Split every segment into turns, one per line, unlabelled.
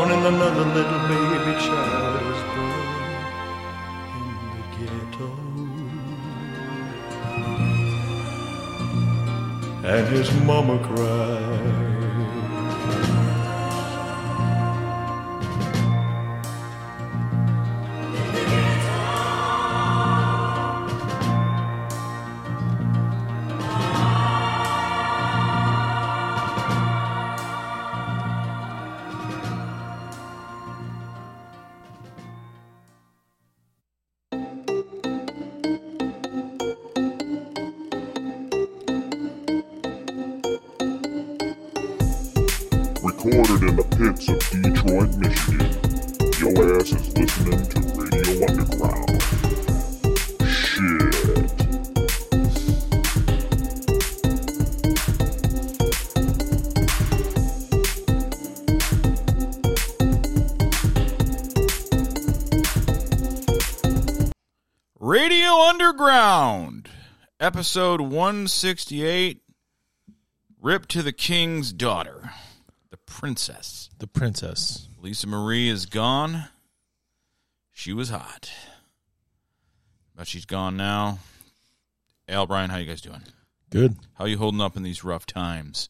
the little baby child was born in the ghetto. And his mama cried.
Recorded in the pits of Detroit, Michigan. Your ass is listening to Radio Underground. Shit.
Radio Underground, episode 168 Rip to the King's Daughter, the Princess.
The princess.
Lisa Marie is gone. She was hot. But she's gone now. Al Brian, how you guys doing?
Good.
How you holding up in these rough times?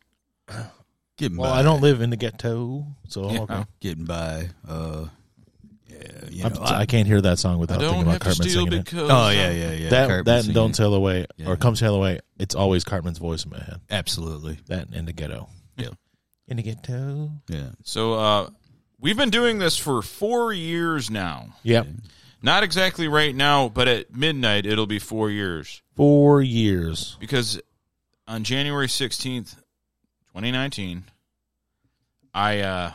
Getting
Well,
by.
I don't live in the ghetto, so I'm
Yeah.
okay.
Getting by. Uh, yeah. You know,
I'm-
I-
I can't hear that song
I
without thinking
don't
about
have to
Cartman
steal
singing it.
because
oh, yeah, yeah, yeah.
that
Cartman
that and
singing.
don't sail away
Yeah.
or come sail away. It's always Cartman's voice in my head.
Absolutely.
That and in the ghetto.
Yeah.
In the ghetto.
Yeah.
So uh, we've been doing this for four years now.
Yep.
Not exactly right now, but at midnight it'll be four years.
Four years.
because on January 16th, 2019, I uh,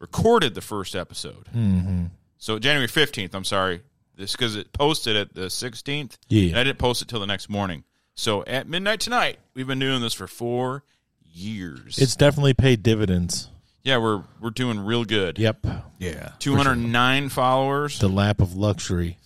recorded the first episode.
Mm-hmm.
So January 15th, I'm sorry. This because it posted at the 16th.
Yeah.
And I didn't post it till the next morning. So at midnight tonight, we've been doing this for four years.
It's definitely paid dividends.
yeah, we're we're doing real good.
Yep.
Yeah.
209 followers.
The lap of luxury.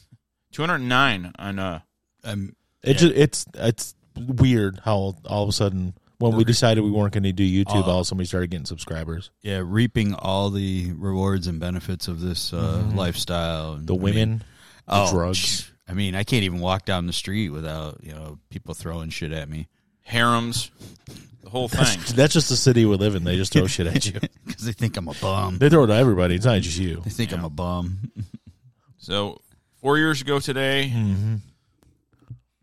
209 on uh
I'm,
It ju- it's it's weird how all of a sudden when we decided we weren't going to do YouTube,
Uh,
all of a sudden we started getting subscribers.
yeah, reaping all the rewards and benefits of this uh, lifestyle.
Mm-hmm.
And,
The
I mean,
women, the
oh,
drugs.
I mean, I can't even walk down the street without, you know, people throwing shit at me
harems, the whole thing.
That's, that's just the city we live in. They just throw shit at you.
because they think I'm a bum.
They throw it to everybody. It's not just you.
They think I'm a bum.
So four years ago today,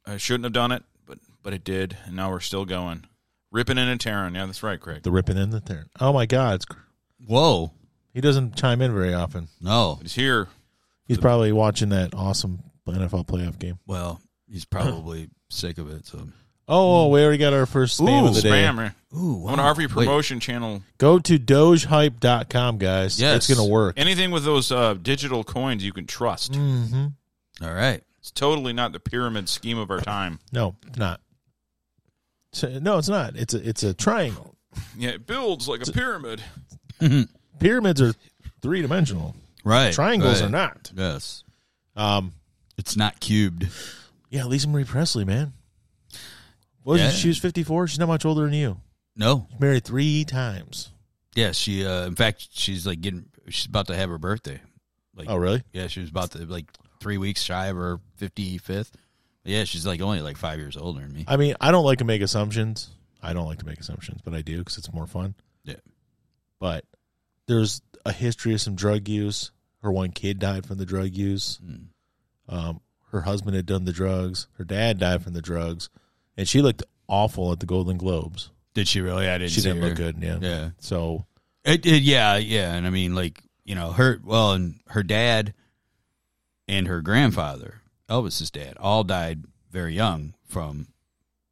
I shouldn't have done it, but but it did, and now we're still going, ripping in and tearing. Yeah, that's right, Craig.
The ripping in the turn. Oh my God, it's, cr-
Whoa.
he doesn't chime in very often.
No.
It's here.
He's probably watching that awesome NFL playoff game.
Well, he's probably sick of it. So,
Oh, we already got our first spam of the day.
spam. man.
ooh,
I'm on
wow.
our RV
Wait,
promotion channel.
Go to dogehype.com, guys.
Yes.
It's going to work.
Anything with those uh, digital coins you can trust.
Mm-hmm.
All right.
It's totally not the pyramid scheme of our time.
No, it's not. So- no, it's not. It's a, it's a triangle.
Yeah, it builds like a pyramid.
Pyramids are three dimensional,
Right.
triangles
right.
are not.
Yes.
Um,
It's not cubed.
yeah, Lisa Marie Presley, man. Was
Yeah.
she? she was 54. She's not much older than you.
No.
married three times.
Yeah, she uh in fact she's like getting she's about to have her birthday. Like
really?
yeah, she was about to like 3 weeks shy of her 55th. Yeah, she's like only like 5 years older than me.
I mean, I don't like to make assumptions. I don't like to make assumptions, but I do because it's more fun.
Yeah.
But there's a history of some drug use. Her one kid died from the drug use.
Mm.
Um, her husband had done the drugs. Her dad died from the drugs, and she looked awful at the Golden Globes.
Did she really? I didn't
She
see
didn't
her.
look good. Yeah.
Yeah.
So
It, it, yeah, yeah, and I mean like, you know, her well and her dad and her grandfather, Elvis's dad, all died very young from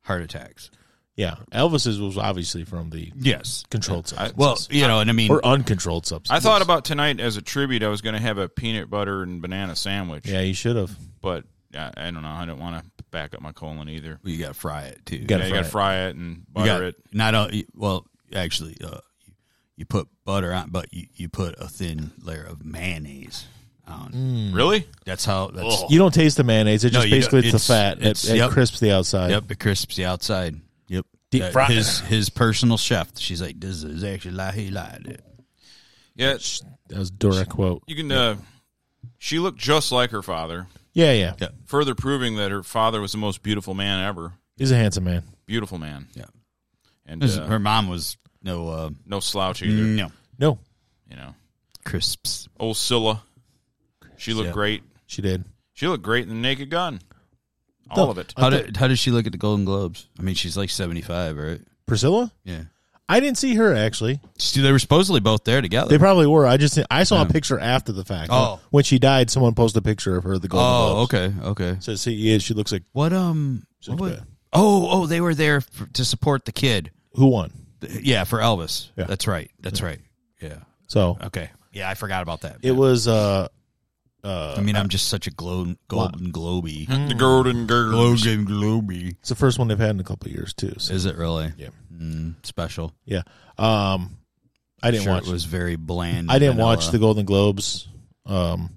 heart attacks.
yeah, Elvis's was obviously from the
Yes.
controlled substance
Well, you know, and I mean
or uncontrolled substance.
I thought about tonight as a tribute. I was going to have a peanut butter and banana sandwich,
Yeah, you should have.
but I, I don't know. I don't want to back up my colon either.
you got to fry it too.
Gotta
Yeah, you got to fry it and butter
you
it.
got, Not only, well, actually, uh, you, you put butter on, but you, you put a thin layer of mayonnaise on.
Mm.
Really?
That's how. That's,
You don't taste the mayonnaise. It
No,
just
you
basically
don't.
it's, the
It's-
fat. It,
it's-
it
yep.
crisps the outside.
Yep, it crisps the outside. Yep.
Deep
Uh,
fried.
His his personal chef. She's like, this is actually how he lied.
Yeah, it's-
That was a direct quote.
you can. Uh, she looked just like her father,
Yeah, yeah.
Yeah.
further proving that her father was the most beautiful man ever.
He's a handsome man.
Beautiful man.
Yeah.
and
This-
uh,
Her Mm. mom was no, uh,
no slouch either.
no
No,
You know,
crisps.
old Scylla. She looked
Yeah.
great.
she did.
She looked great in the Naked Gun. All
No.
of it.
How, did, how does she look at the Golden Globes? I mean, she's like seventy five, right?
Priscilla?
Yeah.
I didn't see her actually.
See, they were supposedly both there together.
They probably were. I just I saw a picture after the fact.
Hmm. Oh.
when she died, someone posted a picture of her. at The Golden
oh,
Globes.
okay, okay.
Says he yeah, she looks like
What um?
Sounds
what-
bad.
oh, oh, they were there for, to support the kid.
who won.
Th- Yeah, for Elvis.
Yeah.
That's right. That's right. Yeah.
So
Okay. Yeah, I forgot about that.
it was uh
I mean, I'm just such a glow, golden globey.
Hmm.
The Golden Girl.
Golden globey.
it's the first one they've had in a couple of years too. So,
Is it really?
Yeah.
Mm, special.
yeah. Um I didn't
Sure,
watch
it was very bland.
I didn't
vanilla.
watch the Golden Globes um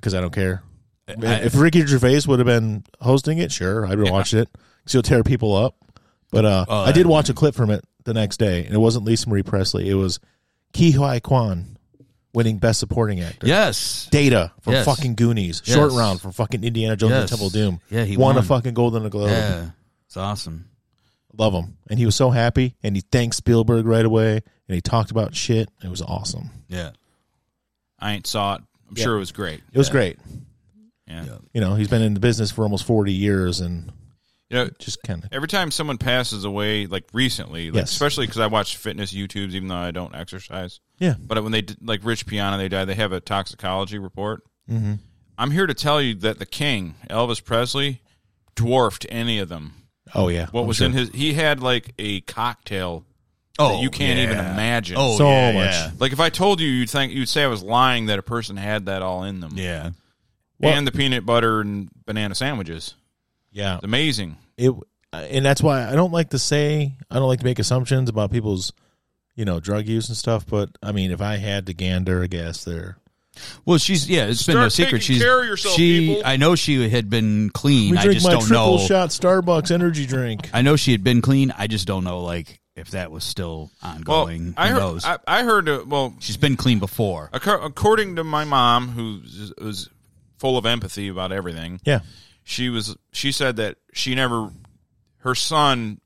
cuz I don't care.
I-
if Ricky Gervais would have been hosting it, sure, I'd have watched it. Cuz he'll tear people up. But uh
Oh,
I did
that-
watch a clip from it the next day and it wasn't Lisa Marie Presley, it was Ki Huy Kwan winning best supporting actor.
Yes.
Data from
Yes.
fucking Goonies, short
Yes.
round from fucking Indiana Jones and
Yes.
Temple of Doom.
Yeah, he
won, a
won.
fucking Golden Globe.
Yeah. It's awesome.
Love him, and he was so happy, and he thanked Spielberg right away, and he talked about shit. It was awesome.
Yeah.
I ain't saw it. I'm
Yeah.
sure it was great.
It was great.
Yeah.
Yeah.
You know, he's been in the business for almost forty years, and
You know,
just kind of
every time someone passes away, like recently, like
Yes.
especially because I watch fitness YouTubes, even though I don't exercise.
yeah,
But when they d- like Rich Piana, they die. They have a toxicology report. Mm-hmm. I'm here to tell you that the King Elvis Presley dwarfed any of them.
oh yeah.
What
I'm
was in his? He had like a cocktail.
Oh,
you can't even imagine.
Oh,
So
yeah,
much.
Yeah.
Like if I told you, you'd think you'd say I was lying that a person had that all in them.
Yeah.
Well-
and the peanut butter and banana sandwiches.
yeah.
It's amazing.
It and that's why I don't like to say I don't like to make assumptions about people's you know drug use and stuff. But I mean, if I had to gander, I guess there.
Well, she's yeah. It's been
Start
no secret.
taking
She's
care of yourself,
she.
people.
I know she had been clean.
We
I
drink
just
my
don't
triple
know.
shot Starbucks energy drink.
I know she had been clean. I just don't know like if that was still
Well,
ongoing.
I
Who
heard.
knows?
I, I heard. uh, Well,
She's been clean before.
Acco- according to my mom, who is- was full of empathy about everything,
Yeah,
she was. She said that she never, her son,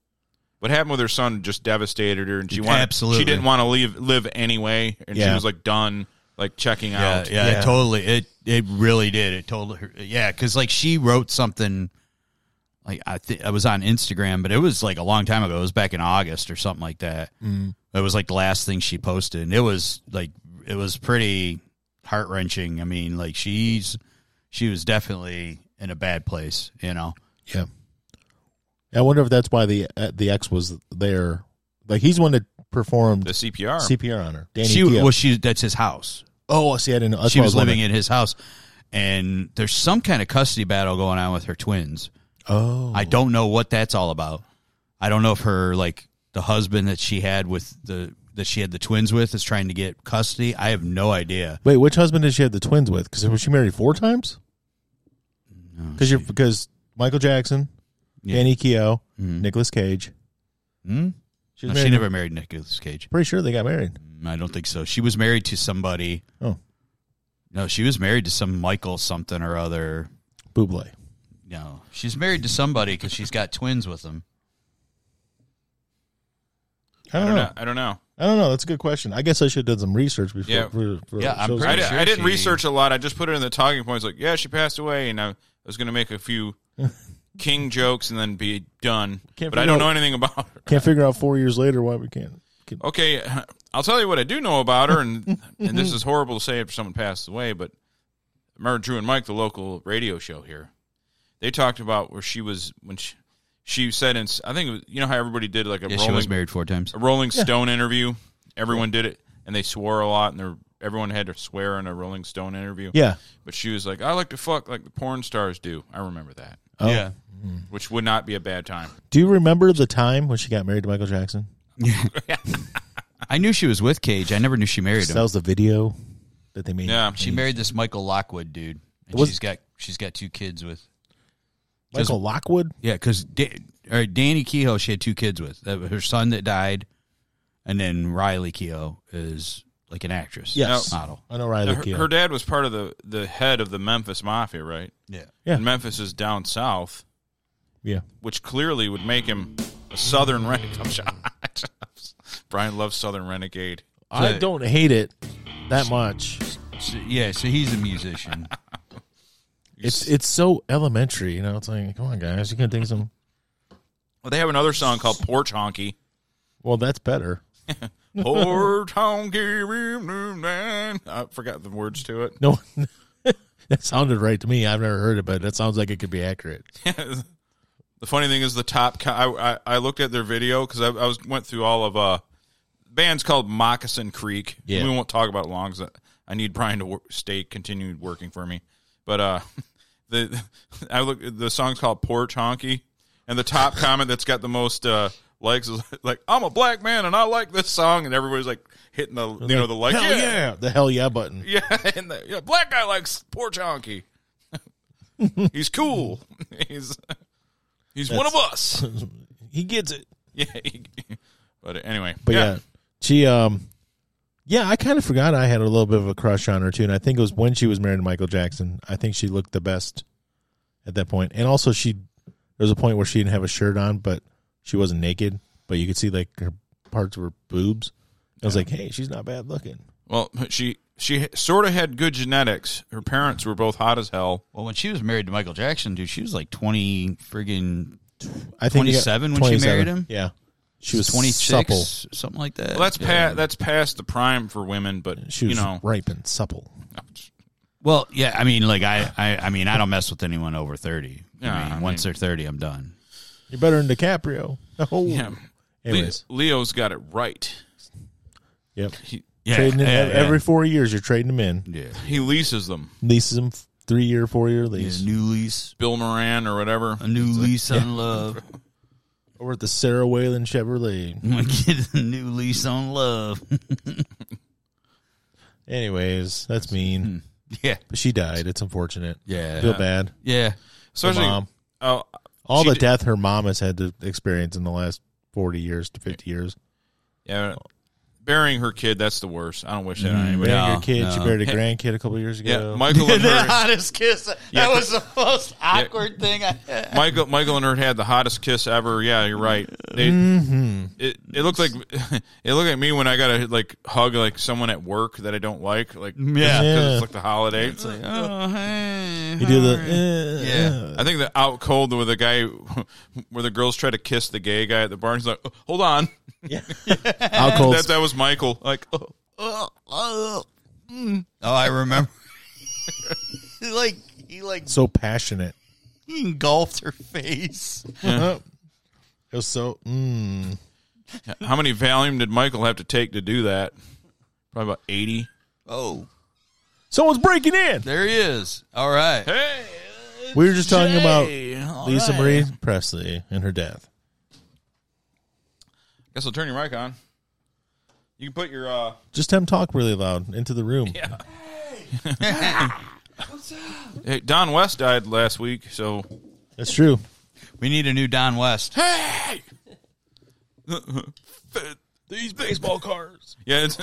what happened with her son just devastated her, and she wanted,
Absolutely.
she didn't want to leave live anyway, and she
Yeah.
was like done, like checking
Yeah,
out.
yeah,
Yeah.
It totally. It it really did. It totally. her- Yeah, because like she wrote something. Like I think I was on Instagram, but it was like a long time ago. It was back in August or something like that. Mm. It was like the last thing she posted, and it was like it was pretty heart wrenching. I mean, like she's she was definitely in a bad place, you know.
Yeah. I wonder if that's why the uh, the ex was there. Like he's the one that performed
The CPR.
CPR on her. Danny
she
Keough.
well, she that's his house.
oh, I see. I didn't know. That's
she
what I
was living
wondering.
in his house, and there's some kind of custody battle going on with her twins.
Oh,
I don't know what that's all about. I don't know if her like the husband that she had with the that she had the twins with is trying to get custody. I have no idea.
wait. Which husband did she have the twins with? Because was she married four times? Because you're because Michael Jackson,
Yeah.
Danny Keough, Nicolas Cage.
Hmm?
She,
No,
was
she
married-
never married Nicolas Cage.
Pretty sure they got married.
Mm, I don't think so. She was married to somebody.
Oh,
No, she was married to some Michael something or other.
Buble.
No, she's married to somebody because she's got twins with them.
I
I
don't,
don't
know.
know. I don't know.
I don't know. That's a good question. I guess I should have done some research before.
Yeah.
for- for-
Yeah, I'm
shows.
pretty
I, di-
sure
I didn't
she-
research a lot. I just put it in the talking points. Like, yeah, she passed away, and I was going to make a few King jokes and then be done.
Can't
but I don't
figure
know
out-
anything about her.
Can't figure out four years later why we can't. can't-
Okay, I'll tell you what I do know about her, and and this is horrible to say after someone passed away, but I remember Drew and Mike, the local radio show here, they talked about where she was when she she said in I think it was, you know how everybody did like a
Yeah, she was
rolling
married four times.
a Rolling Stone interview, everyone did it, and they swore a lot, and they're, everyone had to swear in a Rolling Stone interview.
Yeah.
But she was like, I like to fuck like the porn stars do. I remember that,
Yeah,
which would not be a bad time.
Do you remember the time when she got married to Michael Jackson?
I knew she was with Cage. I never knew she married him.
That was the video that they made.
Yeah.
She married this Michael Lockwood dude. And
Was-
she's got she's got two kids with.
Michael Lockwood.
Yeah, because da- or Danny Kehoe Uh, she had two kids with. That was her son that died, and then Riley Kehoe is like an actress.
Yes.
Model.
I know Riley
her,
Keough.
her dad was part of the, the head of the Memphis Mafia, right?
Yeah.
Yeah.
And Memphis is down south,
yeah.
which clearly would make him a Southern renegade. Brian loves Southern renegade.
I don't hate it that much.
So, yeah. So he's a musician.
It's it's so elementary, you know. It's like, come on, guys, you can think some.
Well, they have another song called Porch Honky.
Well, that's better.
Porch Honky. room, room, man. I forgot the words to it.
No, that sounded right to me. I've never heard it, but that sounds like it could be accurate.
the funny thing is the top. co- I I, I looked at their video because I, I was went through all of uh bands called Moccasin Creek.
Yeah.
we won't talk about it long because I need Brian to wor- stay continued working for me. But uh, the I look the song's called Porch Honky, and the top comment that's got the most uh likes is like I'm a black man and I like this song, and everybody's like hitting the you know the like
hell yeah. the hell yeah button.
yeah, and the yeah, black guy likes porch honky. he's cool. he's he's one of us.
He gets it.
yeah. he- but anyway,
But yeah. she um, yeah, I kind of forgot I had a little bit of a crush on her too, and I think it was when she was married to Michael Jackson. I think she looked the best at that point, and also she there was a point where she didn't have a shirt on, but she wasn't naked, but you could see like her parts were boobs. I was like, hey, she's not bad looking.
Well, she she sort of had good genetics. Her parents were both hot as hell.
Well, when she was married to Michael Jackson, dude, she was like twenty friggin'
I think you got-
27 when she
27.
married him?
Yeah, she was
twenty
supple.
six, something like that.
Well, that's
Yeah.
past that's past the prime for women, but
She was
you know,
ripe and supple.
Well, yeah, I mean, like I, I, I mean, I don't mess with anyone over thirty.
Yeah,
I mean,
I
once they're thirty, I'm done.
You're better than DiCaprio. Oh,
yeah. Le-
Anyways,
Leo's got it right.
yep.
Yeah,
trading in,
yeah, yeah.
every four years, you're trading them in.
yeah,
He leases them.
Leases them three year, four year
Yeah,
lease.
new lease,
Bill Moran or whatever.
a new lease on love.
Over at the Sarah Whalen Chevrolet.
I'm gonna get a new lease on love.
Anyways, that's mean.
yeah,
But she died. It's unfortunate.
Hmm. yeah,
Feel bad.
yeah.
Her
Especially
mom.
oh,
All
she
the
did-
death her mom has had to experience in the last forty years to fifty years.
yeah, burying her kid. That's the worst. I don't wish that on anybody.
Buried
No,
your kid. She
no.
buried a grandkid a couple years ago.
Yeah, Michael and her.
hottest kiss.
Yeah. was
the most
awkward
thing I had.
Michael Michael and her had the hottest kiss ever. Yeah, you're right. They,
Mm-hmm.
It it looked like it looked like me when I got to like hug like someone at work that I don't like. Like
Yeah.
'cause
Yeah.
it's like the holiday.
Oh, hey,
you do the
hi.
eh,
Yeah.
I think the out cold where the guy where the girls try to kiss the gay guy at the bar. He's like, "Oh, hold on,
eh. Out cold.
that that was Michael. Like, oh,
Oh, I remember. he like he like
so passionate.
he engulfed her face.
It was so. Mm,
how many Valium did Michael have to take to do that? Probably about eighty.
Oh,
Someone's breaking in.
there he is. All right.
Hey,
We were just talking about
all
Lisa
right.
Marie Presley and her death.
guess I'll turn your mic on. You can put your uh,
Just have him talk really loud into the room.
Yeah. Hey, Don West died last week, so
That's true.
We need a new Don West.
hey, these baseball cards. Yeah, it's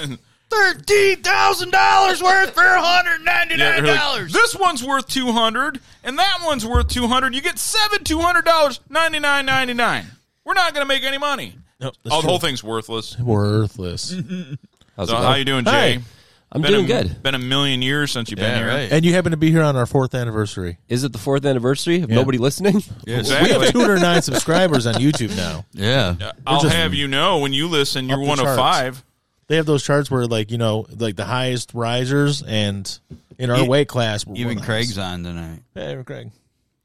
Thirteen thousand dollars worth for one hundred ninety
yeah, they're like, this one's worth two hundred, and that one's worth two hundred. You get seven two hundred dollars ninety nine ninety nine. We're not gonna make any money.
No, that's
Oh, the
true.
whole thing's worthless.
worthless.
How's
So
it
how
going?
you doing, Jay?
Hey,
I'm
Been
doing
a,
good.
Been a million years since you've been
Yeah,
here.
right.
and you happen to be here on our fourth anniversary.
Is it the fourth anniversary of nobody listening?
We have
Exactly.
209 subscribers on YouTube now.
Yeah.
I'll
just
have you know when you listen, you're
up the
one of
charts.
five.
They have those charts where, like, you know, like the highest risers, and in our
E-
weight class, we're one
Even
of the
Craig's on tonight.
highest. Hey, Craig.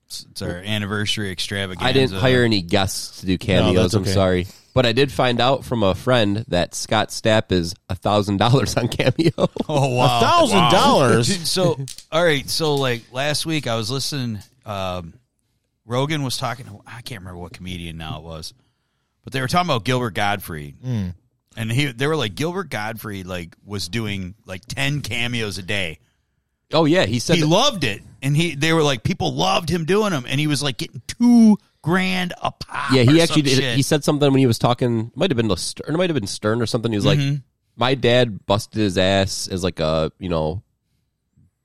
It's, it's our anniversary extravaganza.
I didn't hire any guests to do cameos.
that's
I'm
okay.
sorry, but I did find out from a friend that Scott Stapp is thousand dollars on cameo.
Oh wow.
Thousand dollars.
so all right so like last week i was listening um rogan was talking to i can't remember what comedian now it was but they were talking about gilbert godfrey
Hmm.
and he they were like gilbert godfrey like was doing like 10 cameos a day
oh yeah, he said.
he
that-
loved it and he they were like people loved him doing them and he was like getting two grand a pop
yeah,
or
he
some
actually did,
shit.
he said something when he was talking. Might have been the Stern, it might have been Stern or something. He was like, my dad busted his ass as like a you know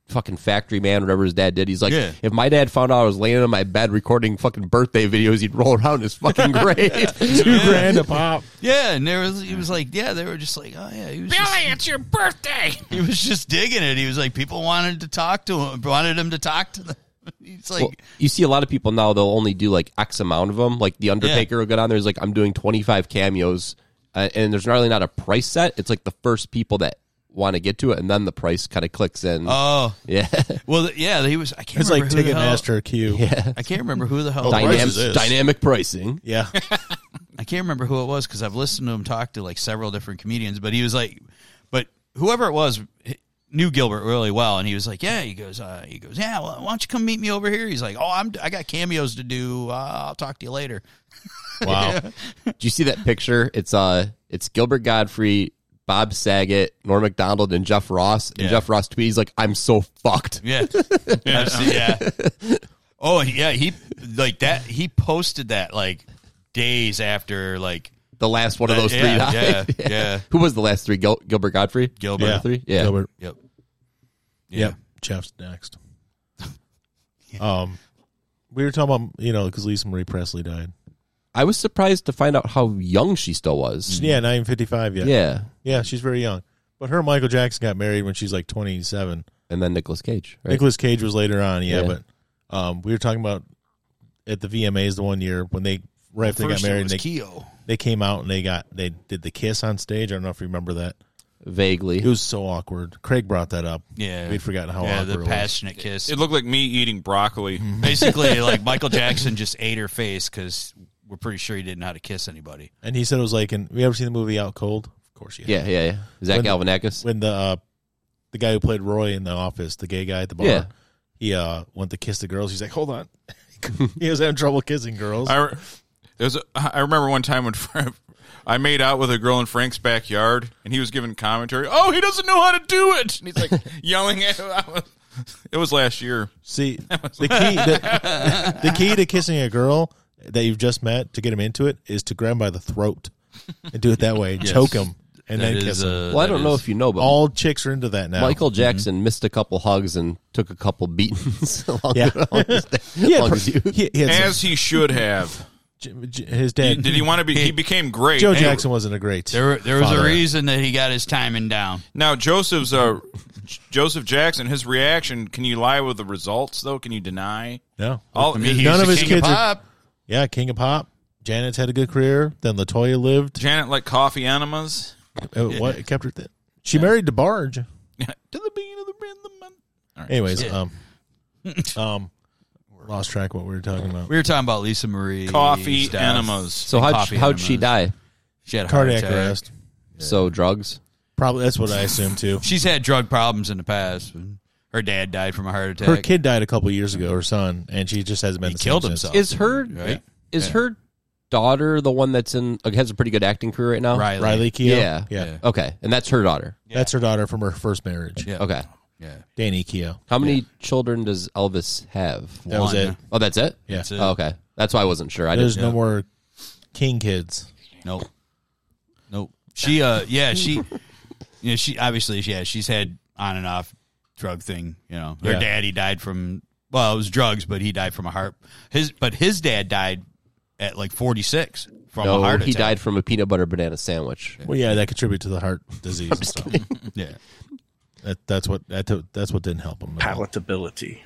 fucking factory man whatever his dad did he's like
Yeah.
if my dad found out i was laying on my bed recording fucking birthday videos he'd roll around his fucking grave
Two grand a pop.
Yeah, and there was he was like, yeah, they were just like, oh yeah, he was Billy, it's your birthday. He was just digging it. He was like, people wanted to talk to him, wanted him to talk to them. He's like,
Well, you see a lot of people now they'll only do like x amount of them like the undertaker will get on there he's like i'm doing 25 cameos uh, and there's not really not a price set it's like the first people that want to get to it and then the price kind of clicks in
oh,
yeah
well, yeah, he was. I can't
It's like
remember who the hell-
Ticketmaster queue.
yeah
I can't remember who the hell.
Dynam-
dynamic,
is this?
dynamic pricing
Yeah.
I can't remember who it was because I've listened to him talk to like several different comedians, but he was like, but whoever it was h- knew Gilbert really well, and he was like, yeah, he goes, uh, he goes, yeah, well, why don't you come meet me over here? He's like, oh, I'm, I got cameos to do. Uh, I'll talk to you later.
Wow.
do you see that picture it's uh it's gilbert godfrey bob saget norm mcdonald and jeff ross and
Yeah.
jeff ross tweets like i'm so fucked
Yeah. yeah. Oh yeah, he like that he posted that like days after like
the last one of those
Yeah,
three died.
Uh, yeah, yeah.
who was the last three Gil- gilbert godfrey
Gilbert.
Yeah.
three yeah
Gilbert.
Yep.
Yep. Jeff's next. Um, we were talking about you know because Lisa Marie Presley died.
I was surprised to find out how young she still was.
Yeah, not even fifty five yet.
Yeah.
yeah, she's very young. But her and Michael Jackson got married when she's like twenty seven.
And then Nicolas Cage. Right?
Nicholas Cage was later on. Yeah,
Yeah.
but um, we were talking about at the VMAs the one year when they right after they got
First it
married,
was
and they
Keo.
they came out and they got they did the kiss on stage. I don't know if you remember that.
Vaguely.
It was so awkward. Craig brought that up.
Yeah.
we'd forgotten how
Yeah,
Oh, awkward
the
it was.
passionate kiss.
It looked like me eating broccoli.
Basically, like Michael Jackson just ate her face because we're pretty sure he didn't know how to kiss anybody.
And he said it was like, and we ever seen the movie Out Cold? Of course, you have.
yeah, yeah, yeah. Zach
When-
Galifianakis.
when the uh, the guy who played Roy in the office, the gay guy at the bar,
Yeah.
he uh, went to kiss the girls. He's like, hold on. he was having trouble kissing girls.
I, re- there was a, I remember one time when Fra- I made out with a girl in Frank's backyard, and he was giving commentary. Oh, he doesn't know how to do it, and he's like yelling at him. It was last year.
See, the key the, the key to kissing a girl that you've just met to get him into it is to grab him by the throat and do it that way, choke him, and then kiss him.
Well, I don't know if you know, but
All Mm-hmm. chicks are into that now.
Michael Jackson missed a couple hugs and took a couple beatings along,
Yeah.
along his,
yeah,
along his youth.
he, he had some-
As he should have.
J- J- his dad.
Did he want to be? He became great.
Joe
Hey,
Jackson wasn't a great.
There, there was a
father.
reason that he got his timing down.
Now Joseph's uh, J- Joseph Jackson. His reaction. Can you lie with the results though? Can you deny?
No,
All,
I mean, he
None
was
of
the
his
king
kids are-
pop.
yeah, King of Pop. Janet's had a good career. Then Latoya lived.
Janet like coffee enemas.
Uh, What kept her? Th- she married DeBarge.
to the beginning of the rhythm. of- All right.
Anyways, um, um, lost track what we were talking about.
We were talking about Lisa Marie
coffee
stuff.
enemas.
So how'd,
Coffee
how'd she
enemas.
die?
She had a heart
Cardiac
attack.
arrest.
So drugs?
Probably that's what I assume too.
She's had drug problems in the past. Her dad died from a heart attack.
Her kid died a couple years ago, her son, and she just hasn't been.
He
the
killed
same
himself.
Since.
Is her
Right.
is
Yeah.
her daughter the one that's in has a pretty good acting career right now?
Riley.
Riley Keough.
Yeah.
yeah,
Yeah.
Okay. And that's her daughter.
that's her daughter from her first marriage.
Yeah.
Okay.
Yeah.
Danny Keough.
How many children does Elvis have?
That was
One.
it.
Oh, that's it?
Yeah,
That's it.
Oh, okay. That's why I wasn't sure. I
there's
didn't.
no more king kids.
Nope. Nope. She uh yeah, she you know, she obviously yeah, she's had on and off drug thing, you know. Her
Yeah.
daddy died from well, it was drugs, but he died from a heart his but his dad died at like 46 from a
No,
heart
he
attack.
died from a peanut butter banana sandwich.
Well, yeah, that contributed to the heart disease. and stuff.
Yeah.
That, that's what that, that's what didn't help him. at all.
Palatability.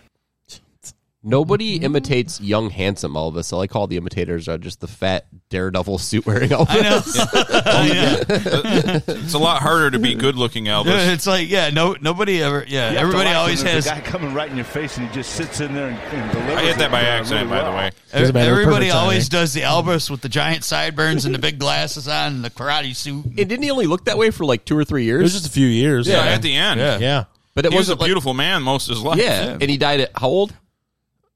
Nobody
Mm-hmm.
imitates young handsome Elvis. All I call the imitators are just the fat daredevil suit wearing Elvis.
Oh,
I know.
It's a lot harder to be good looking Elvis.
It's like yeah, no nobody ever yeah,
You have to
everybody
like him.
always
There's
has
a guy coming right in your face, and he just sits in there and, and delivers.
I hit that
it,
by
uh,
accident,
really
by the
well.
way.
Doesn't matter.
E-, Everybody
Perfect
always
timing.
does the Elvis with the giant sideburns and the big glasses on and the karate suit.
And didn't he only look that way for like two or three
It was
years?
just a few years.
Yeah, at the end.
Yeah.
yeah.
but it
He was a
wasn't like-
beautiful man most of his life.
yeah. and he died at how old?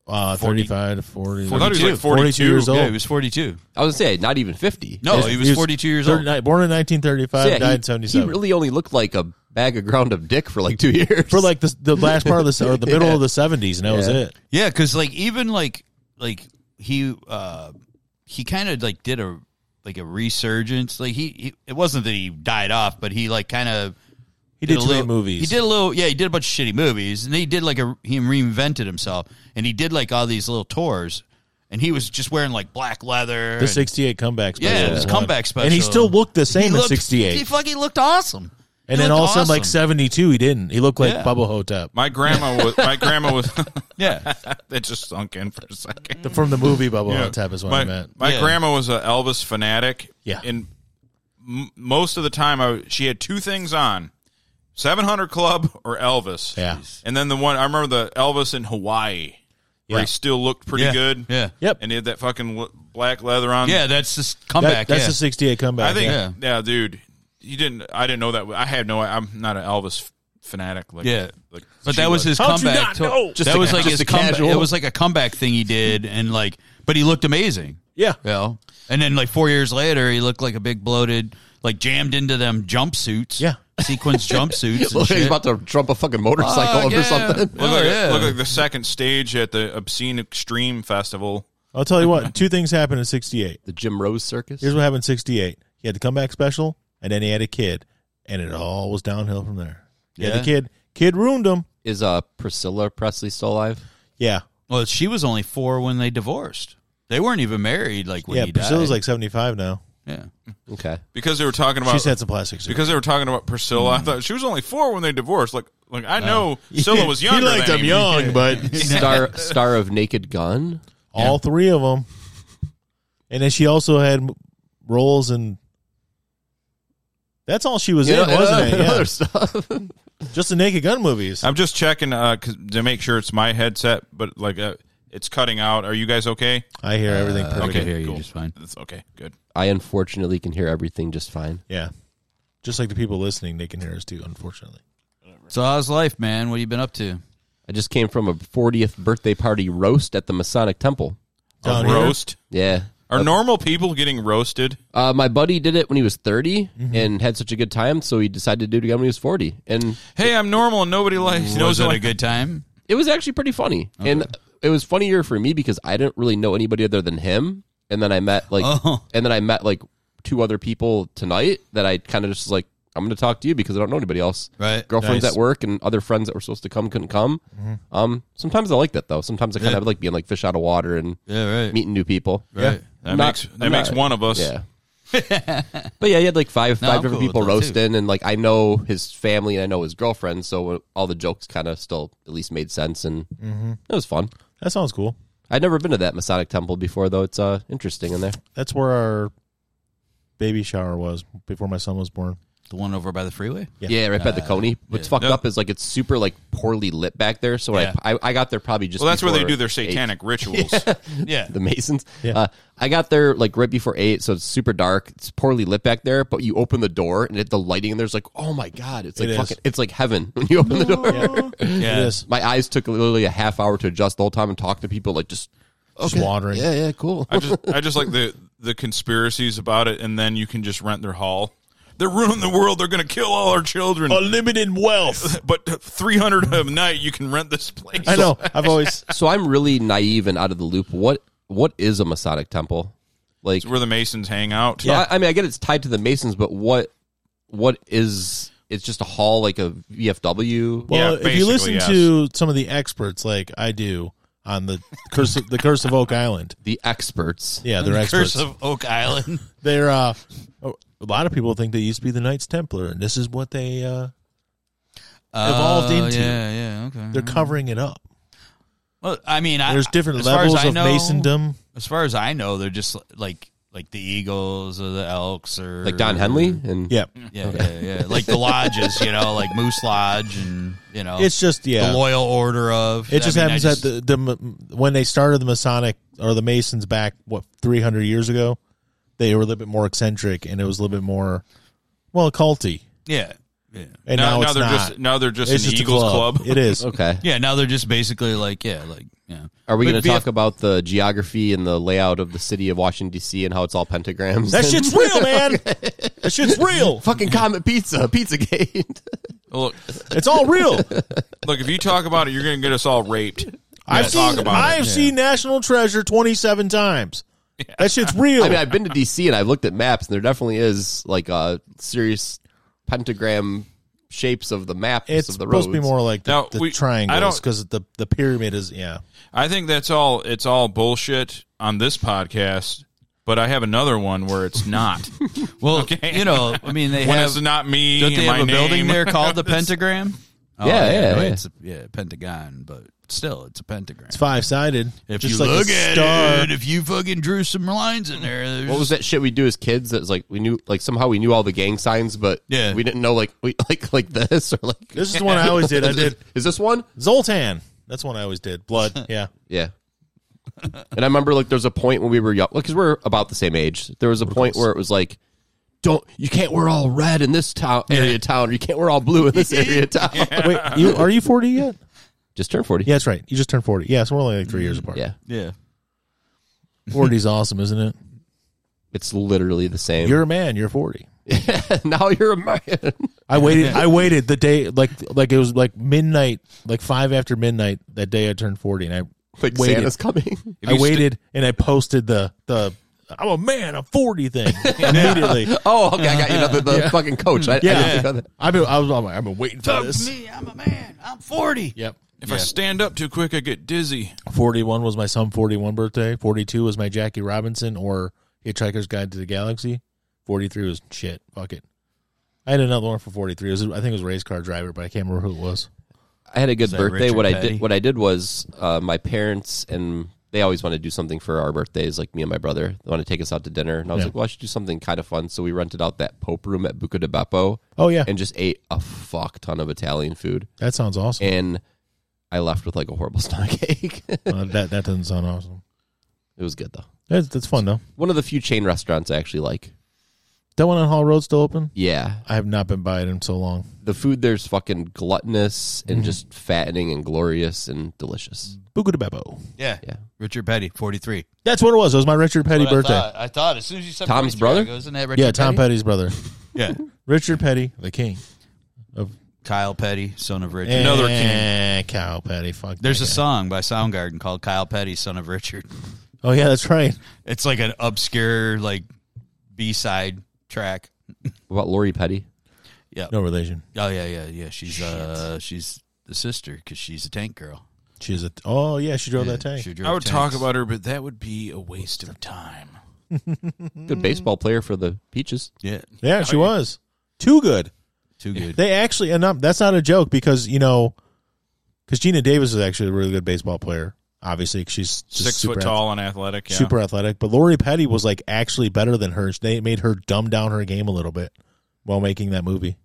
Uh, 35 to 40.
I thought he was like 42.
years old.
Yeah, he was 42.
I was gonna say not even fifty.
No, he was 42 years old.
39 Born in 1935,
So, yeah,
died
he-
in 77.
He really only looked like a bag of ground up dick for like two years.
For like the, the last part of the, or the middle of the 70s, and that was it.
Yeah, because like even like like he uh he kind of like did a like a resurgence. Like he, he it wasn't that he died off, but he like kind of
He did
a
too many
little-
movies.
He did a little, yeah. He did a bunch of shitty movies, and he did like a he reinvented himself, and he did like all these little tours, and he was just wearing like black leather.
the
and-
'68 comeback special.
yeah,
was
his
one.
comeback special,
and he still looked the same
He
in
looked-
'68.
He fucking looked awesome. He
and then
looked
all of a sudden, like
awesome.
'72, he didn't. He looked like
Yeah.
Bubba Hotep
My grandma was. My grandma was.
yeah,
that just sunk in for a second.
from the movie Bubba
Yeah.
Hotep is what
my,
I meant.
My
Yeah.
grandma was an Elvis fanatic.
Yeah.
and m- most of the time, I w- she had two things on: Seven Hundred Club or Elvis.
Yeah.
and then the one I remember the Elvis in Hawaii, where
Yeah.
he still looked pretty
Yeah.
good.
Yeah.
Yep.
and he had that fucking l- black leather on.
yeah. That's this
That-
comeback.
that's
yeah.
the '68 comeback.
I think.
yeah.
Yeah, dude, you didn't. I didn't know that. I had no. I'm not an Elvis f- fanatic. Like,
Yeah.
like
But
she
that was his comeback. to-
Just
that
a-
was like
just
his
a
comeback.
casual.
It was like a comeback thing he did, and like, but he looked amazing.
Yeah.
You know? And then like four years later, he looked like a big bloated, like jammed into them jumpsuits.
Yeah.
sequence jumpsuits. and
Look, he's
shit.
about to trump a fucking motorcycle
Oh,
over
yeah.
something.
Look
Oh,
like,
yeah.
look like the second stage at the Obscene Extreme Festival.
I'll tell you what. Two things happened in '68.
The Jim Rose Circus.
Here's what happened in '68. He had the comeback special, and then he had a kid, and it all was downhill from there. He had
Yeah.
the kid. Kid ruined him.
Is uh, Priscilla Presley still alive?
Yeah,
well, she was only four when they divorced. They weren't even married. Like when
yeah.
he
Priscilla's
died.
like 75 now.
yeah.
Okay.
because they were talking about
She's had some plastic surgery.
because they were talking about Priscilla. I thought she was only four when they divorced. Like, like I know Priscilla was younger.
he liked
than him.
them young, but
Star star of Naked Gun.
all three of them. And then she also had m- roles in. That's all she was
You
in,
know,
wasn't
and
it? Yeah.
Other stuff.
Just the Naked Gun movies.
I'm just checking uh, 'cause- to make sure it's my headset, but like uh, it's cutting out. Are you guys okay?
I hear everything
I
perfect.
can hear you
cool.
just fine.
That's okay. Good.
I unfortunately can hear everything just fine.
Yeah. Just like the people listening, they can hear us too, unfortunately.
So how's life, man? What have you been up to?
I just came from a 40th birthday party roast at the Masonic Temple.
A
Down here?
roast.
Yeah.
Are normal people getting roasted?
Uh, my buddy did it when he was 30
Mm-hmm.
and had such a good time, so he decided to do it again when he was 40. And
Hey, I'm normal and nobody likes
Was
knows
it
that
a good time?
it was actually pretty funny. And it was funnier for me because I didn't really know anybody other than him. And then I met like,
Oh.
and then I met like two other people tonight that I kind of just was like, I'm going to talk to you because I don't know anybody else.
Right. Mm-hmm.
Girlfriends
Nice.
at work and other friends that were supposed to come couldn't come. Um, sometimes I like that though. Sometimes I kind of like being like fish out of water and
Yeah. Right.
meeting new people.
Right.
that
Not-
makes that
I'm
makes
not-
one of us.
Yeah. but yeah, he had like five
No, I'm
five different
cool
people
with that, too.
roasting, and like I know his family and I know his girlfriend, so all the jokes kind of still at least made sense, and
Mm-hmm.
it was fun.
That sounds cool.
I'd never been to that Masonic temple before, though. It's uh interesting in there.
That's where our baby shower was before my son was born.
The one over by the freeway.
Yeah.
Yeah, right by the
Uh,
Coney. What's fucked
No.
up is like it's super like poorly lit back there. So when
Yeah.
I, I I got there probably just
Well, that's where they
before
do their
eight.
satanic rituals.
Yeah.
the Masons.
Yeah.
Uh, I got there like right before eight, so it's super dark. It's poorly lit back there, but you open the door and it, the lighting in there's like, oh my god, it's like
It is.
fucking, it's like heaven when you open the door.
Yeah.
It is.
My eyes took literally a half hour to adjust the whole time and talk to people like just
Just wandering.
yeah yeah cool.
I just I just like the the conspiracies about it, and then you can just rent their hall. They're ruining the world. They're going to kill all our children.
Oh, Unlimited wealth.
But three hundred a night, you can rent this place.
I know. I've always.
so I'm really naive and out of the loop. What what is a Masonic temple? Like
It's where the Masons hang out.
So I, I mean, I get it's tied to the Masons, but what what is? It's just a hall like a VFW.
Well,
Yeah,
if
basically,
you listen
yes.
to some of the experts, like I do, on the curse, of, the curse of Oak Island.
the experts.
Yeah, they're experts.
Curse of Oak Island.
they're uh, a lot of people think they used to be the Knights Templar, and this is what they uh, Evolved
Oh,
into.
Yeah. Yeah. Okay.
they're covering it up.
Well, I mean, Mm. I,
There's different
as far as
levels
I
of
know-
Masondom.
As far as I know, they're just like like the Eagles or the Elks or
Like Don Henley and
Yeah,
Yeah, yeah, yeah. Like the lodges, you know, like Moose Lodge and you know,
it's just yeah.
the Loyal Order of.
it just
I mean, I
happens that the, the when they started the Masonic or the Masons back what 300 years ago, they were a little bit more eccentric and it was a little bit more well occulty.
yeah, yeah,
And now, it's
they're
not.
just now they're just
it's
an
just
Eagles
a club.
club.
It is.
okay.
yeah. Now they're just basically like yeah, like yeah.
Are we
But
going to
VF
talk about the geography and the layout of the city of Washington D.C. and how it's all pentagrams?
That
and-
shit's real, man. that shit's real.
fucking Comet Pizza, Pizzagate.
Well, Look,
It's all real.
look, if you talk about it, you're going to get us all raped.
I've
Don't talk
seen
about it.
I've seen National Treasure 27 times. That shit's real.
I mean, I've been to DC and I've looked at maps, and there definitely is like a serious pentagram shapes of the maps
it's
of the roads.
supposed to be more like the,
Now,
the
we- I
triangles
don't-
because the the pyramid is yeah.
I think that's all. It's all bullshit on this podcast. But I have another one where it's not.
Well, you know, I mean, they
when
have.
it's not me.
Don't they
and
have
my
a building
name.
there called the Pentagram? Oh,
Yeah, yeah,
no,
yeah.
It's a, yeah, Pentagon, but still, it's a pentagram.
It's five sided.
If
just
you
like
look
a
at
star.
it, if you fucking drew some lines in there, there's
What was that shit we do as kids? That was like we knew, like somehow we knew all the gang signs, but
Yeah.
we didn't know like we like like this or like.
This is the one I always did. I did
Is this one?
Zoltan. That's one I always did. Blood. Yeah.
Yeah. and I remember like there's a point when we were young, because we're about the same age. There was a point where it was like, don't you can't wear all red in this town area of town, or you can't wear all blue in this area of town.
Wait, you are you forty yet?
Just turn forty.
Yeah, that's right. You just turned forty. Yeah, so we're only like three years apart.
yeah.
yeah.
forty's awesome, isn't it?
It's literally the same.
You're a man. You're forty.
now you're a man.
I waited. I waited the day like like it was like midnight, like five after midnight that day I turned forty, and I
like
waited.
Santa's coming.
I waited and I posted the the I'm a man. I'm forty thing immediately.
oh, okay, I got you. know, The, the fucking coach. I, I didn't
Yeah,
think of that.
I've been I was I'm like, I've been waiting for
Fuck
this.
me, I'm a man. I'm 40.
Yep.
If I stand up too quick, I get dizzy.
41 was my some 41 birthday. 42 was my Jackie Robinson or Hitchhiker's Guide to the Galaxy. 43 was shit. Fuck it. I had another one for 43. It was, I think it was a race car driver, but I can't remember who it was.
I had a good
that
birthday.
Richard
What I
Petty?
did, what I did was, uh, my parents and they always want to do something for our birthdays. Like me and my brother, they want to take us out to dinner, and I was
Yeah.
like, "Well, I should do something kind of fun." So we rented out that Pope room at Buca di Beppo
Oh, yeah.
and just ate a fuck ton of Italian food,
That sounds awesome.
and I left with like a horrible stomachache. it
Uh, that, that doesn't sound awesome.
was good though.
That's, that's fun, though.
One of the few chain restaurants I actually like.
That one on Hall Road still open?
Yeah,
I have not been by it in so long.
the food there's fucking gluttonous and
Mm-hmm.
just fattening and glorious and delicious.
Buga de Bebo.
Yeah.
Yeah.
Richard Petty, 43.
That's what it was. It was my Richard Petty
What I
birthday.
thought. I thought as soon as you said
Tom's
43, I
brother?
go, Isn't that Richard
yeah, Tom
Petty?
Petty's brother.
Yeah.
Richard Petty, the king.
Kyle Petty, son of Richard.
Another
Eh, Cow Petty. Fuck.
There's a
that
song by Soundgarden called Kyle Petty, son of Richard.
guy. Oh, yeah, that's right.
It's like an obscure, like, B side track.
What about Lori Petty?
Yeah.
No relation.
Oh, yeah, yeah, yeah. She's, uh, she's the sister because she's a tank girl.
She's a. Oh, yeah, she drove that tank.
She drove
I would
tanks.
talk about her, but that would be a waste of time.
Good baseball player for the Peaches.
Mm. Oh, Yeah.
Yeah, she was. Too good.
Too good.
They actually, and not, that's not a joke because, you know, because Gina Davis is actually a really good baseball player, obviously, 'cause she's just
Six
super
foot tall and athletic. Yeah.
super athletic. But Lori Petty was like actually better than her. They made her dumb down her game a little bit while making that movie.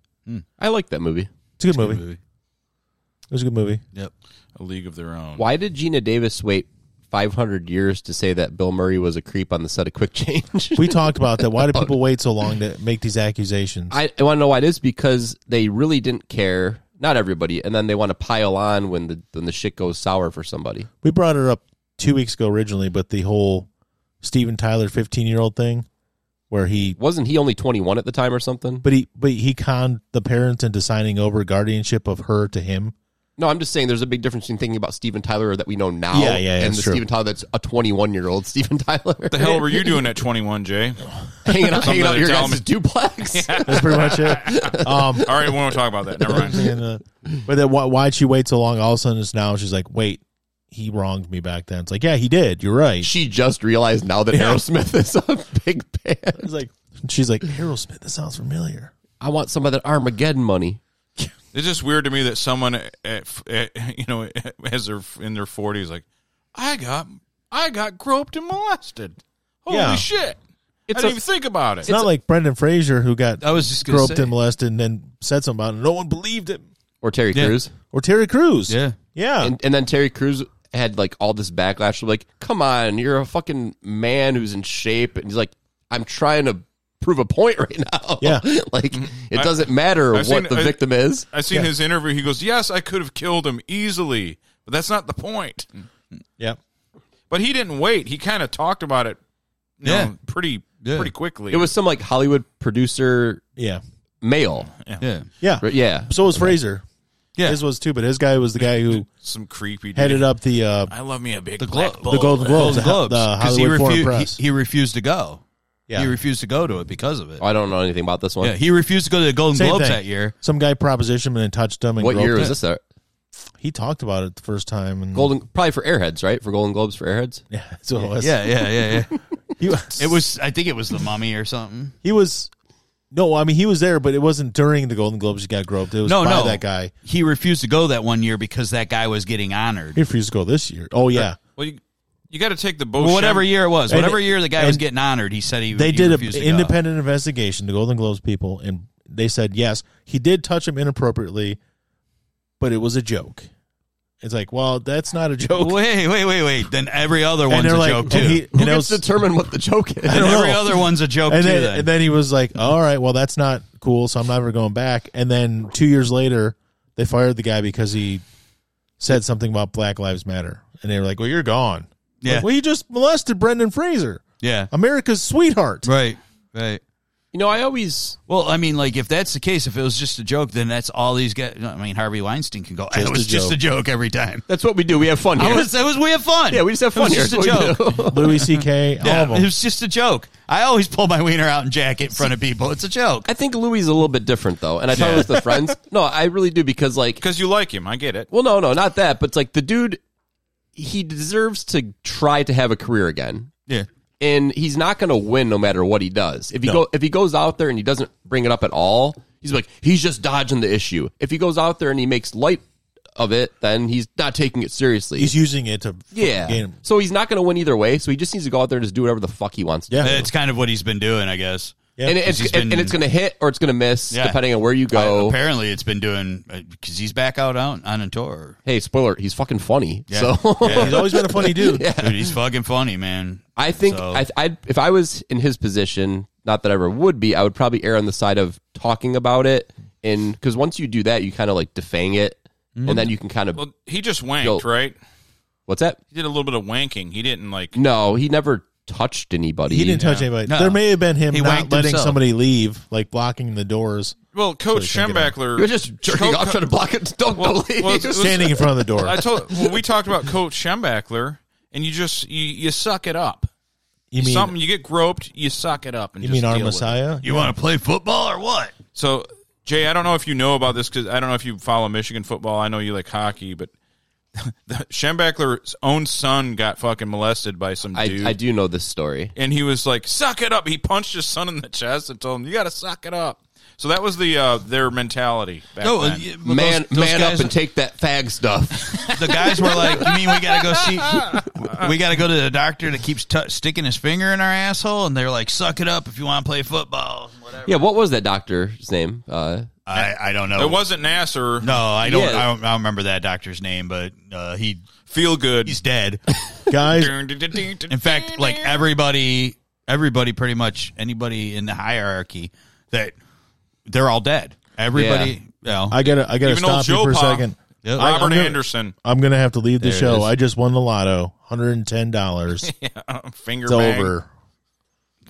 I like that movie.
It's a good movie.
movie.
It was a good movie.
Yep.
A league of their own.
Why did Gina Davis wait 500 years to say that Bill Murray was a creep on the set of Quick Change?
We talked about that. Why do people wait so long to make these accusations?
I, I want to know why it is because they really didn't care. Not everybody, and then they want to pile on when the when the shit goes sour for somebody.
we brought it up two weeks ago originally, but the whole Steven Tyler 15 year old thing where he
Wasn't he only 21 at the time or something?
But he but he conned the parents into signing over guardianship of her to him.
No, I'm just saying there's a big difference in thinking about Steven Tyler that we know now,
Yeah, yeah, yeah,
and
it's
the
true.
Steven Tyler that's a 21 year old Steven Tyler
the hell were you doing at 21, Jay?
hanging out, hanging out at
Somebody
your
tell
guys'
me.
duplex.
That's pretty much it. Um,
All right, we won't talk about that. Never mind.
and, uh, but then why, why'd she wait so long? All of a sudden, it's now she's like, wait, he wronged me back then. It's like, yeah, he did. You're right.
She just realized now that Aerosmith is a big band.
She's like, she's like, Aerosmith. That sounds familiar.
I want some of that Armageddon money.
It's just weird to me that someone, at, at- you know, as they're in their 40s, like, I got, I got groped and molested. Holy
Yeah.
shit!
It's
I didn't
a-
even think about it.
It's, not like Brendan Fraser who got
I was just going to
groped
say.
and molested and then said something about it. No one believed him.
Or Terry
Yeah.
Crews.
Or Terry Crews.
Yeah.
yeah.
And, and then Terry Crews had like all this backlash. Like, come on, you're a fucking man who's in shape. And he's like, I'm trying to prove a point right now.
Yeah.
like, it doesn't matter
I've
what
seen-
the
I-
victim is.
I seen his interview. He goes, "Yes, I could have killed him easily, but that's not the point."
yeah.
But he didn't wait. He kind of talked about it, you
Yeah.
know, pretty
Yeah.
pretty quickly.
It was some like Hollywood producer
Yeah.
male.
Yeah.
Yeah.
Right? Yeah.
So was Fraser.
Yeah.
His was too, but his guy was the guy who
Some creepy. Dude.
headed up the uh,
I love me a big
The
black
glo-
bull.
the Golden Globes, the,
Globes
the
because he,
Hollywood Foreign
refu-
Press.
he, he refused to go.
yeah,
He refused to go to it because of it.
Oh, I don't know anything about this one.
yeah, he refused to go to the Golden
Same
Globes
thing.
that year.
Some guy propositioned him and touched him. And
what
groped
year
him.
was this? At?
He talked about it the first time. And,
Golden, probably for Airheads, right? For Golden Globes for Airheads.
Yeah, that's what it was.
Yeah, yeah, yeah, yeah.
He,
it was. I think it was the Mummy or something.
he was. No, I mean he was there, but it wasn't during the Golden Globes. He got groped. It was
No,
by
no,
that guy.
He refused to go that one year because that guy was getting honored.
He refused to go this year. Oh yeah,
Well, you, you got to take the bull.
Well, whatever year it was,
And-
whatever year the guy was
and
getting honored, he said he
they
he
did an
refused to go.
independent investigation. The Golden Globes people, and they said yes, he did touch him inappropriately, but it was a joke. It's like, well, that's not a joke.
Wait, wait, wait, wait. Then every other
and
one's
they're
a
like,
joke
and
too.
he, and it was-
determine what the joke is?
and
don't
every
know.
other one's a joke
and
too.
then,
then.
and then he was like, "All right, well, that's not cool, so I'm never going back." And then two years later, they fired the guy because he said something about Black Lives Matter, and they were like, "Well, you're gone."
yeah,
Like, well, you just molested Brendan Fraser,
yeah,
America's sweetheart.
right, right.
You know, I always
Well, I mean, like if that's the case, if it was just a joke, then that's all these guys. I mean, Harvey Weinstein can go.
Just
it was
a
just
joke."
a joke every time.
that's what we do. We have fun
I
here.
was, it was we have fun.
yeah, we just have fun
it
here.
was Just a
That's
joke.
what we do.
Louis C.K. all
Yeah,
of
it
them.
was just a joke. I always pull my wiener out and jack it in front of people. It's a joke.
I think Louis is a little bit different though, and I thought it was the friends. No, I really do because like,
because you like him. I get it.
well, no, no, not that, but it's like the dude, he deserves to try to have a career again.
Yeah,
and he's not going to win no matter what he does. If he go if he goes out there and he doesn't bring it up at all, he's like he's just dodging the issue. If he goes out there and he makes light of it, then he's not taking it seriously.
He's using it to
yeah.
gain him.
So he's not going to win either way. So he just needs to go out there and just do whatever the fuck he wants. to
Yeah.
it's kind of what he's been doing, I guess.
Yeah.
And, it's,
he's
and,
been-
and it's going to hit or it's going to miss
Yeah.
depending on where you
I-
go.
apparently, it's been doing because he's back out on on a tour.
hey, spoiler, he's fucking funny.
Yeah.
So
Yeah.
He's always been a funny dude.
Dude, he's fucking funny, man.
I think
So-
I, I'd, if I was in his position, not that I ever would be, I would probably err on the side of talking about it. And because once you do that, you kind of like defang it, and then you can kind of
Well, he just wanked,
Yo.
right?
what's that?
He did a little bit of wanking. He didn't like.
Mm.
No, he never touched anybody.
He didn't touch anybody.
No.
There may have been him
He
not
wanked
letting
himself.
somebody leave, like blocking the doors,
Well, Coach
So he can't
Schembeckler.
You're just jerking
Co-
off, trying to block it. Don't
Well,
believe.
well, it's-
standing in front of the door.
I told. Well, we talked about Coach Schembeckler, and you just you, you suck it up.
you mean
Something you get groped, you suck it up. And
you
just
mean our
deal with it.
Messiah?
You want to play football or what?
So, Jay, I don't know if you know about this because I don't know if you follow Michigan football. I know you like hockey, but the, Schembeckler's own son got fucking molested by some
I,
dude.
I do know this story.
and he was like, "Suck it up." He punched his son in the chest and told him, "You got to suck it up." So that was the uh, their mentality. Back
No, uh,
then.
yeah, but
Oh, uh, Man,
those- those
man
guys-
up and take that fag stuff.
the guys were like, "You mean we gotta go see? We gotta go to the doctor that keeps t- sticking his finger in our asshole?" And they're like, "Suck it up if you want to play football." Whatever.
yeah, what was that doctor's name? Uh,
I, I don't know.
it wasn't Nasser.
no, I don't,
Yeah.
I don't. I don't remember that doctor's name, but uh, he
Feel good.
he's dead.
Guys,
In fact, like everybody, everybody, pretty much anybody in the hierarchy that they're all dead. Everybody, you know,
I gotta I gotta
Even old
stop you
Joe
for a
Pa.
second.
Yeah.
I- I'm
Robert
gonna-
Anderson,
I'm gonna have to leave the
There it
show.
is.
I just won the lotto, hundred and ten dollars. it's
um, finger bang.
over.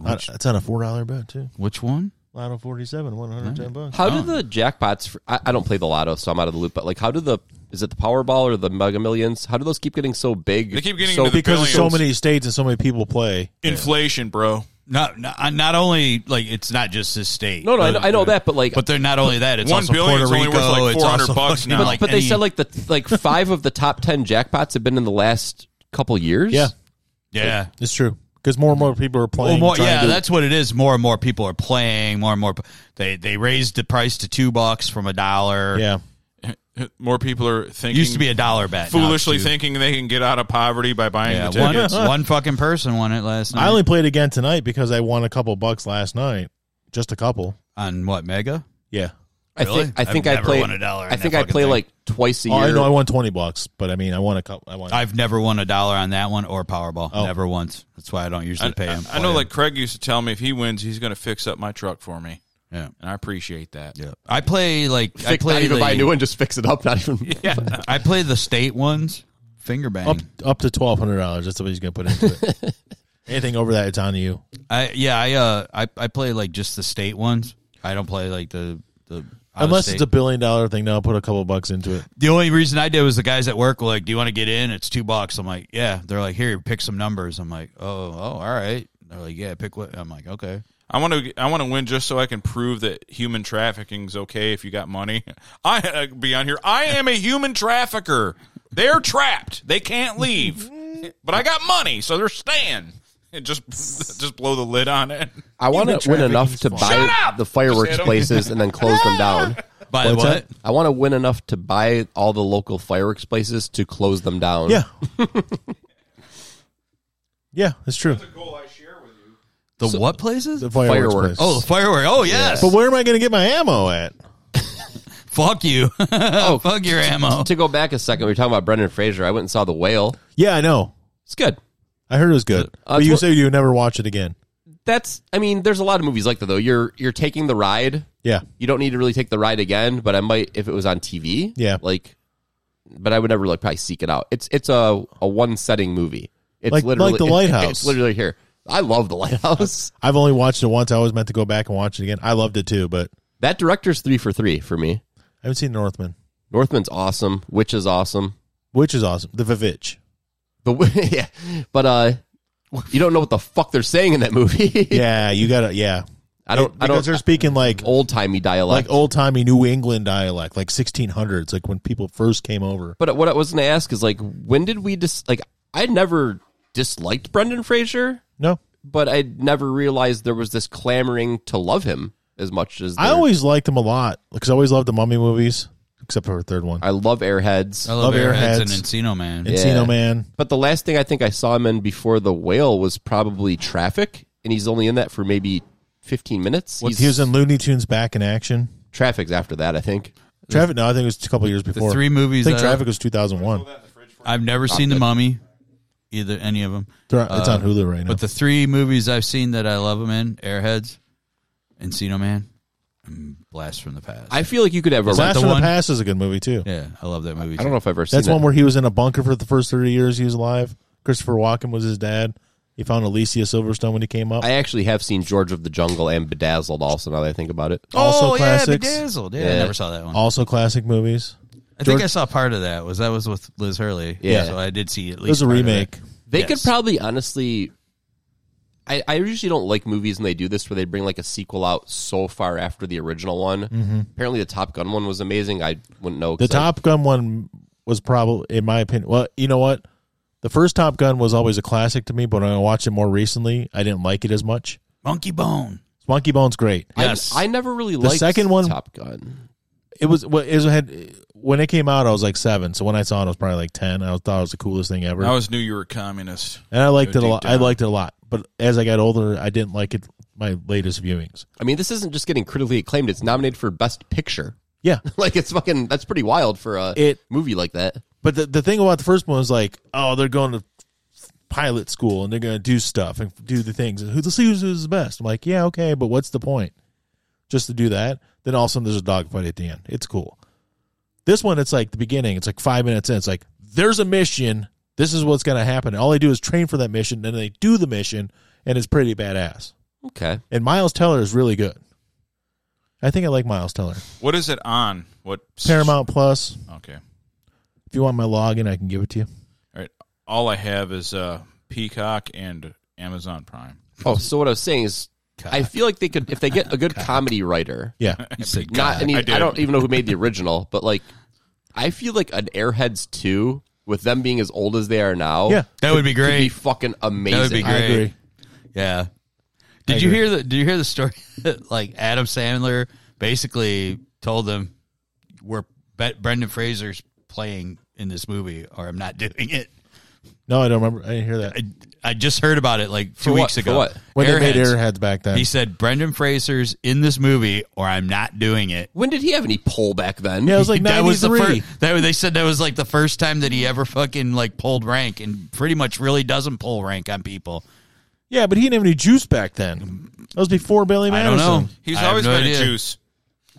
I- That's on a four dollar bet too.
which one?
Lotto forty seven, one hundred ten bucks.
how do the jackpots? For, I, I don't play the lotto, so I'm out of the loop. But like, how do the is it the Powerball or the Mega Millions? How do those keep getting so big?
They keep getting
so
into the
Because there's so
billions.
many states and so many people play.
Inflation, bro.
Not, not not only like it's not just this state.
No, no, I know, I know that, but like,
But
but,
they're not only that. It's
One
also
billion
Puerto
is
Rico.
only worth, like,
it's
400
also
bucks
fucking,
now.
Like
but they
any-
said like the like five of the top ten jackpots have been in the last couple years.
Yeah,
yeah.
it's true. Because more and more people are
Well,
playing.
more,
trying
yeah,
to-
that's what it is. More and more people are playing. More and more, they they raised the price to two bucks from a dollar.
yeah.
More people are
it
thinking.
used to be a dollar bet. now it's
foolishly
two.
thinking they can get out of poverty by buying
Yeah,
the ticket.
one, one fucking person won it last night
I only played again tonight because I won a couple bucks last night. Just a couple.
on what mega.
Yeah.
I
Really?
think I
I've
think I
never
play.
won a dollar in
I
that
think I
fucking
play
thing.
like twice a
Oh,
year.
I know I won twenty bucks, but I mean I won a couple. I won.
I've never won a dollar on that one or Powerball.
Oh.
Never once. That's why I don't usually
I,
pay him.
I- I know, like Craig used to tell me, if he wins, he's going to fix up my truck for me,
yeah,
and I appreciate that.
yeah. I play like I
Fix- not
play
even buy a
the-
new one, just fix it up. Not even.
I play the state ones. Finger bang.
up up to twelve hundred dollars. That's what he's gonna put into it. Anything over that, it's on you.
I yeah. I uh. I, I play like just the state ones. I don't play like the the out of
Unless
state.
it's a billion dollar thing, now I'll put a couple bucks into it.
The only reason I did was the guys at work were like, "Do you want to get in? It's two bucks." I'm like, "Yeah." They're like, "Here, pick some numbers." I'm like, "Oh, oh, all right." They're like, "Yeah, pick what." I'm like, "Okay."
I want to. I want to win just so I can prove that human trafficking's okay if you got money. I uh, be on here. I am a human trafficker. They're trapped. They can't leave. But I got money, so they're staying. And just just blow the lid on it.
I want to win enough to
Shut
buy
up!
the
Just
fireworks
hit 'em.
places and then close them down.
By the what?
I want to win enough to buy all the local fireworks places to close them down.
Yeah. yeah, that's true.
Goal I share with you.
The what places?
The fireworks. place.
Fireworks.
oh, the firework. Oh, yes.
but where am I going to get my ammo at?
Fuck you. oh, fuck your ammo.
To go back a second, we were talking about Brendan Fraser. I went and saw The Whale.
Yeah, I know.
It's good.
I heard it was good.
Uh,
but you
tw-
say you would never watch it again.
That's. I mean, there's a lot of movies like that though. You're you're taking the ride.
Yeah.
You don't need to really take the ride again, but I might if it was on TV.
Yeah.
Like, but I would never like probably seek it out. It's it's a a one setting movie. It's
Like- like
literally
The Lighthouse.
It's literally here. I love the lighthouse.
I've only watched it once. I always meant to go back and watch it again. I loved it too, but
That director's three for three for me.
I haven't seen Northman,
Northman's awesome. Witch is awesome.
which is awesome. The Vivitch.
The yeah, but uh, you don't know what the fuck they're saying in that movie.
Yeah, you got to, yeah.
I don't. I
Because
don't.
they're speaking like
Old timey dialect.
like oh. old timey New England dialect, like 1600s, like when people first came over.
But what I was going to ask is like, when did we dis- like? I never disliked Brendan Fraser,
No,
but I never realized there was this clamoring to love him as much as
I
there-
always liked them a lot because I always loved the Mummy movies, except for her third one,
I love Airheads.
I
Love
love Airheads
Airheads.
and Encino Man.
Encino
yeah.
Man.
but the last thing I think I saw him in before the whale was probably Traffic, and he's only in that for maybe fifteen minutes.
He was in Looney Tunes Back in Action.
Traffic's after that, I think.
Traffic? No, I think it was a couple years before.
The three
I
movies
think
that
Traffic was 2001.
I've never seen The Mummy, either any of them.
They're- It's
Uh,
on Hulu right now.
But the three movies I've seen that I love him in Airheads, Encino Man, and Blast from the Past.
I feel like you could have a.
Blast
the
from the
one-
Past is a good movie too.
yeah, I love that movie.
I don't know if I've ever seen
That's
that.
one where he was in a bunker for the first 30 years he was alive. Christopher Walken was his dad. He found Alicia Silverstone when he came up.
I actually have seen George of the Jungle and Bedazzled also now that I think about it.
also
oh, yeah,
classics.
Bedazzled. Yeah, I
Yeah.
never saw that one.
also classic movies.
I think
George-
I saw part of that. Was that was with Liz Hurley?
Yeah.
so I did see at least.
It was a
part of
remake.
that.
They could
Yes.
probably honestly I, I usually don't like movies and they do this where they bring like a sequel out so far after the original one. Apparently the Top Gun one was amazing. I wouldn't know.
Mm-hmm. The
'cause I-
Top Gun one was probably, in my opinion, well, you know what? The first Top Gun was always a classic to me, but when I watched it more recently, I didn't like it as much.
Monkey Bone.
Monkey Bone's great.
I,
Yes.
I, never really liked
second one-
Top Gun.
It was well, it was had when it came out, I was like seven. So when I saw it, I was probably like ten. I thought it was the coolest thing ever,
I always knew you were a communist.
and I liked it a
deep
lot. I
down.
liked it a lot. But as I got older, I didn't like it. My latest viewings.
I mean, this isn't just getting critically acclaimed, it's nominated for Best Picture.
Yeah,
like it's fucking that's pretty wild for a
It-
movie like that.
But the, the thing about the first one was like, oh, they're going to pilot school and they're going to do stuff and do the things and who to see who's, who's the best. I'm like, yeah, okay, but what's the point? Just to do that? Then all of a sudden there's a dogfight at the end. It's cool. This one, it's like the beginning. It's like five minutes in. It's like there's a mission. This is what's going to happen. All they do is train for that mission, then they do the mission, and it's pretty badass.
Okay.
And Miles Teller is really good. I think I like Miles Teller.
What is it on? What
Paramount Plus.
Okay.
If you want my login, I can give it to you.
All right. All I have is uh, Peacock and Amazon Prime.
Oh, so what I was saying is I feel like they could if they get a good comedy writer
Yeah.
You said
not
God.
any.
I
I,
did.
don't even know who made the original, but like, I feel like an Airheads two with them being as old as they are now.
Yeah.
That would be
could be
great.
fucking amazing.
That would be
I
great.
agree.
Yeah. Did you hear the Did you hear the story? that, like Adam Sandler basically told them, "We're Be- Brendan Fraser's playing in this movie, or I'm not doing it."
No, I don't remember. I didn't hear that.
I, I just heard about it like two
For what?
weeks
For
ago.
what?
When they made
Airheads.
Airheads back then,
He said Brendan Fraser's in this movie, or I'm not doing it.
When did he have any pull back then?
yeah, it was like
that was the
'93.
first. That was- they said that was like the first time that he ever fucking like pulled rank, and pretty much really doesn't pull rank on people.
Yeah, but he didn't have any juice back then. That was before Billy
I
Madison.
don't know.
He's
I have
always
no
been
idea.
a juice.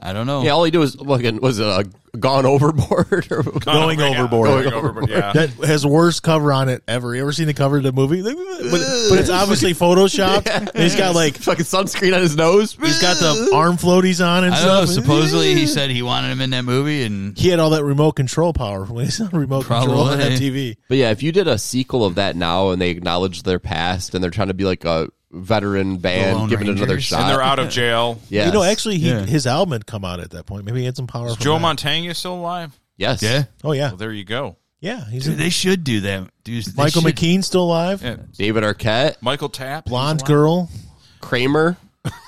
I don't know.
Yeah, all he did was fucking was uh, gone overboard. or-
Going overboard.
Going overboard. Yeah.
That has worst cover on it ever. You ever seen the cover of the movie? But, but it's obviously photoshopped. And he's got like
fucking sunscreen on his nose.
he's got the arm floaties on and
I don't know.
stuff.
Supposedly he said he wanted him in that movie, and
he had all that remote control power when he's on remote control on
Probably.
MTV.
But yeah, if you did a sequel of that now and they acknowledge their past and they're trying to be like a veteran
Lone
band, give it another
Rangers.
shot.
And they're out of jail.
Yes.
You know, actually, he,
Yeah.
his album had come out at that point. Maybe he had some power.
Is
from
Joe
that.
Montagna still alive?
yes.
yeah,
Oh yeah,
Well, there you go.
yeah. He's
Dude,
in,
they should do that. Dude, they
Michael
should-
McKean still alive.
Yeah.
David Arquette,
Michael Tapp.
Blonde girl.
Kramer,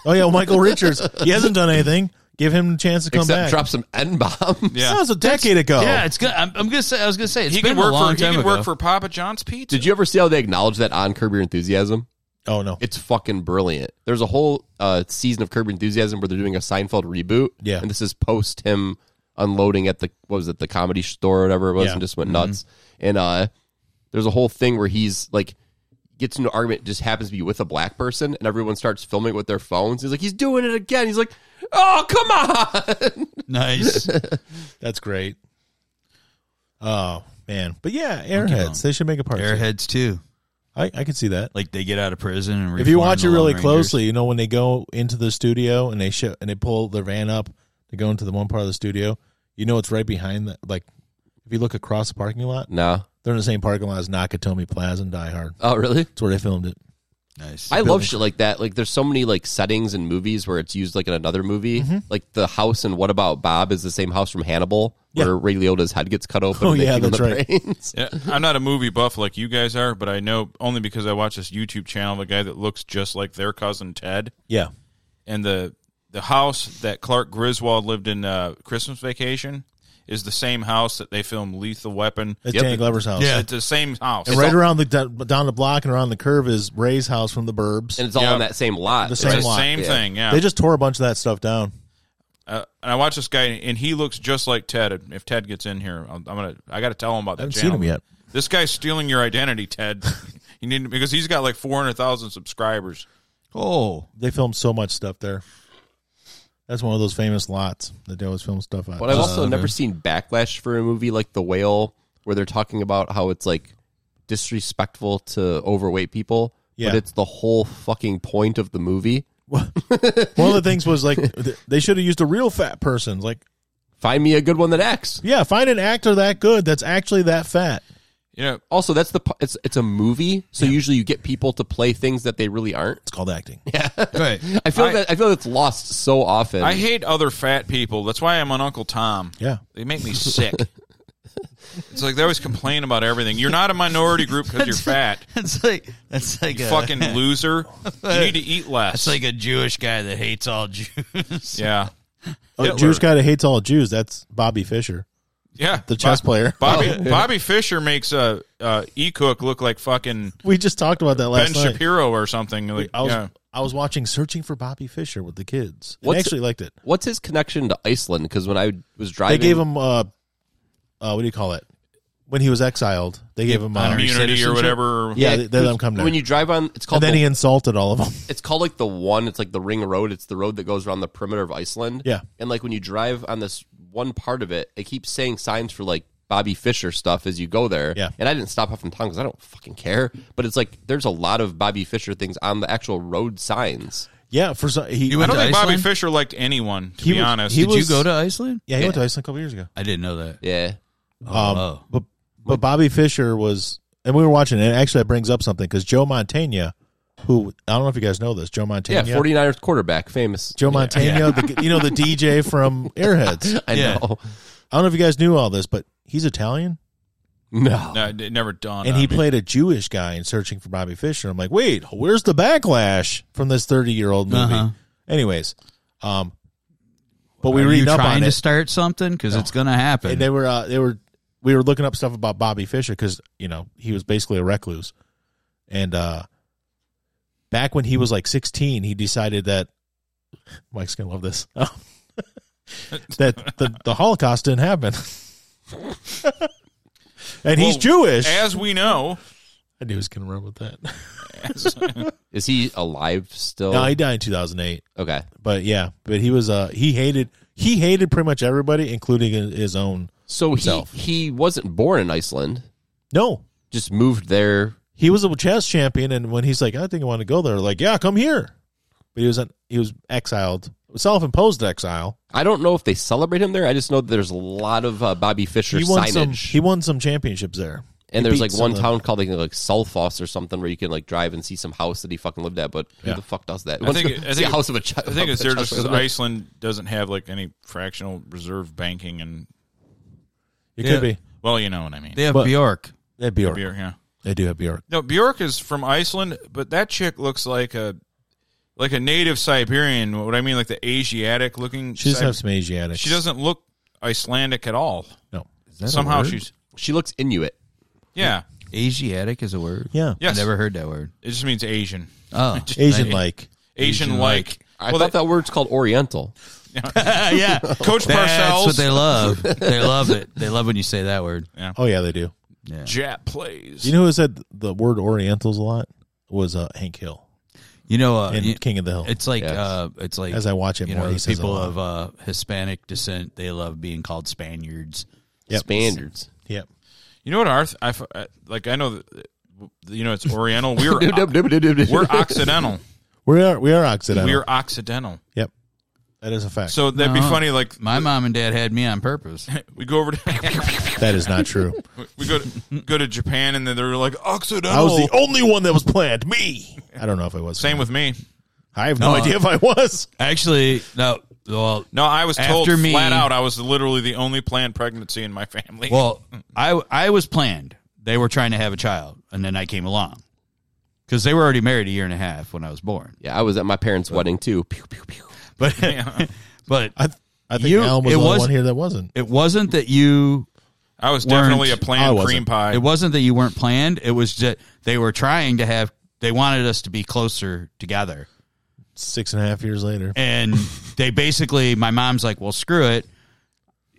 Oh yeah, Michael Richards. He hasn't done anything. Give him a chance to come
except
back.
drop some N bombs.
That
Yeah.
was a decade ago.
Yeah, it's good. I'm, I'm gonna say. I was gonna say it's
He
been
could work
a long
for
time
he could
ago.
work for Papa John's Pizza.
Did you ever see how they acknowledge that on Curb Your Enthusiasm?
Oh no.
It's fucking brilliant. There's a whole uh, season of Curb Your Enthusiasm where they're doing a Seinfeld reboot.
Yeah.
And this is post him unloading at the what was it, the comedy store or whatever it was
Yeah. Mm-hmm.
and just went nuts. And uh there's a whole thing where he's like gets into an argument, just happens to be with a black person, and everyone starts filming with their phones. He's like, He's doing it again. He's like, Oh, come on.
nice.
That's great. Oh man, but yeah, Airheads. They should make a part. two.
Airheads too.
I, I could see that.
Like they get out of prison and
if you
reform
watch
the
it really
Lone Rangers.
closely, you know when they go into the studio and they show and they pull their van up to go into the one part of the studio, you know it's right behind the like. If you look across the parking lot,
no.
they're in the same parking lot as Nakatomi Plaza and Die Hard.
Oh, really?
That's where they filmed it.
nice.
I love shit like that. Like, there's so many like settings in movies where it's used like in another movie.
Mm-hmm.
Like the house in What About Bob is the same house from Hannibal,
Yeah.
where Ray Liotta's head gets cut open.
Oh,
and they
yeah,
feed him
that's
the
right.
brains.
Yeah, I'm not a movie buff like you guys are, but I know only because I watch this YouTube channel of a guy that looks just like their cousin Ted.
Yeah,
and the the house that Clark Griswold lived in uh, Christmas Vacation is the same house that they filmed Lethal Weapon.
that's
Yep.
Danny Glover's house.
Yeah.
It's the same house.
and right around the down the block and around the curve is Ray's house from the Burbs.
And it's all
Yeah.
in that same lot.
The
it's
It's
same
the
just-
lot.
same
Yeah.
thing. Yeah.
They just tore a bunch of that stuff down.
uh, and I watch this guy, and he looks just like Ted. If Ted gets in here, I'm, I'm gonna. I got to tell him about
I
the
haven't
channel.
seen him yet.
This guy's stealing your identity, Ted. you need because he's got like 400,000 subscribers.
Oh,
They filmed so much stuff there. That's one of those famous lots that they always film stuff at.
But I've also
Uh,
never seen backlash for a movie like The Whale, where they're talking about how it's like disrespectful to overweight people.
Yeah.
But it's the whole fucking point of the movie.
One of the things was like th- they should have used a real fat person. Like,
Find me a good one that acts.
yeah, find an actor that good that's actually that fat.
You know,
Also, that's the p- it's it's a movie, so usually you get people to play things that they really aren't.
It's called acting.
right.
I feel
I-
that I feel that's lost so often.
I hate other fat people. That's why I'm on Uncle Tom.
Yeah.
They make me sick. it's like they always complain about everything. You're not a minority group because you're fat.
That's like that's like
You
a,
fucking loser. You need to eat less.
That's like a Jewish guy that hates all Jews.
yeah.
A
Hitler.
Jewish guy that hates all Jews. That's Bobby Fischer,
Yeah.
the chess
Bo-
player. Oh.
Bobby Bobby Fisher makes uh, uh, E Cook look like fucking
We just talked about that last
Ben
night.
Shapiro or something. Like,
I was
yeah.
I was watching Searching for Bobby Fischer with the kids. I
What's-
actually liked it.
What's his connection to Iceland? Because when I was
They
driving,
gave him uh, uh, what do you call it? When he was exiled, they gave him uh,
honorary
immunity or
citizenship?
whatever.
yeah, they, they let him come there.
When you drive on, it's
and
called
then
the,
he insulted all of them.
it's called like the one. It's like the ring road. It's the road that goes around the perimeter of Iceland.
Yeah.
and like when you drive on this one part of it, it keeps saying signs for like Bobby Fisher stuff as you go there.
Yeah.
and I didn't stop off in town because I don't fucking care. But it's like there's a lot of Bobby Fisher things on the actual road signs.
Yeah, for some, he
You
I
went
don't
to
think Bobby
Iceland?
Fisher liked anyone, to
He
be
was-
honest.
he
Did
was-
you go to Iceland?
yeah he went to Iceland a couple years ago.
I didn't know that.
Yeah,
Um,
Oh.
but but Bobby Fisher was, and we were watching it. and Actually, that brings up something because Joe Montana, who I don't know if you guys know this, Joe
yeah.
Montana,
49ers quarterback, famous.
Joe Montana, the, you know the DJ from Airheads.
I
Yeah.
know.
I don't know if you guys knew all this, but he's Italian,
No.
no, it never dawned.
and
on
he
me.
played a Jewish guy in Searching for Bobby Fisher. I'm like, wait, where's the backlash from this 30 year old movie?
Uh-huh.
Anyways, um, but we
Are
read
you
up
trying
on
to
it.
start something because it's gonna happen.
and they were uh, they were we were looking up stuff about Bobby Fisher because you know he was basically a recluse, and uh, back when he was like sixteen, he decided that Mike's gonna love this that the the Holocaust didn't happen, and he's
Well,
Jewish.
As we know,
I knew he was gonna run with that.
Is he alive still?
no, he died in two thousand eight,
okay.
but yeah, but he was uh he hated He hated pretty much everybody, including his his own.
So he,
Himself.
he wasn't born in Iceland,
No,
just moved there.
he was a chess champion, and when he's like, I think I want to go there, like, yeah, come here. But he was an, he was exiled, self-imposed exile.
I don't know if they celebrate him there. I just know that there's a lot of uh, Bobby Fisher
he won
signage.
some. He won some championships there. He
and there's
beat
like
some
one
of them.
town called like, like Sulfoss or something where you can like drive and see some house that he fucking lived at. But
Yeah.
who the fuck does that?
I
Wants
think
to
it- I
see
think
a
it-
house of a child.
I think it's there just because Iceland doesn't have like any fractional reserve banking, and
It
Yeah.
could be.
well, you know what I mean.
They have
But-
Bjork.
They have Bjork.
Bjork, yeah.
They do have Bjork.
No, Bjork is from Iceland, but that chick looks like a like a native Siberian. What I mean, like the Asiatic looking.
She does
Sib-
have some Asiatics.
She doesn't look Icelandic at all.
No.
Somehow she's
She looks Inuit.
yeah.
Asiatic is a word.
yeah,
Yes,
I never heard that word.
it just means Asian.
Oh,
Asian like.
Asian like.
I thought that word's called Oriental.
yeah.
Coach
That's what
Parcells.
they love. They love it. They love when you say that word.
Oh yeah, they do.
Yeah.
Jap plays.
You know who said the word Orientals a lot was uh, Hank Hill
You know, uh,
and
you-
King of the Hill.
it's like
Yes.
uh, it's like
As I watch it
you
more,
know,
he
the
says it a
people
lot.
of uh, Hispanic descent they love being called Spaniards.
Yep.
Spaniards.
Yep.
You know what, Arth? I, f- I- like. I know that. uh, You know, it's Oriental. We're we're
We're
Occidental.
We are we are Occidental.
We're Occidental.
yep. That is a fact.
So that'd be
No.
funny. Like
My mom and dad had me on purpose.
we go over to
that is not true.
we go to, go to Japan, and then they're like Occidental.
I was the only one that was planned. Me. I don't know if I was.
Same with me.
I have no,
No.
idea if I was.
Actually, no. Well,
No, I was told
After me-
flat out I was literally the only planned pregnancy in my family.
well, I I was planned. They were trying to have a child, and then I came along because they were already married a year and a half when I was born.
Yeah, I was at my parents' wedding too. Pew, pew, pew.
But but
I th- I think
You-
Alan was
it
the only
was-
one here that wasn't.
it wasn't that you
I was
Weren't.
definitely a
I
planned
wasn't.
cream pie.
it wasn't that you weren't planned. It was that they were trying to have. They wanted us to be closer together,
Six and a half years later.
and they basically. My mom's like, "Well, screw it."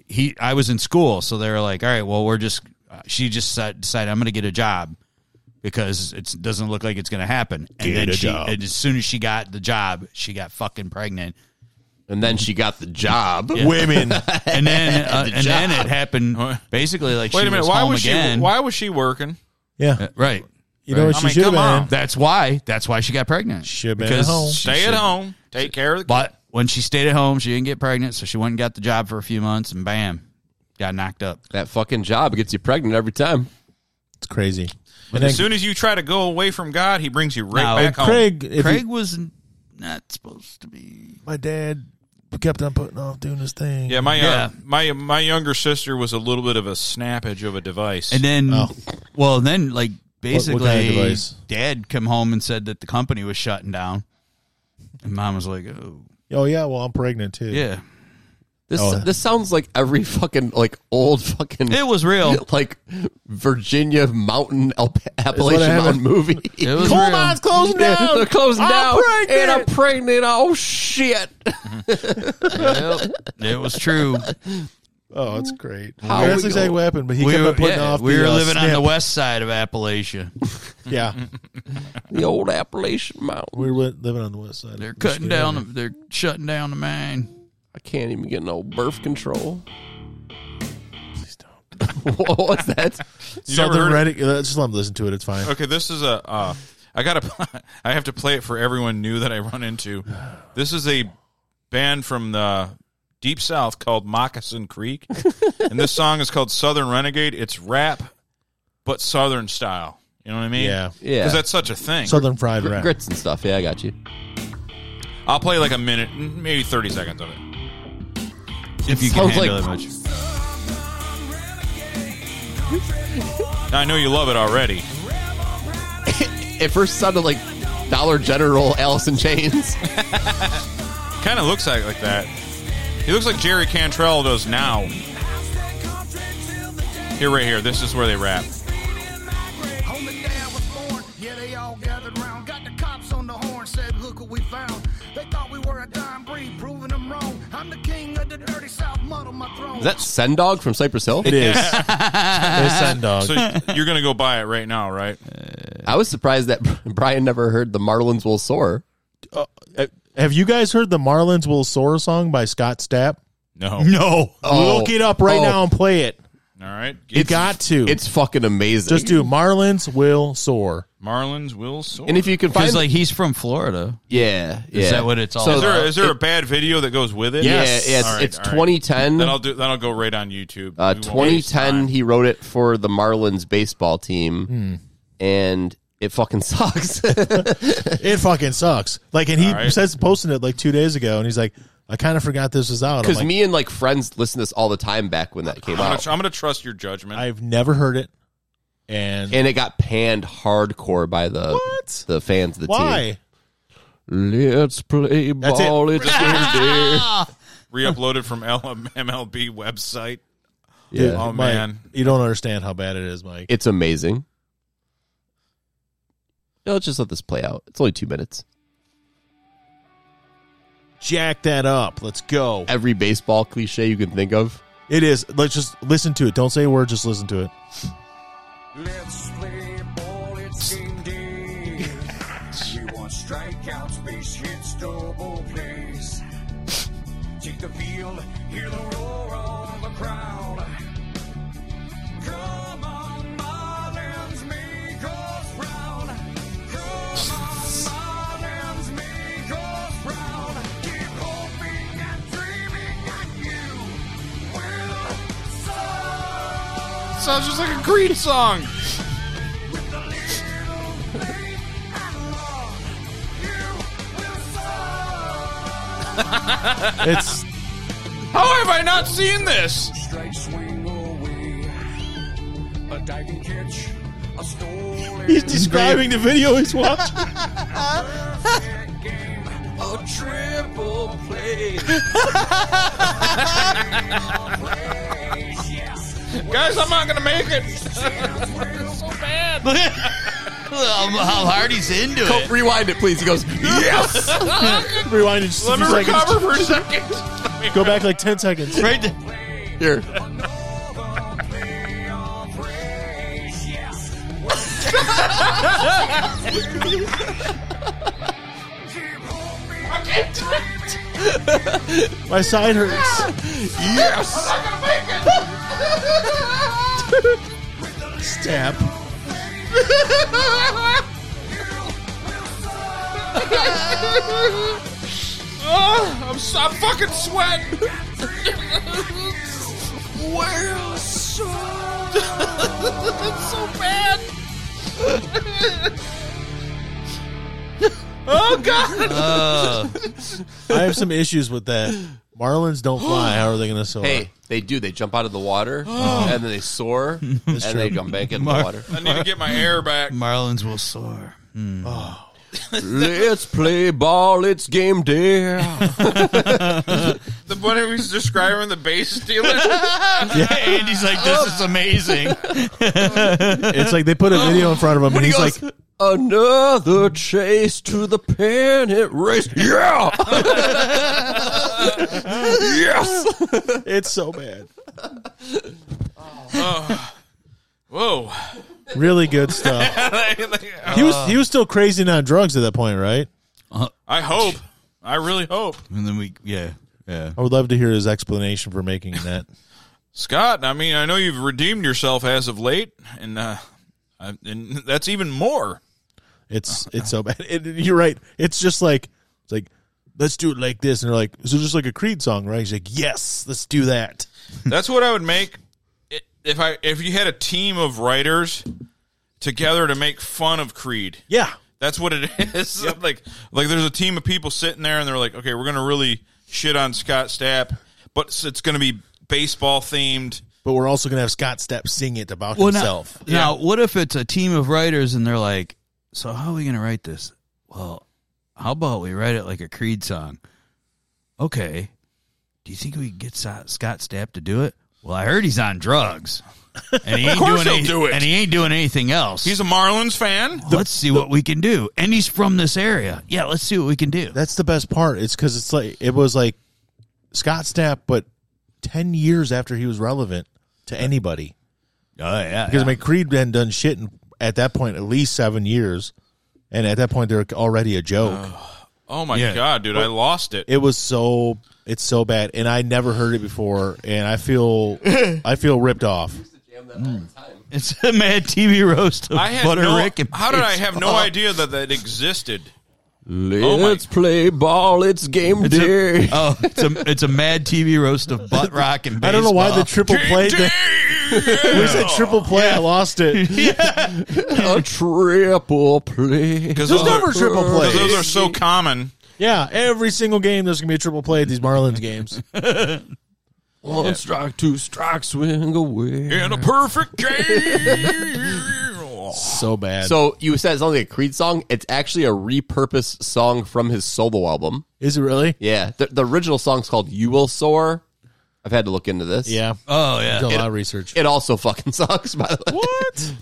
He, I was in school, so they were like, "All right, well, we're just." uh, She just si- decided I'm going to get a job because it doesn't look like it's going to happen. And
Get a
she,
job.
and as soon as she got the job, she got fucking pregnant.
And then she got the job.
Women.
And then, uh, and then it happened. Basically, like
Wait
she
a minute,
was
why
home
was
again.
she? Why was she working?
Yeah.
Right.
You know what
I
she
mean,
should
come
have been?
on.
That's why. That's why she got pregnant.
Should've been at
Because
home.
she
Stay at
should-
home, take care of the.
But when she stayed at home, she didn't get pregnant, so she went and got the job for a few months, and bam, got knocked up.
That fucking job gets you pregnant every time.
It's crazy. And
As
then
soon as you try to go away from God, He brings you right
Now,
back home.
Craig, if
Craig
you-
was not supposed to be.
my dad kept on putting off doing this thing.
Yeah, my
Yeah.
Uh, my my younger sister was a little bit of a snappage of a device.
And then,
Oh.
well, then like
what kind
basically,
of device?
Dad come home and said that the company was shutting down, and Mom was like, "Oh,
Oh yeah, well I'm pregnant too.
yeah,
This
Oh.
this sounds like every fucking like old fucking
it was real."
like Virginia mountain Alp- Appalachian
happened.
Mountain movie.
It was
Coal
real.
mines closing down.
They're closing
I'm
down,
pregnant.
and I'm pregnant. Oh shit!
Yep. it was true.
Oh, that's great.
How
that's
we
exactly
go-
what happened. But he
we
kept
were,
on putting
yeah,
off.
we
the,
were
uh,
living on the
snap.
west side of Appalachia.
Yeah,
The old Appalachian Mountain.
we were li- living on the west side.
They're
of
cutting
Michigan.
down. The, they're shutting down the mine.
I can't even get no birth control. Please don't. what was that?
You never
Southern
heard of-
Reddit. uh, Just let them listen to it. It's fine.
Okay, this is a. Uh, I gotta. I have to play it for everyone new that I run into. This is a band from the deep south called Moccasin Creek, and this song is called Southern Renegade. It's rap, but Southern style. You know what I mean?
Yeah.
Yeah,
Because that's such a thing.
Southern fried wrap.
grits and stuff. Yeah, I got you.
I'll play like a minute, maybe thirty seconds of it.
If you
sounds like-
much.
Now, I know you love it already.
It first sounded like Dollar General, Alice in Chains.
Kind of looks like like that. He looks like Jerry Cantrell does now. Here, right here. This is where they rap.
Homie dad was born, yeah, they all gathered round. Got the cops on the horn, said, Look what we found. They thought we were a dime breed, proving them wrong. I'm the king of the dirty south, mud on my throne.
Is that Sendog from Cypress Hill?
It is. it's sun dog.
So you're gonna go buy it right now, right?
I was surprised that Brian never heard the Marlins will soar.
uh, Have you guys heard the Marlins Will Soar song by Scott Stapp?
No.
No.
Oh.
Look it up right
Oh.
now and play it.
All right.
You got to.
It's fucking amazing.
Just do Marlins will soar.
Marlins will soar.
and if you can find,
Because like he's from Florida.
yeah, yeah.
Is that what it's all
So
is
about?
there Uh, is there a bad video that goes with it?
Yeah, yeah, it's,
All right,
it's
all right.
2010.
Then I'll do. Then I'll go right on YouTube.
Uh,
We won't waste
2010,
time.
he wrote it for the Marlins baseball team,
Hmm.
and it fucking sucks.
It fucking sucks. Like, and he
All right.
says posted it like two days ago, and he's like, "I kind of forgot this was out." I'm
Because
like,
me and like friends listen to this all the time back when that came
I'm gonna,
out,
tr- I'm gonna trust your judgment.
I've never heard it, and,
and it got panned hardcore by the
What?
the fans of the team.
why?
Let's play
That's it.
ball. It's in
Re-uploaded from LM MLB website.
there.
Dude,
Yeah,
Oh,
Mike,
man.
you don't understand how bad it is, Mike.
it's amazing. No, let's just let this play out. It's only two minutes.
Jack that up. Let's go.
Every baseball cliche you can think of.
It is. Let's just listen to it. Don't say a word. Just listen to it.
Let's play ball, it's game day. we want strikeouts, base hits, double plays. Take the field, hear the roar of the crowd. Come on, Marlins, make us proud. Come on, Marlins, make us proud. Keep hoping and dreaming that you will soar.
Sounds just like a Creed song.
It's
How have I not seen this?
Strike swing away. A diving catch. A stolen
he's describing the video he's watching.
game. A triple play.
Guys, I'm not gonna make it.
How how hard he's into it.
Rewind it, please. He goes, yes.
Rewind it just a
Let me
few seconds.
recover for a second.
Go back like ten seconds.
Right th-
Here,
My side hurts. Step.
Oh, I'm, so, I'm fucking sweating. That's so bad. oh god.
I have some issues with that. Marlins don't fly. How are they going to soar?
hey, they do. They jump out of the water and then they soar and they come back in the water.
I need to get my air back.
Marlins will soar.
Let's play ball. It's game day.
The one who was describing the base stealing.
Andy's like,
Oh.
this is amazing.
It's like they put a video in front of him, and he's like,
Another chase to the pennant race. Yeah. yes.
"It's so bad."
Whoa.
Really good stuff. He was he was still crazy on drugs at that point, right?
I hope. I really hope.
And then we, yeah, yeah.
I would love to hear his explanation for making that.
Scott, I mean, I know you've redeemed yourself as of late, and uh, I, and that's even more.
It's it's so bad. It, you're right. It's just like it's like let's do it like this, and they're like, "Is it just like a Creed song?" Right? He's like, "Yes, let's do that."
That's what I would make i- if I if you had a team of writers together to make fun of Creed.
Yeah,
That's what it is. like like there's a team of people sitting there and they're like, okay, we're gonna really shit on Scott Stapp, but it's, it's gonna be baseball themed.
but we're also gonna have Scott Stapp sing it about
Well, now-
himself.
Now, what if it's a team of writers and they're like, so how are we going to write this? Well, how about we write it like a Creed song? Okay. Do you think we could get Sa- Scott Stapp to do it? Well, I heard he's on drugs. And he ain't
course
doing
he'll do it.
And he ain't doing anything else.
He's a Marlins fan.
let's see what we can do. And he's from this area. Yeah, let's see what we can do.
That's the best part. It's because it's like it was like Scott Stapp, but ten years after he was relevant to anybody.
oh, yeah.
Because I mean, Creed hadn't done shit in, at that point at least seven years, and at that point they're already a joke.
Oh my
Yeah.
god, dude! I lost it.
It was so it's so bad, and I never heard it before, and I feel I feel ripped off.
It's a mad TV roast of
I had
Butter
no.
Rick and Oh,
how did I have no
Baseball.
idea that that existed? Oh my-
Let's play ball. It's game
It's
day.
a, oh, it's a it's a mad TV roast of butt rock and
I
baseball.
don't know why the triple play. thing- We said triple play. I lost it.
a triple play.
Because
There's
those,
never
are-
triple
'cause
plays.
those are so common.
Yeah, every single game there's gonna be a triple play at these Marlins games.
One strike, two strike, swing away.
In a perfect game.
So bad.
So you said it sounds like a Creed song. It's actually a repurposed song from his solo album.
is it really?
Yeah, the, the original song's called "You Will Soar." I've had to look into this.
Yeah,
Oh yeah,
did a lot of research.
it also fucking sucks. By the way,
What?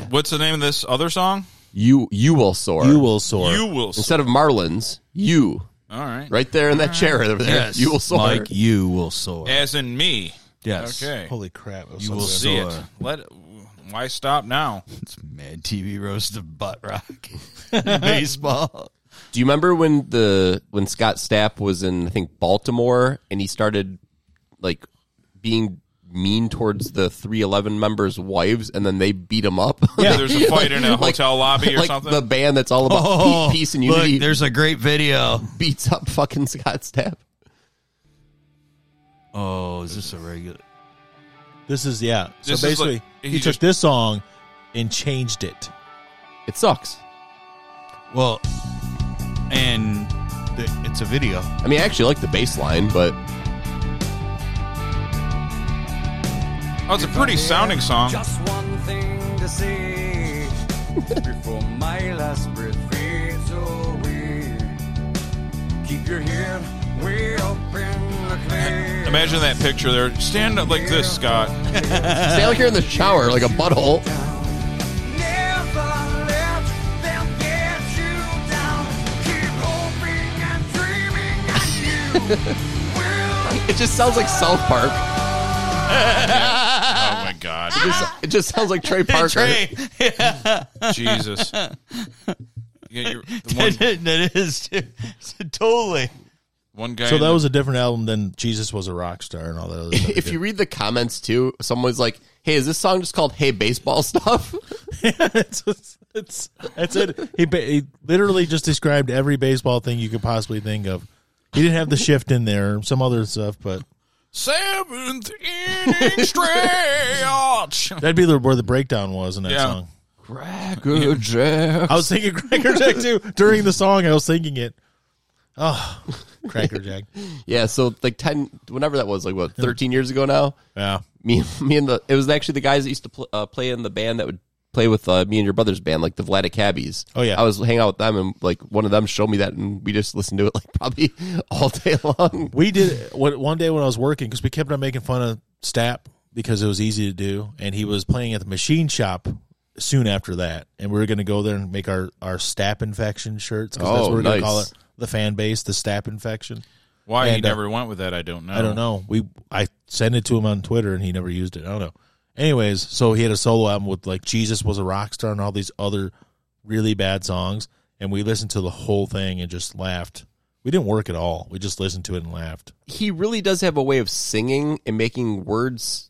What, What's the name of this other song?
you you will soar.
You will soar.
You will. s-
instead of Marlins. You
All right.
right there
Ah.
in that chair over there.
yes.
You will soar.
Like you will soar.
As in me.
yes.
Okay.
Holy crap!
You will
See it.
soar.
Let. Why stop now?
It's mad TV roast of butt rock and baseball.
Do you remember when the when Scott Stapp was in I think Baltimore and he started like being mean towards the 311 members' wives and then they beat him up?
Yeah, there's a fight in a hotel lobby or
like
something. Oh,
the band that's all about pe- peace and
Oh, look,
unity
there's a great video.
beats up fucking Scott Stapp.
Oh, is this a regular?
This is yeah. So
This is
basically,
like-
he,
he
took
just-
this song and changed it.
It sucks.
Well, and the, it's a video.
I mean, I actually like the bass line, but
oh, it's a pretty sounding song.
Just one thing to say before my last breath fades away. Keep your head way up in the clear.
Imagine that picture there. Stand up like this, Scott.
stay like you're in the shower, like a butthole.
Never let them get you down. Keep hoping and dreaming, and you will.
It just sounds like South Park.
Oh my God,
It just, it just sounds like Trey Parker.
Trey,
Jesus! You got your- the
that
one,
is- that is totally.
one guy.
So
in
that
the-
was a different album than Jesus was a rock star and all that. Other stuff he
if
did.
you read the comments too, someone's like, "Hey, is this song just called Hey Baseball Stuff?"
it's, it's, it's, that's it. He, ba- he literally just described every baseball thing you could possibly think of. He didn't have the shift in there, some other stuff, but
seventh inning stretch.
that'd be the, where the breakdown was in that
Yeah.
song.
Good Jack.
I was thinking Cracker Jack too during the song. I was thinking it. Oh, Cracker Jack.
Yeah, so like ten, whenever that was, like what, thirteen years ago now.
Yeah.
Me, me and the it was actually the guys that used to pl- uh, play in the band that would play with uh, me and your brother's band, like the Vladicabbies.
Oh, yeah.
I was hanging out with them, and like one of them showed me that, and we just listened to it like probably all day long.
We did what one day when I was working because we kept on making fun of Stapp because it was easy to do, and he was playing at the machine shop soon after that, and we were going to go there and make our our Stapp infection shirts. 'cause that's
Oh,
what we're going
nice.
to call it. The fan base, the Stapp infection.
Why he
And, uh,
never went with that, I don't know.
Uh-huh.
I don't know. We I sent it to him on Twitter and he never used it. I don't know. Anyways, so he had a solo album with like Jesus was a rock star and all these other really bad songs, and we listened to the whole thing and just laughed. We didn't work at all. We just listened to it and laughed.
He really does have a way of singing and making words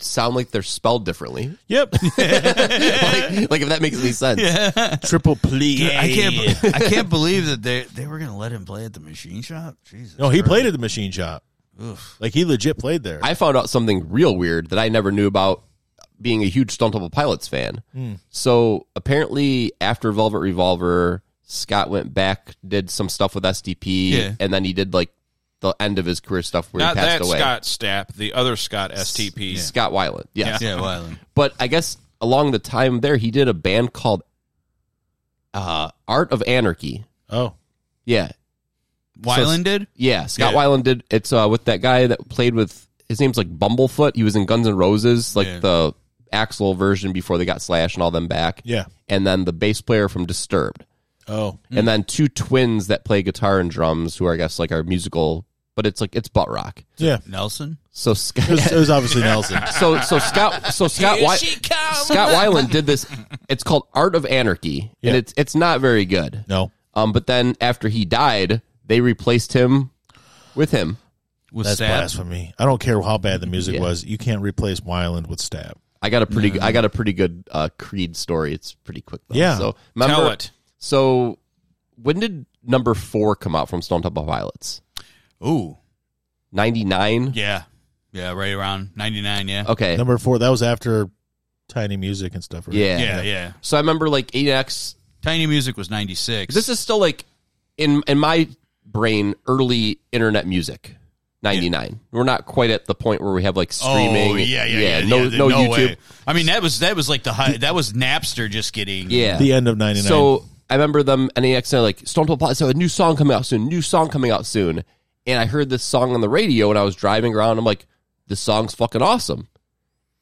sound like they're spelled differently.
Yep.
like, like if that makes any sense.
Triple plea.
I can't. I can't believe that they they were gonna let him play at the machine shop. Jesus.
No, he
Christ.
played at the machine shop. Like he legit played there.
I found out something real weird that I never knew about being a huge Stone Temple Pilots fan.
Hmm.
So apparently, after Velvet Revolver, Scott went back, did some stuff with SDP,
Yeah.
and then he did like the end of his career stuff where
Not
he passed
that
away.
Scott Stapp, the other Scott STP.
Scott Weiland, yes.
Yeah, Wyland.
But I guess along the time there, he did a band called uh, Art of Anarchy.
oh.
Yeah,
Wyland did.
Yeah, Scott
Yeah.
Weiland did. It's uh, with that guy that played with his name's like Bumblefoot. He was in Guns N' Roses, like
Yeah.
the Axel version before they got Slash and all them back.
Yeah.
and then the bass player from Disturbed,
Oh.
Mm.
and then two twins that play guitar and drums, who are I guess like are musical, but it's like it's butt rock.
Yeah.
Nelson.
So
It was, it
Scott,
was obviously Nelson.
so so Scott, so Scott, Wy- Scott Weiland did this. It's called Art of Anarchy,
Yeah.
and it's it's not very good.
No.
Um, but then after he died, they replaced him with him.
with
That's
Stab.
blasphemy. I don't care how bad the music
Yeah.
was. You can't replace Wyland with Stab.
I got a pretty I got a pretty good uh, Creed story. It's pretty quick. Though.
Yeah.
So remember,
Tell it.
So when did number four come out from Stone Temple Pilots?
Ooh,
Ninety nine.
yeah, yeah, right around ninety nine. Yeah.
Okay.
Number four, that was after Tiny Music and stuff. Right?
yeah.
yeah, yeah.
So I remember like 8x.
Tiny Music was ninety six.
This is still like in in my brain early internet music. 99. We're not quite at the point where we have like streaming.
Oh, yeah, yeah, yeah.
no,
yeah,
no, YouTube.
way. I mean, that was that was like the high, that was Napster just getting.
Yeah.
The end of 99.
So I remember them NAX and like Stone Temple Pilots. So a new song coming out soon. New song coming out soon. And I heard this song on the radio and I was driving around. I'm like, this song's fucking awesome.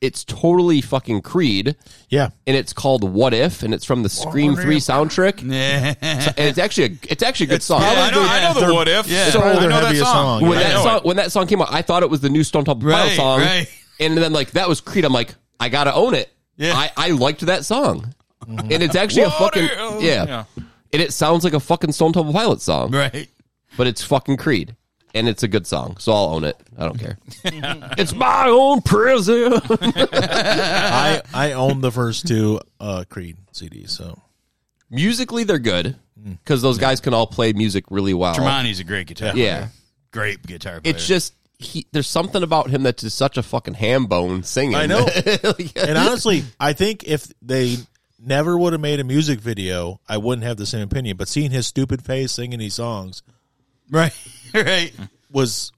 It's totally fucking Creed,
yeah.
and it's called "What If," and it's from the Scream Three soundtrack.
Yeah.
And it's actually a, it's actually a good song.
I know, I know the
They're-
what if.
Yeah.
It's probably
I
their
know that
heaviest
song.
song, yeah.
when
I
that
know
song
it.
when that song came out, I thought it was the new Stone Temple
Right,
Pilots song,
right.
and then like that was Creed. I'm like, I gotta own it.
Yeah.
I, I liked that song, and it's actually
What
a fucking
if?
yeah.
Yeah.
and it sounds like a fucking Stone Temple Pilots song,
Right.
but it's fucking Creed, and it's a good song, so I'll own it. I don't care. it's my own prison.
I, I own the first two uh, Creed CDs. So
Musically, they're good because those guys can all play music really well.
Tremonti's a great guitar.
yeah.
player. Great guitar player.
It's just he, there's something about him that's just such a fucking ham bone singing.
I know.
Like,
And honestly, I think if they never would have made a music video, I wouldn't have the same opinion. But seeing his stupid face singing these songs
right. Right.
was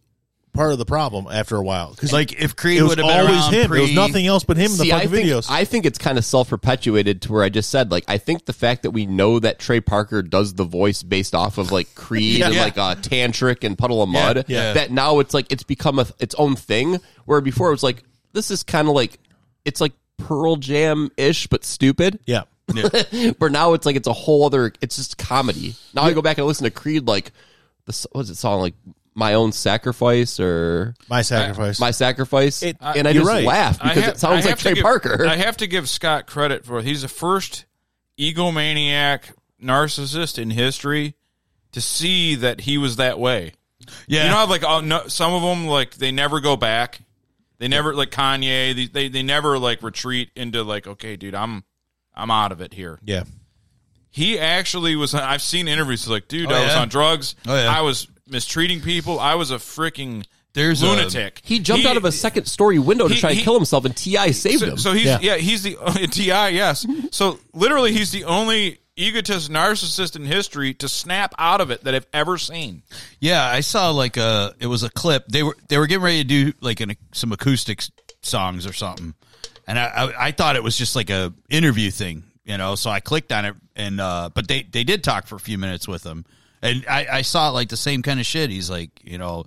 part of the problem after a while. Because like
if Creed
it was
would have been
always
around
him. There was
pre-
nothing else but him in the
See, I
fucking
think,
videos.
I think it's kind of self perpetuated to where I just said, like, I think the fact that we know that Trey Parker does the voice based off of like Creed and
Yeah.
like uh, Tantric and Puddle of Mud,
yeah.
that now it's like it's become a, its own thing. Where before it was like, this is kind of like, it's like Pearl Jam ish, but stupid.
yeah.
But now it's like, it's a whole other, it's just comedy. Now I go back and listen to Creed, like, the, s- what was it song? Like, My Own Sacrifice or
My sacrifice.
My Sacrifice?
It-
and I
you're
just
right.
laugh
I
because
have-
it
I
sounds
have
like
to
Trey
give-
Parker.
I have to give Scott credit for he's the first egomaniac narcissist in history to see that he was that way.
Yeah.
You know, how, like oh, no, some of them like they never go back. They never like Kanye. They, they they never like retreat into like okay, dude, I'm I'm out of it here.
Yeah.
He actually was. I've seen interviews he's like, dude,
Oh,
I was
yeah?
on drugs.
Oh, yeah.
I was mistreating people. I was a freaking
There's a-
lunatic.
He jumped out of a second story window to
he-
try and
he-
kill himself, and Ti saved
so,
him.
so he's yeah.
Yeah.
he's the ti yes so literally he's the only egotist narcissist in history to snap out of it that i've ever seen
Yeah, I saw like a it was a clip. They were they were getting ready to do like an some acoustics songs or something, and I I, I thought it was just like a interview thing, you know. So I clicked on it, and uh, but they they did talk for a few minutes with him, and I I saw like the same kind of shit. He's like, you know,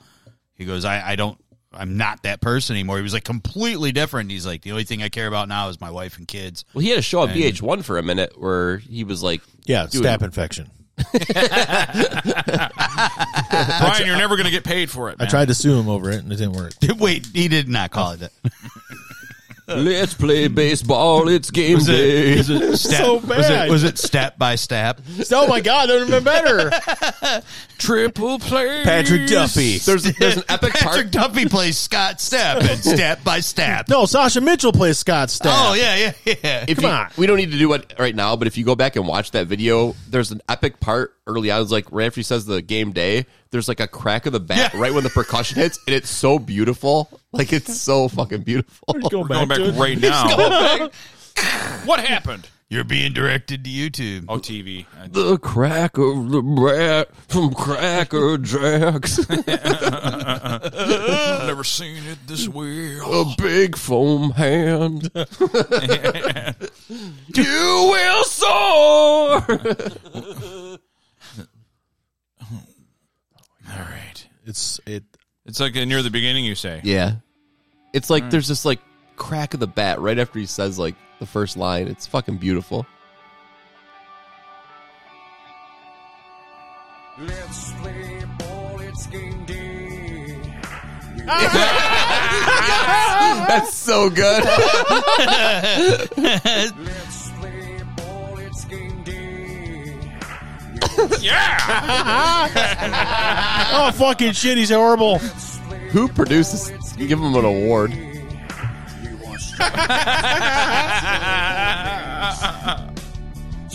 he goes, I I don't. I'm not that person anymore. He was like completely different. He's like, the only thing I care about now is my wife and kids.
well, he had a show on VH1 for a minute where he was like,
Yeah.
Dude.
Staph infection.
brian you're never going to get paid for it
I
man.
tried to sue him over it and it didn't work.
Wait, he did not call it that.
"Let's play baseball. It's game
Was
day."
it, was it step,
So
Was it,
bad.
was it step by step?
oh my God, that would have been better.
triple play
Patrick Duffy.
There's there's an epic
Patrick
part.
Duffy plays Scott Stapp and Step by Step.
No, Sasha Mitchell plays Scott Stapp.
Oh yeah, yeah, yeah.
If
Come
you-
on.
we don't need to do it right now, but if you go back and watch that video, there's an epic part early on. It's like right after he says the game day, there's like a crack of the bat
Yeah.
right when the percussion hits, and it's so beautiful. Like it's so fucking beautiful.
We're going back
to it.
right now what happened
You're being directed to YouTube.
oh tv I-
The crack of the brat from Cracker Jacks.
i've never seen it this way
a big foam hand. you will
all
soar.
right
It's it.
it's like near the beginning you say
Yeah, it's like there's this like crack of the bat right after he says like the first line. It's fucking beautiful.
Let's play ball, it's game day.
That's so good.
Let's play ball, it's game day.
yeah.
Oh, fucking shit. He's horrible.
Who produces? Give him an award.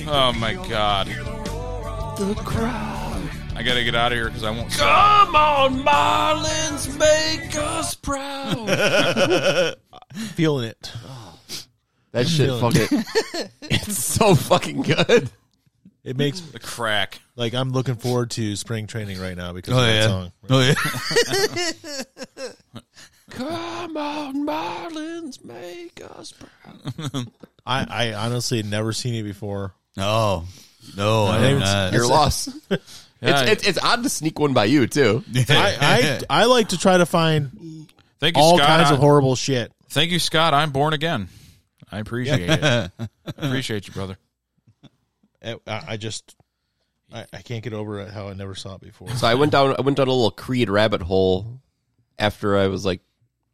Oh my god. The crowd. I gotta get out of here because I won't. Come on, Marlins, make us proud.
Feeling it.
That shit, fuck it. It's so fucking good.
It makes
the crack.
like I'm looking forward to spring training right now because
Oh
of that
yeah.
song.
Oh yeah.
Come on, Marlins, make us proud.
I, I honestly had never seen it before.
No. No, I did
even-
not.
Your loss.
Yeah,
it's, it's, it's odd to sneak one by you too.
I, I I like to try to find
Thank you,
all
Scott.
kinds
I-
of horrible shit.
Thank you, Scott. I'm born again. I appreciate it. I appreciate you, brother.
I, I just I, I can't get over it how I never saw it before.
So I went down. I went down a little Creed rabbit hole after I was like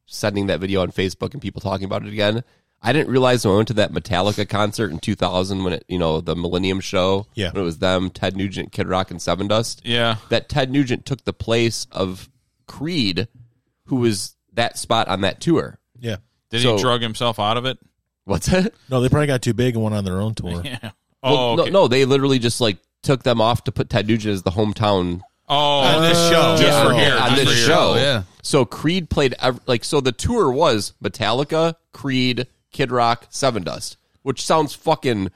sending that video on Facebook and people talking about it again. I didn't realize when I went to that Metallica concert in 2000 when it, you know, the Millennium Show.
Yeah.
when it was them, Ted Nugent, Kid Rock, and Seven Dust.
Yeah.
that Ted Nugent took the place of Creed, who was that spot on that tour.
Yeah.
Did
So-
he drug himself out of it?
What's it?
No, they probably got too big and went on their own tour.
Yeah. Oh,
no,
okay.
no, they literally just like took them off to put Ted Nugent as the hometown.
Oh,
On this show.
Just
Yeah.
for here.
on
just
this
for here.
show.
Oh, yeah.
So Creed played ev- like so. The tour was Metallica, Creed, Kid Rock, Seven Dust, which sounds fucking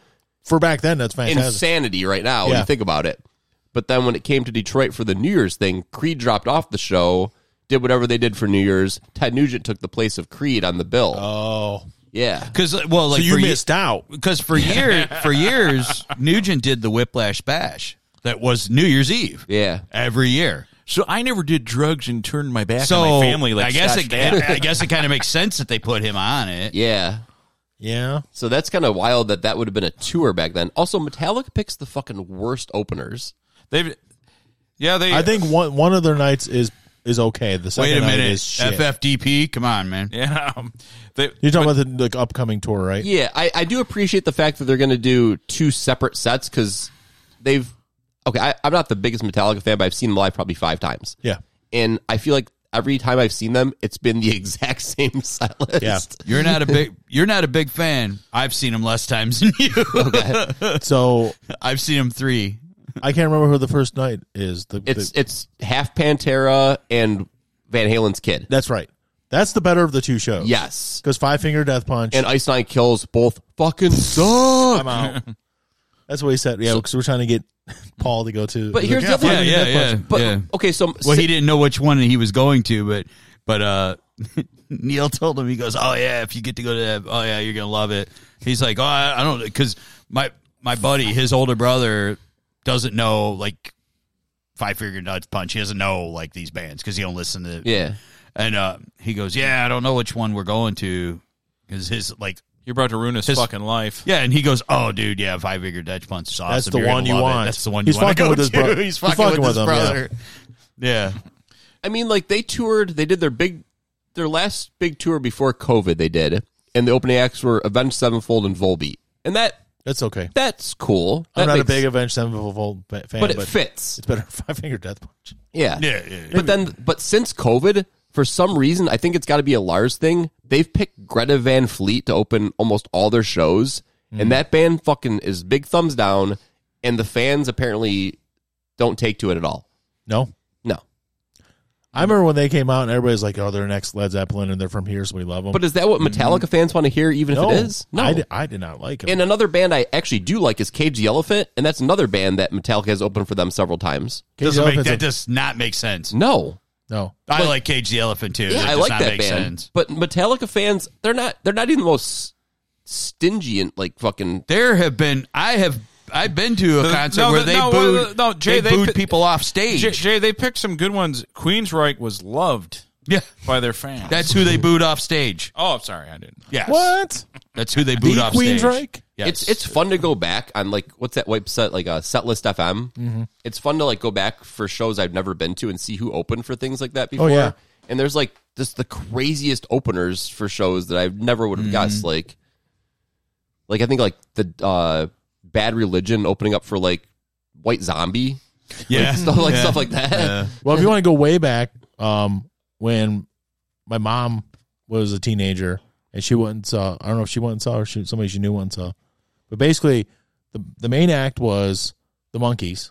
For back then, that's fantastic.
insanity right now when
Yeah.
you think about it. But then when it came to Detroit for the New Year's thing, Creed dropped off the show, did whatever they did for New Year's. Ted Nugent took the place of Creed on the bill.
Oh,
yeah.
Because well, like
so you
for ye-
missed out.
because for years for years Nugent did the Whiplash Bash that was New Year's Eve
Yeah.
every year.
So I never did drugs and turned my back
So
on my family. Like
I guess
Scott's
it,
dad.
I guess it kind of makes sense that they put him on it.
Yeah.
Yeah.
So that's kind of wild that that would have been a tour back then. Also, Metallica picks the fucking worst openers.
They've, yeah, they.
I think one one of their nights is is okay. The second
Wait a
night
minute,
is shit.
FFDP. Come on, man.
Yeah, um, they.
You're talking about the like, upcoming tour, right?
Yeah, I, I do appreciate the fact that they're going to do two separate sets because they've. Okay, I, I'm not the biggest Metallica fan, but I've seen them live probably five times.
Yeah.
And I feel like every time I've seen them, it's been the exact same set list.
Yeah.
You're not a big. You're not a big fan. I've seen him less times than you.
So
I've seen him three.
I can't remember who the first night is. The,
It's,
the-
it's half Pantera and Van Halen's kid.
that's right. That's the better of the two shows.
Yes.
Because Five Finger Death Punch.
And Ice Nine Kills both fucking suck.
I'm out. That's what he said. Yeah, because we're trying to get Paul to go to.
But here's the other
Yeah,
thing.
yeah, yeah,
But
yeah.
okay, so
Well, he didn't know which one he was going to, but but uh, Neil told him he goes, "Oh yeah, if you get to go to that, oh yeah, you're gonna love it." He's like, "Oh, I, I don't," because my my buddy, his older brother, doesn't know like Five Finger Nuts Punch. He doesn't know like these bands because he don't listen to.
yeah.
and uh, he goes, "Yeah, I don't know which one we're going to," because his like.
You're about to ruin his, fucking life.
Yeah, and he goes, "Oh, dude, yeah, five figure Dutch punch is awesome.
That's the
You're gonna
one you
love it.
want."
That's the one
He's
you want to
fucking
go
with his
to."
bro-
He's fucking, with, his
him, yeah.
brother. yeah.
I mean, like they toured. They did their big, their last big tour before COVID. They did, and the opening acts were Avenged Sevenfold and Volbeat, and that
That's okay.
that's cool.
I'm
That
not
makes-
a big Avenged Sevenfold ba- fan,
but
but,
it fits.
It's better than Five Finger Death Punch.
Yeah.
Yeah, yeah, yeah.
But then, but since COVID, for some reason, I think it's got to be a Lars thing. They've picked Greta Van Fleet to open almost all their shows,
Mm-hmm.
and that band fucking is big thumbs down, and the fans apparently don't take to it at all.
No,
No,
I remember when they came out and everybody's like, "Oh, they're next Led Zeppelin and they're from here, so we love them."
but is that what Metallica fans want to hear? Even
Mm-hmm. no,
if it is,
I, di- I did not like it.
And another band I actually do like is Cage the Elephant, and that's another band that Metallica has opened for them several times.
Doesn't make, that does not make sense.
No,
no,
I like Cage the Elephant too.
yeah,
that
I
does
like
not
that
make
band,
sense.
but Metallica fans they're not they're not even the most stingy and like fucking.
There have been I have I've been to a
The-
concert
no,
where
the-
they
no,
booed
well, no, Jay,
they,
they
booed
pi-
people off stage.
Jay, Jay, they picked some good ones. Queensryche was loved
yeah,
by their fans.
that's who they booed off stage.
oh, I'm sorry, I didn't.
Yes,
what
that's who they booed
the
off
Queen's
stage.
Reich?
Yes.
It's it's fun to go back on like what's that website like uh, Setlist FM.
Mm-hmm.
It's fun to like go back for shows I've never been to and see who opened for things like that
Oh,
before.
yeah.
and there's like just the craziest openers for shows that I never would have
Mm-hmm.
guessed. Like, like I think like the uh, Bad Religion opening up for like White Zombie,
Yeah.
stuff like
Yeah.
stuff like that.
Yeah.
Well, if you want to go way back, um, when my mom was a teenager and she went and saw, I don't know if she went and saw or she, somebody she knew went and saw, but basically the the main act was the monkeys,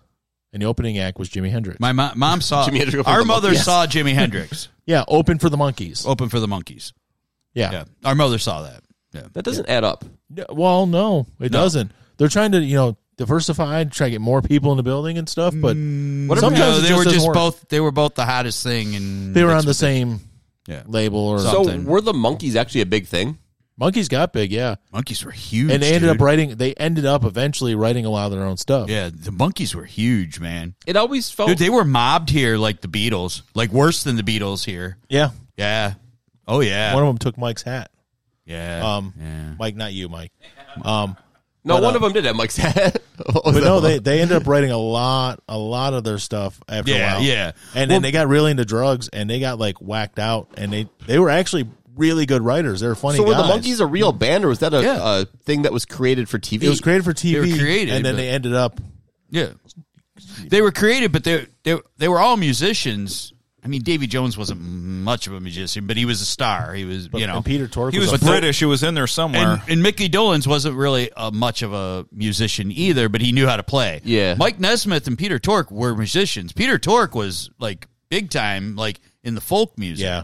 and the opening act was Jimi Hendrix.
My mo- mom saw
Jimi Hendrix opened
our
the
mother
Monkeys.
saw Jimi Hendrix
yeah, open for the monkeys.
open for the monkeys.
yeah.
Oh, Yeah, our mother saw that. Yeah,
That doesn't add up.
No, Well, no, it doesn't. They're trying to you know diversify, try to get more people in the building and stuff, but
Mm.
sometimes
No,
it
they
just
were
doesn't
just
work.
both. They were both the hottest thing, and
they were on the same
Yeah.
label or
Something.
So were the monkeys actually a big thing?
monkeys got big, yeah.
monkeys were huge,
and they ended
dude.
up writing. They ended up eventually writing a lot of their own stuff.
Yeah, the monkeys were huge, man.
It always
Oh.
felt
Dude, they were mobbed here like the Beatles, like worse than the Beatles here.
yeah.
Yeah. Oh yeah.
One of them took Mike's hat.
yeah.
Um,
yeah.
Mike, not you, Mike. Um,
no
but,
one
uh,
of them did have Mike's hat. What
but
was that
no,
one?
they they ended up writing a lot, a lot of their stuff after
Yeah,
a while.
yeah.
and
Well-
then they got really into drugs, and they got like whacked out, and they they were actually really good writers. They were funny.
So were the
guys.
monkeys a real band, or was that a,
Yeah.
a thing that was created for TV?
It was created for TV,
were created,
and then
but-
they ended up.
Yeah. They were creative, but they they they were all musicians. I mean, Davy Jones wasn't much of a musician, but he was a star. He was, you know,
and Peter Tork
He was
was a-
British. It was in there somewhere.
And, and Mickey Dolenz wasn't really uh much of a musician either, but he knew how to play.
Yeah.
Mike Nesmith and Peter Tork were musicians. Peter Tork was like big time, like in the folk music.
Yeah,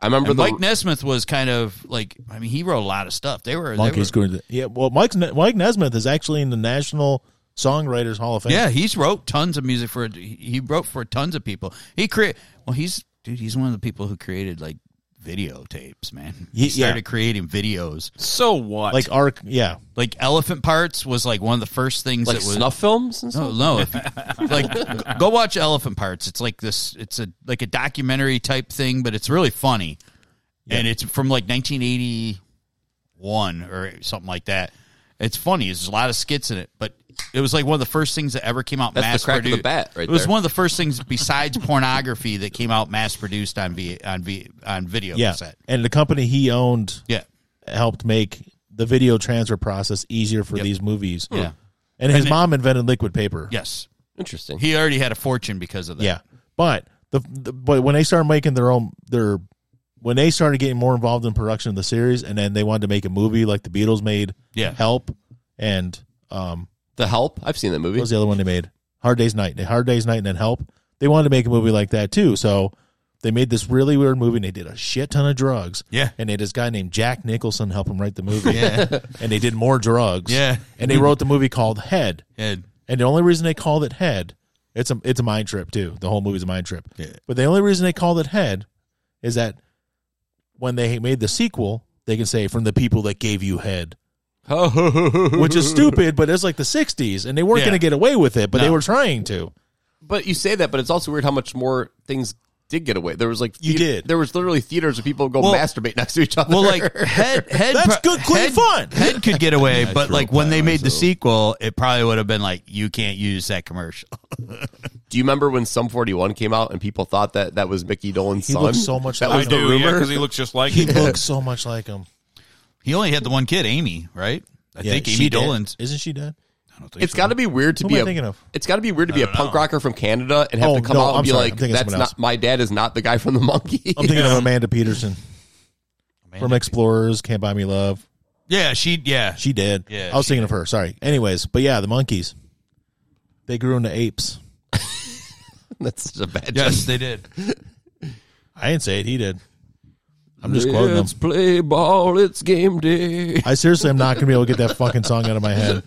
I remember
And
the
Mike Nesmith was kind of like, I mean, he wrote a lot of stuff. They were they
monkeys.
were-
grew into- Yeah, well, Mike Mike Nesmith is actually in the National Songwriters Hall of Fame.
Yeah, he's wrote tons of music for. He wrote for tons of people. He create. Well, he's dude. He's one of the people who created like videotapes. Man,
Ye-
he started
yeah.
creating videos.
so what?
like Arc. Yeah,
Like Elephant Parts was like one of the first things
like
that was
snuff films and stuff.
No, Oh, no. If you, like, go watch Elephant Parts. It's like this. It's a like a documentary type thing, but it's really funny, and it's from like 1981 or something like that. It's funny. There's a lot of skits in it, but it was like one of the first things that ever came out.
That's the
mass
crack of the
produced.
bat right
It was
there.
one of the first things besides pornography that came out mass produced on v, on v, on video
yeah,
cassette.
and the company he owned
Yeah,
helped make the video transfer process easier for these movies.
Yeah.
And his
it-
mom invented liquid paper.
yes.
Interesting.
He already had a fortune because of that.
Yeah. But the, the but when they started making their own their when they started getting more involved in production of the series and then they wanted to make a movie like the Beatles made
Yeah.
Help and um
the Help. I've seen that movie.
what was the other one they made? Hard Day's Night. They Hard Day's Night and then Help. They wanted to make a movie like that too. So they made this really weird movie and they did a shit ton of drugs.
Yeah.
And they had this guy named Jack Nicholson help him write the movie.
Yeah.
and they did more drugs.
Yeah.
And they wrote the movie called Head.
And
And the only reason they called it Head, it's a it's a mind trip too. The whole movie's a mind trip.
Yeah.
But the only reason they called it Head is that when they made the sequel, they can say from the people that gave you head, which is stupid, but it's like the '60s, and they weren't
Yeah.
going to get away with it, but they
No.
were trying to.
But you say that, but it's also weird how much more things did get away. There was like
You
thea-
did.
There was literally theaters where people would go
Well-
masturbate next to each other.
Well, like head, head.
That's good, clean
head,
fun.
Head could get away, but like when they made the
myself.
sequel, it probably would have been like, you can't use that commercial.
do you remember when Sum Forty One came out and people thought that that was Mickey Dolan's
He
son?
looks so much
That
like
was
I
the
do, yeah,
rumor.
because he looks just like
He
him.
looks so much like him.
He only had the one kid, Amy, right? I
Yeah,
think Amy
she dead.
Dolan's.
isn't she dead?
It's got to be weird to
Who
be
am I
a,
thinking of?
It's got to be weird to be a punk rocker from Canada and have
Oh,
to come
no,
out and
I'm
be
sorry. I'm
like,
thinking of
"That's
someone else."
not my dad is not the guy from the monkey."
I'm thinking of Amanda Peterson from Explorers, Can't Buy Me Love.
Yeah, she. Yeah,
She did.
Yeah,
I was
she
thinking of her. Sorry. Anyways, but yeah, the monkeys. They grew into apes.
That's just a bad joke.
yes, they did.
I didn't say it. He did. I'm just quoting him.
play ball. It's game day.
I seriously am not going to be able to get that fucking song out of my head.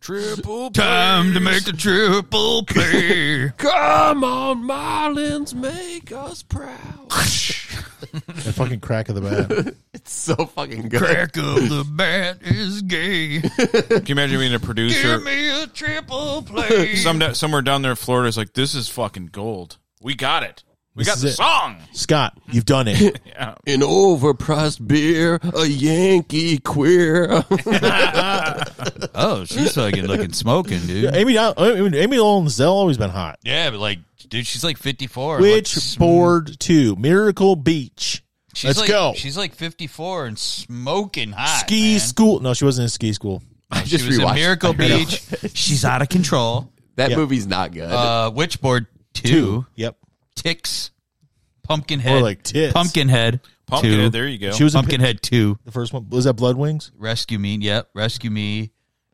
Triple
Time to make the triple play.
Come on, Marlins, make us proud.
That fucking crack of the bat.
it's so fucking good.
Crack of the bat is gay.
Can you imagine being a producer?
Give me a triple play.
Some somewhere down there in Florida is like, this is fucking gold. We got it. We
This
got
is
the
it.
song.
Scott, you've done it.
An overpriced beer, a Yankee queer.
oh, she's fucking looking smoking, dude.
Amy Dol- Amy Amy Dolan's always been hot.
Yeah, but like, dude, she's like fifty four.
Witchboard 2, Miracle Beach.
She's
Let's
like,
go.
She's like 54 and smoking hot.
Ski
man.
school. No, she wasn't in ski school.
I
She
just
was in
rewatched.
Miracle Beach. she's out of control.
That
Yeah.
movie's not good.
Uh, Witchboard two,
Yep.
Ticks,
Or
Pumpkinhead,
like tits.
Pumpkinhead,
Pumpkinhead,
two,
there you go.
She was in Pi-
Pumpkinhead two,
the first one. Was that Blood Wings?
Rescue Me, yep, Rescue Me,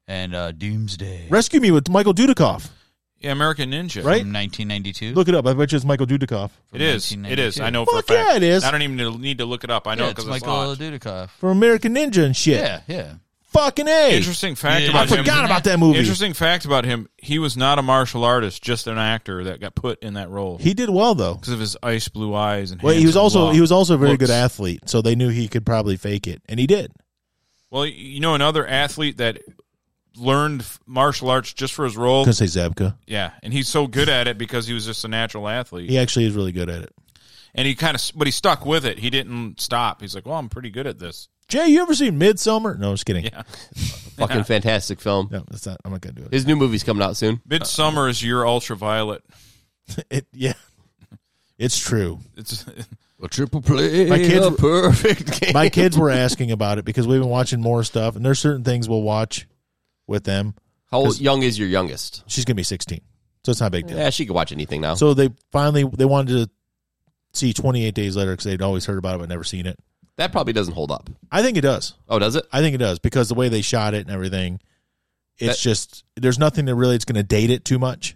and uh, Doomsday
Rescue Me with Michael Dudikoff.
yeah, American Ninja.
Right?
from nineteen ninety two.
Look it up. I bet you it's Michael Dudikoff
It is. It is. I know for a
Fuck yeah,
fact.
it is.
I don't even need to look it up. I know
Yeah, it's
because
Michael Dudikoff.
from American Ninja and shit.
Yeah, yeah.
Fucking A.
Interesting fact
Yeah.
about
I
him.
forgot about that movie.
Interesting fact about him. He was not a martial artist, just an actor that got put in that role
He did well though.
because of his ice blue eyes and.
Well, he
handsome
was also
look-
he was also a very good
looks.
athlete, so they knew he could probably fake it, and he did.
Well, you know another athlete that learned f- martial arts just for his role.
Couldn't say Zabka.
Yeah, and he's so good at it because he was just a natural athlete,
He actually is really good at it.
and he kind of, but he stuck with it. He didn't stop. He's like, well, I'm pretty good at this.
Jay, you ever seen Midsummer? No, I'm just kidding.
Yeah,
Fucking fantastic film.
No, that's not. I'm not gonna do it.
His new movie's coming out soon.
Midsummer is your ultraviolet.
it yeah, it's true.
It's
A triple play.
My kids-
a perfect game.
My kids were asking about it because we've been watching more stuff, and there's certain things we'll watch with them.
How old, young is your youngest?
She's gonna be 16, so it's not a big deal.
Yeah, she could watch anything now.
So they finally they wanted to see 28 Days Later because they'd always heard about it but never seen it.
that probably doesn't hold up.
I think it does.
Oh, does it?
I think it does because the way they shot it and everything, it's just there's nothing that really it's going to date it too much.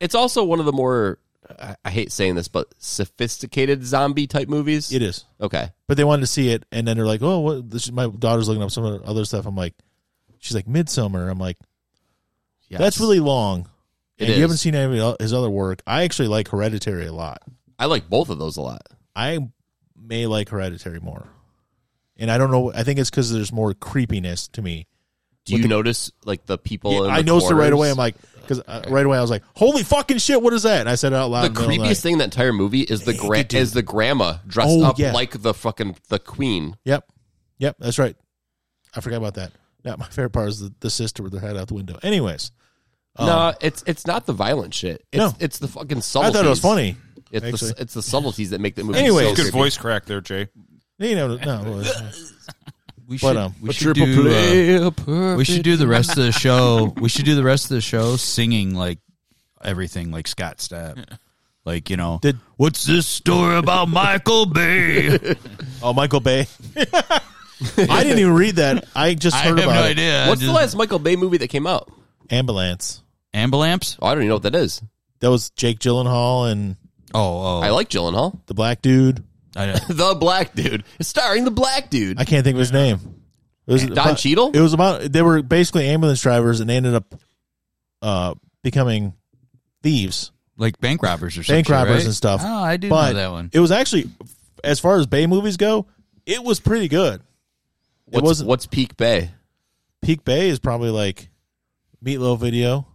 It's also one of the more I, I hate saying this, but sophisticated zombie type movies.
It is,
okay.
but they wanted to see it, and then they're like, "Oh, what?" This, my daughter's looking up some of the other stuff. I'm like, she's like Midsummer. I'm like,
Yes.
that's really long.
It
and
is.
you haven't seen any of his other work. I actually like Hereditary a lot.
I like both of those a lot.
I may like Hereditary more, and I don't know. I think it's because there's more creepiness to me.
Do you notice like the people?
Yeah,
in
I
the
noticed it right
corners?
away. I'm like, because uh, right away I was like, "Holy fucking shit! What is that?" And I said it out loud.
the
in middle of
creepiest
night.
thing in that entire movie is the gra-
it, dude.
is the grandma dressed
Oh,
up
yeah.
like the fucking the queen.
Yep. Yep, that's right. I forgot about that. Now my favorite part is the, the sister with her head out the window. Anyways,
no, it's it's not the violent shit. It's,
Oh. No.
it's the fucking
I
subtleties.
thought it was funny.
It's
actually.
the, it's the subtleties that make the movie.
Anyways.
so
good
creepy.
voice crack there, Jay.
You know, no,
We should,
But, um,
we should do, uh, we should do the rest of the show. we should do the rest of the show singing like everything, like Scott Stapp. Like you know,
Did-
what's this story about Michael Bay?
oh Michael Bay. I didn't even read that. I just
I
heard
have no
about it.
idea.
What's
I
the
just-
last Michael Bay movie that came out?
Ambulance.
ambulance?
Oh, I don't even know what that is.
That was Jake Gyllenhaal and
Oh, oh,
I like Gyllenhaal,
the black dude.
I-
the black dude, starring the black dude.
I can't think of his name. It was
Don Cheadle?
It was about they were basically ambulance drivers and they ended up uh, becoming thieves.
like bank robbers or something.
bank robbers and stuff.
Oh, I do
but
know that one.
It was actually, as far as Bay movies go, it was pretty good.
What's,
it wasn't.
what's Peak Bay?
Peak Bay is probably like Meatloaf video.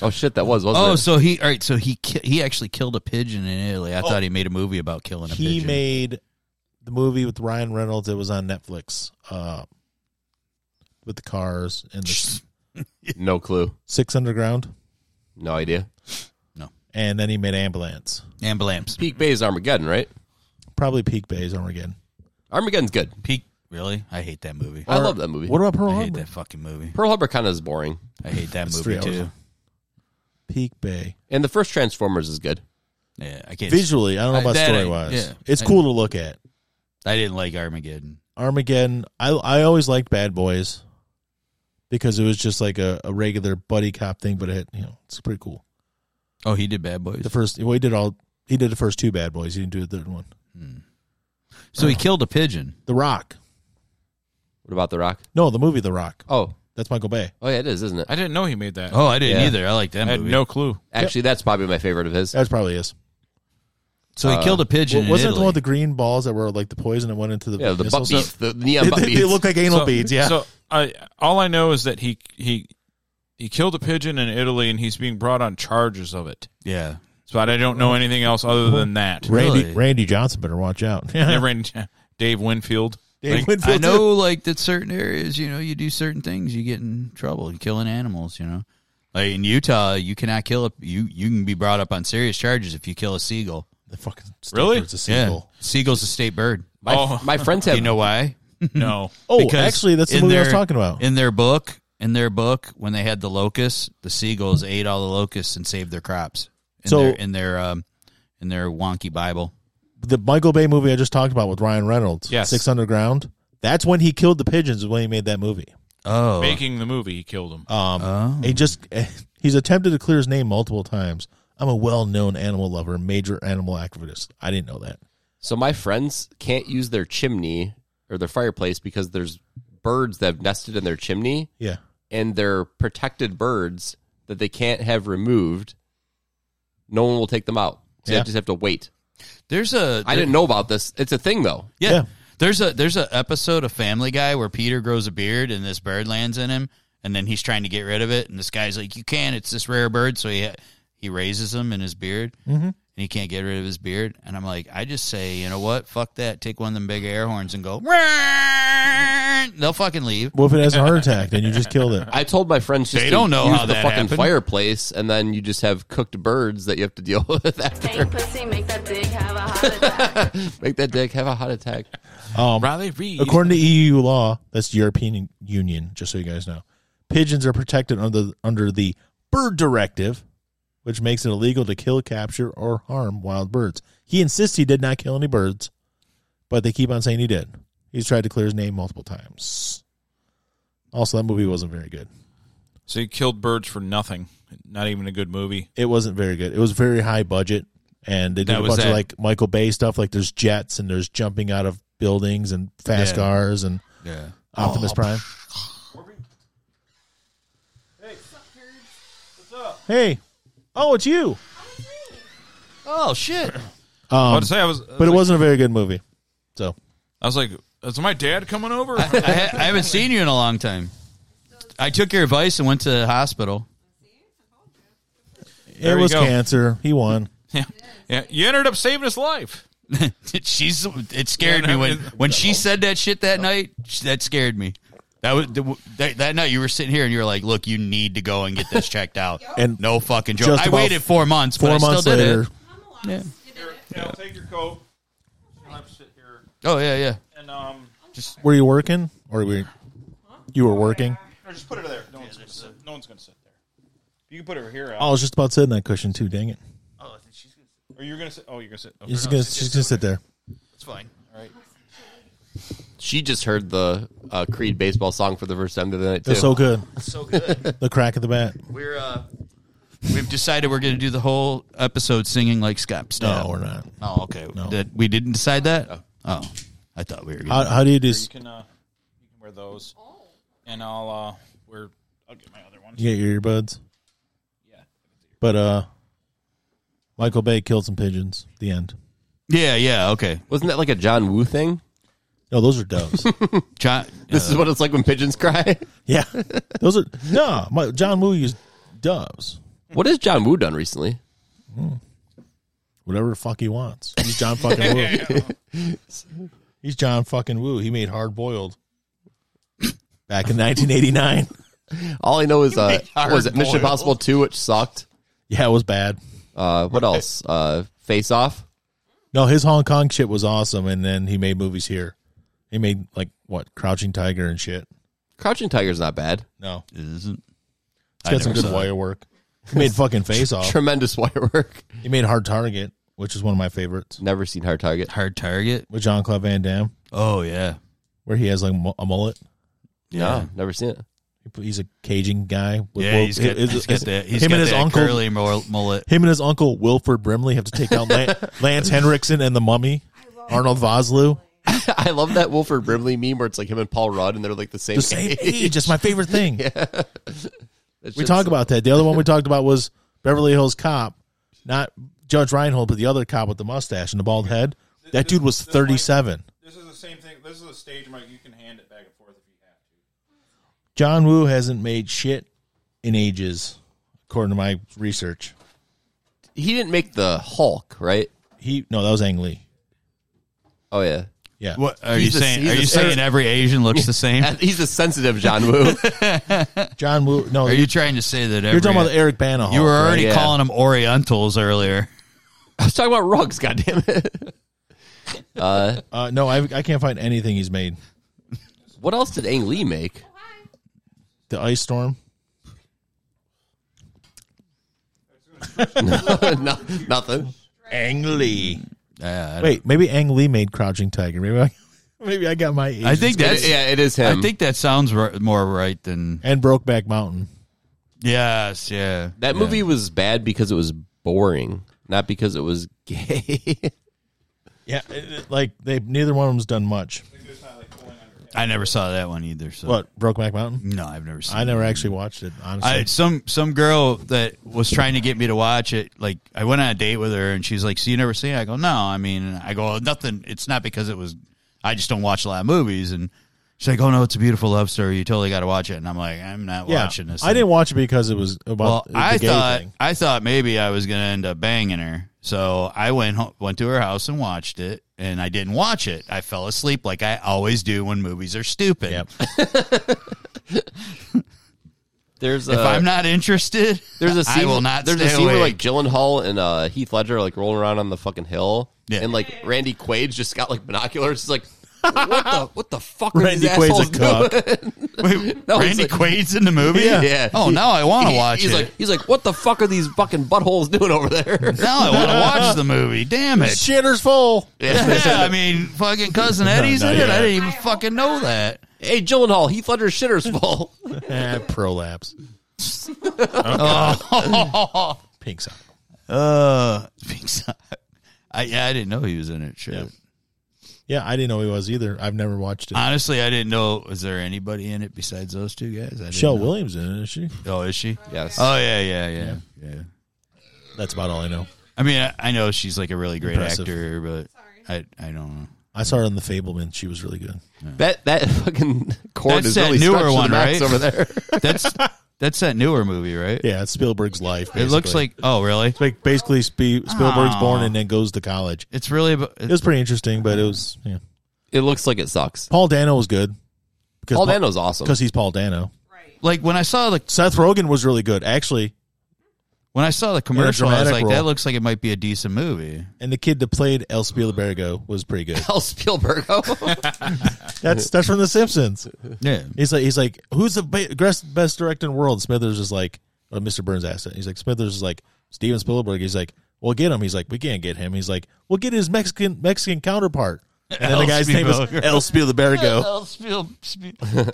Oh shit, that was wasn't
Oh,
it?
so he all right? So he ki- he actually killed a pigeon in Italy. I thought he made a movie about killing a
Oh. He
pigeon.
made the movie with Ryan Reynolds. It was on Netflix. Uh, with the cars and the
no clue,
Six Underground,
no idea.
and then he made Ambulance.
ambulance.
Peak Bay is Armageddon, right?
Probably Peak Bay's Armageddon.
Armageddon's good.
Peak. Really? I hate that movie.
I love that movie.
What about Oh, Pearl
I hate
Harbor?
that fucking movie.
Pearl Harbor kind of is boring,
I hate that
It's
movie
three hours.
too.
Peak Bay.
and the first Transformers is good.
Yeah, I can't.
Visually, I don't know
I-
about
that I-
story wise.
yeah.
it's
I-
cool to look at.
I didn't like Armageddon.
Armageddon. I I always liked Bad Boys because it was just like a, a regular buddy cop thing, but it had, you know it's pretty cool.
Oh, he did Bad Boys.
The first well, he did all he did the first two Bad Boys. He didn't do the third one.
So he killed a pigeon.
The Rock.
What about The Rock?
No, the movie The Rock.
Oh,
That's Michael Bay.
oh yeah, it is, isn't it?
I didn't know he made that.
Oh, I didn't
Yeah.
either. I like that
I had
movie.
no clue.
Actually, that's probably my favorite of his.
That's probably is.
so he killed a pigeon.
Well, wasn't uh, it
in
the one
Italy.
with the green balls that were like the poison that went into the
Yeah, the butt
missiles?
beads, the neon
They,
butt
they-
beads.
they look like anal beads. Yeah.
So I all I know is that he he he killed a pigeon in Italy and he's being brought on charges of it.
yeah.
But I don't know anything else other than that.
Randy
really?
Randy Johnson better watch out.
Yeah, Randy- Dave Winfield.
Dave
Like,
Winfield
I
too.
know, like that certain areas, you know, you do certain things, you get in trouble, you killing animals, you know. Like in Utah, you cannot kill a you. You can be brought up on serious charges if you kill a seagull.
The fucking
Really?
It's a sequel.
Yeah, seagull's a state bird.
My,
Oh.
my friends
Do
have
you know why?
No.
Oh,
Because
actually, that's the
in
movie I was
their-
talking about.
In their book, in their book when they had the locusts, the seagulls ate all the locusts and saved their crops. In
So-
their, in their um, in their wonky Bible,
The Michael Bay movie I just talked about with Ryan Reynolds,
Yes.
Six Underground. That's when he killed the pigeons. Is when he made that movie.
oh,
Making the movie, he killed him.
Um,
Oh.
He just he's attempted to clear his name multiple times. I'm a well-known animal lover, major animal activist. I didn't know that.
So my friends can't use their chimney or their fireplace because there's birds that have nested in their chimney
Yeah.
and they're protected birds that they can't have removed. No one will take them out. So
Yeah.
they just have to wait.
there's a
I didn't know about this. It's a thing though.
Yeah.
Yeah.
There's a there's a episode of Family Guy where Peter grows a beard and this bird lands in him and then he's trying to get rid of it and this guy's like you can't it's this rare bird so he he raises him in his beard and he can't get rid of his beard and I'm like I just say you know what fuck that take one of them big air horns and go they'll fucking leave
Well, if it has a heart attack, then you just killed it.
I told my friends just
They
to
don't know
use
how
the
that
fucking
happened.
fireplace and then you just have cooked birds that you have to deal with after.
Dang pussy, make that dick have a heart attack.
Make that dick have a heart attack.
Um,
Riley Reed.
according to EU law, that's the European Union. Just so you guys know, pigeons are protected under under the Bird Directive, which makes it illegal to kill, capture, or harm wild birds. He insists he did not kill any birds, but they keep on saying he did. He's tried to clear his name multiple times. Also, that movie wasn't very good.
So he killed birds for nothing. Not even a good movie.
it wasn't very good. It was very high budget, and they did
That
a
was
bunch
that-
of like Michael Bay stuff. Like there's jets and there's jumping out of buildings and fast
Yeah.
cars and
yeah Oh.
Optimus Prime. Hey, oh, it's you.
oh shit
I
Um,
was about to say I was,
but it wasn't a very good movie. So
I was like, is my dad coming over?
I, ha- I haven't seen you in a long time I took your advice and went to the hospital
There
it
you
was
go.
cancer. He won.
yeah. yeah, you ended up saving his life.
She's it
Yeah,
scared me
no,
when
it-
when she said that shit that night. sh- That scared me. That was the- that, that night you were sitting here and you were like, "Look, you need to go and get this checked out."
And
no fucking joke.
just
I
about
waited four months.
Four
but I
months
still did
later,
it. Yeah.
Cal, take your coat. I'll have to sit here.
Oh yeah, yeah.
And um,
were you working or were you, you were working?
or just put it there. No one's gonna sit. No one's gonna sit there. You can put her here.
Oh, I
Al.
was just about to sit in that cushion too. Dang it!
Or you're gonna sit. Oh, you're gonna sit. Okay.
She's just gonna, she's gonna sit there.
It's fine.
She just heard the uh, Creed baseball song for the first time the other night too.
It's so good.
So good.
The crack of the bat.
we're uh, we've decided we're going to do the whole episode singing like Scott.
No,
Stapp.
we're not.
Oh, okay.
No.
That we didn't decide that. Oh, I thought we were.
How,
Gonna,
how do you do?
You can uh, you can wear those. And I'll uh, wear. I'll get my other one.
You get your earbuds.
Yeah.
But uh Michael Bay killed some pigeons. The end.
yeah, yeah. Okay.
Wasn't that like a John Woo thing?
No, those are doves.
John,
This is what it's like when pigeons cry.
yeah, those are no. My, John Woo used doves.
what has John Woo done recently?
Whatever the fuck he wants. He's John fucking Woo. He's John fucking Woo. He made Hard Boiled back in 1989.
All I know is uh,
hard
was it Mission
boiled.
Impossible Two, which sucked.
Yeah, it was bad.
Uh, what else? Uh, Face Off.
No, his Hong Kong shit was awesome, and then he made movies here. He made like what Crouching Tiger and shit.
Crouching Tiger's not bad.
No,
it isn't.
he's got some
never
good
saw it.
wire work. He made fucking Face
Oh.
Off.
Tremendous wire work.
He made Hard Target, which is one of my favorites,
Never seen Hard Target.
Hard target.
with Jean Claude Van Damme,
Oh yeah.
where he has like mu- a mullet.
No, never seen it.
He's a Cajun guy. With
Yeah, he's got,
his-
he's got
his-
that. He's
him
got
and his
that
uncle.
curly mul- mullet.
Him and his uncle Wilford Brimley have to take out Lan- Lance Henriksen and the Mummy. Arnold Vosloo,
I love that Wilford Brimley meme where it's like him and Paul Rudd, and they're like the same.
the same age. It's my favorite thing.
It's
we
just-
talk about that. The other one we talked about was Beverly Hills Cop, not Judge Reinhold, but the other cop with the mustache and the bald head. That dude was thirty-seven.
This is the same thing. This is a stage mic. You can hand it back and forth if you have to.
John Woo hasn't made shit in ages, according to my research.
He didn't make the Hulk, right?
He no, that was Ang Lee.
Oh yeah.
Yeah,
What uh, are
He's
you
the-
saying?
he's
Are
the
you
same-
saying every Asian looks the same?
He's a sensitive John Woo.
John Woo. No,
Are
you,
you trying to say that? Every,
are talking about Eric Bana.
You were already
Yeah.
calling them Orientals earlier.
I was talking about rugs. Goddamn it.
Uh, no, I, I can't find anything he's made.
What else did Ang Lee make?
The ice storm.
no, nothing.
Ang Lee.
Yeah, Ah, I don't-
Wait, maybe Ang Lee made Crouching Tiger. Maybe I, maybe I got my Asian
I think that's
yeah, it is him.
I think that sounds ri- more right than
and Brokeback Mountain.
yes, yeah.
that
yeah.
movie was bad because it was boring, not because it was gay.
Yeah, it- it- like they neither one of them's done much.
I never saw that one either. So
What Brokeback Mountain?
No, I've never seen.
I
it.
never actually watched it. Honestly,
I some some girl that was trying to get me to watch it. Like I went on a date with her, and she's like, "So you never see?" it? I go, "No." I mean, I go, "Nothing." It's not because it was. I just don't watch a lot of movies, and she's like, "Oh no, it's a beautiful love story. You totally got to watch it." And I'm like, "I'm not
yeah,
watching this."
I didn't watch it because it was
Well,
about the
I
gay
thought
thing.
I thought maybe I was gonna end up banging her, so I went home, went to her house and watched it. And I didn't watch it. I fell asleep like I always do when movies are stupid.
Yep.
There's
If
a,
Uh,
I'm not interested,
there's a scene,
I will not.
There's
stay
a scene where like
awake.
Gyllenhaal and uh, Heath Ledger are, like rolling around on the fucking hill,
Yeah.
and like Randy Quaid's just got like binoculars. He's like, what the what the fuck are
Randy
these
Quaid's a
assholes
cop.
doing?
Wait,
No,
Randy
it's like-
Quaid's in the movie.
Yeah.
Yeah.
Oh, now I want to watch
he's
it.
like he's like, what the fuck are these fucking buttholes doing over there?
now I want to watch the movie. Damn it.
Shitter's full.
Yeah, I mean, fucking cousin Eddie's in it. I didn't even fucking know that.
hey, Gyllenhaal, Heath Ledger's shitter's full.
Eh, prolapse.
Oh.
Pink sock.
Uh, I yeah, I didn't know he was in it. Shit.
Yeah. Yeah, I didn't know he was either. I've never watched it.
Honestly, I didn't know. Was there anybody in it besides those two guys? I didn't
Michelle
know.
Williams in it, is she?
Oh, is she?
Yes.
Oh yeah, yeah, yeah, yeah.
That's about all I know.
I mean, I, I know she's like a really great
Impressive.
actor, but I I don't know.
I saw her in The Fableman. She was really good.
That that fucking cord
That's
is
that
really
newer
stretched to the
one,
max
right?
Over there,
That's that's that newer movie, right?
Yeah, it's Spielberg's life.
it looks
basically.
like. Oh, really?
Like, basically Spe- Spielberg's born and then goes to college.
It's really. about-
It was pretty interesting, but it was yeah.
it looks like it sucks.
Paul Dano was good because
Paul Dano's awesome.
because he's Paul Dano.
like when I saw the
Seth Rogen was really good actually,
When I saw the commercial, I was
dramatic
like,
role.
that looks like it might be a decent movie.
and the kid that played El Spielbergo was pretty good.
Hell, Spielberg.
That's that's from The Simpsons.
Yeah.
He's like he's like who's the ba- best best director in the world? Smithers is like well, Mr. Burns asked it. He's like Smithers is like Steven Spielberg. He's like we'll get him. He's like we can't get him. He's like we'll get his Mexican Mexican counterpart. And then the
El
guy's name is
Spielberg.
El Spielbergo.
Spiel, Spiel.
So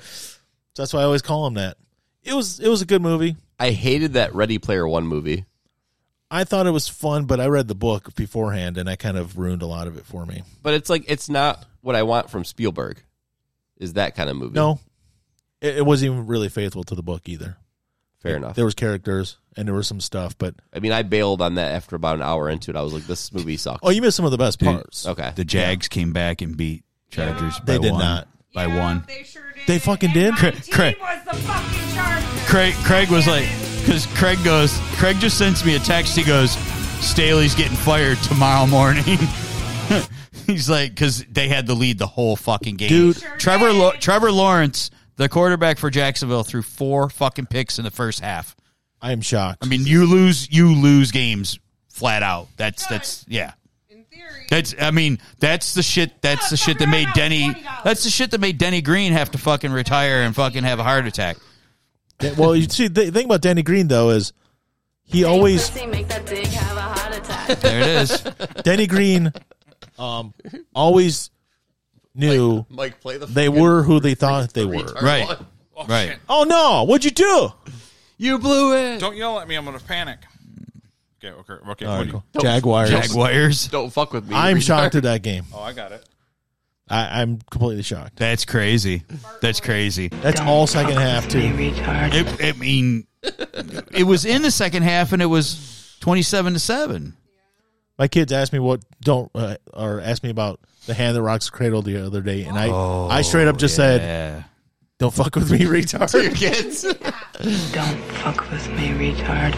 that's why I always call him that. It was it was a good movie.
I hated that Ready Player One movie.
I thought it was fun, but I read the book beforehand, and that kind of ruined a lot of it for me.
but it's like it's not what I want from Spielberg. Is that kind of movie?
No, it, it wasn't even really faithful to the book either.
fair
Oh.
enough.
There was characters and there was some stuff, but
I mean, I bailed on that after about an hour into it. I was like, this movie sucks.
oh, you missed some of the best parts.
okay.
The Jags came back and beat Chargers by
They did
one.
not.
By one.
They sure did.
They fucking did?
And my
Cra-
team
cra-
was the fucking Chargers.
Craig, Craig was like, because Craig goes, Craig just sends me a text. He goes, Staley's getting fired tomorrow morning. He's like, because they had the lead the whole fucking game.
Dude.
Trevor, Lo- Trevor Lawrence, the quarterback for Jacksonville, threw four fucking picks in the first half.
I am shocked.
I mean, you lose, you lose games flat out. That's that's yeah.
In theory,
That's I mean, that's the shit. That's the shit that made Denny. That's the shit that made Denny Green have to fucking retire and fucking have a heart attack.
That- well, you see, the thing about Danny Green though is he always
Pussy make that dick have a heart attack.
There it is.
Danny Green, um, always knew
Mike, play the.
they were who they thought they were.
Right. Right.
Oh no, what'd you do?
You blew it.
Don't yell at me. I'm going to panic. Okay, okay, okay.
All
what
right,
do you-
cool. Jaguars.
Jaguars.
Don't fuck with me.
I'm shocked at that game.
oh, I got it.
I, I'm completely shocked.
That's crazy. That's crazy.
That's all second half too.
It, I mean, it was in the second half and it was twenty-seven to seven.
My kids asked me what don't uh, or asked me about the hand that rocks the cradle the other day, and I I straight up just said,
Oh, Yeah.
"Don't fuck with me, retard."
Your kids.
Don't fuck with me, retard.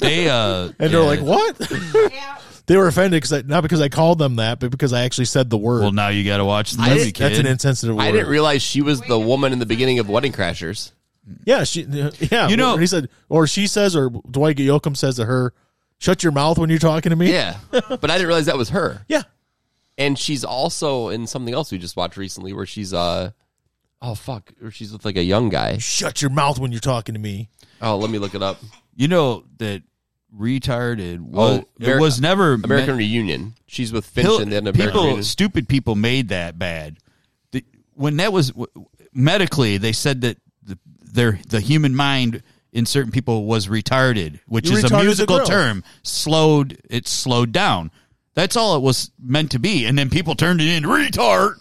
They uh.
And they're like, "What?"
yeah.
they were offended because not because I called them that, but because I actually said the word.
Well, now you got to watch the
I
movie,
didn't-
kid.
That's an insensitive word.
I didn't realize she was the woman in the beginning of Wedding Crashers.
Yeah, she. Yeah,
You know-
he said, or she says, or Dwight Yoakam says to her, "Shut your mouth when you're talking to me."
Yeah, but I didn't realize that was her.
yeah.
And she's also in something else we just watched recently, where she's uh, Oh fuck, or she's with like a young guy.
Shut your mouth when you're talking to me.
Oh, let me look it up.
You know that retarded. Well,
Ameri-
it was never meant-
American Reunion. She's with Finch
Hill-
and then American
people,
Reunion.
stupid people made that bad. The, when that was w- w- medically, they said that the, their the human mind in certain people was retarded, which
You
is
retarded
a
the
musical
growth.
term. Slowed it slowed down. That's all it was meant to be, and then people turned it into retard.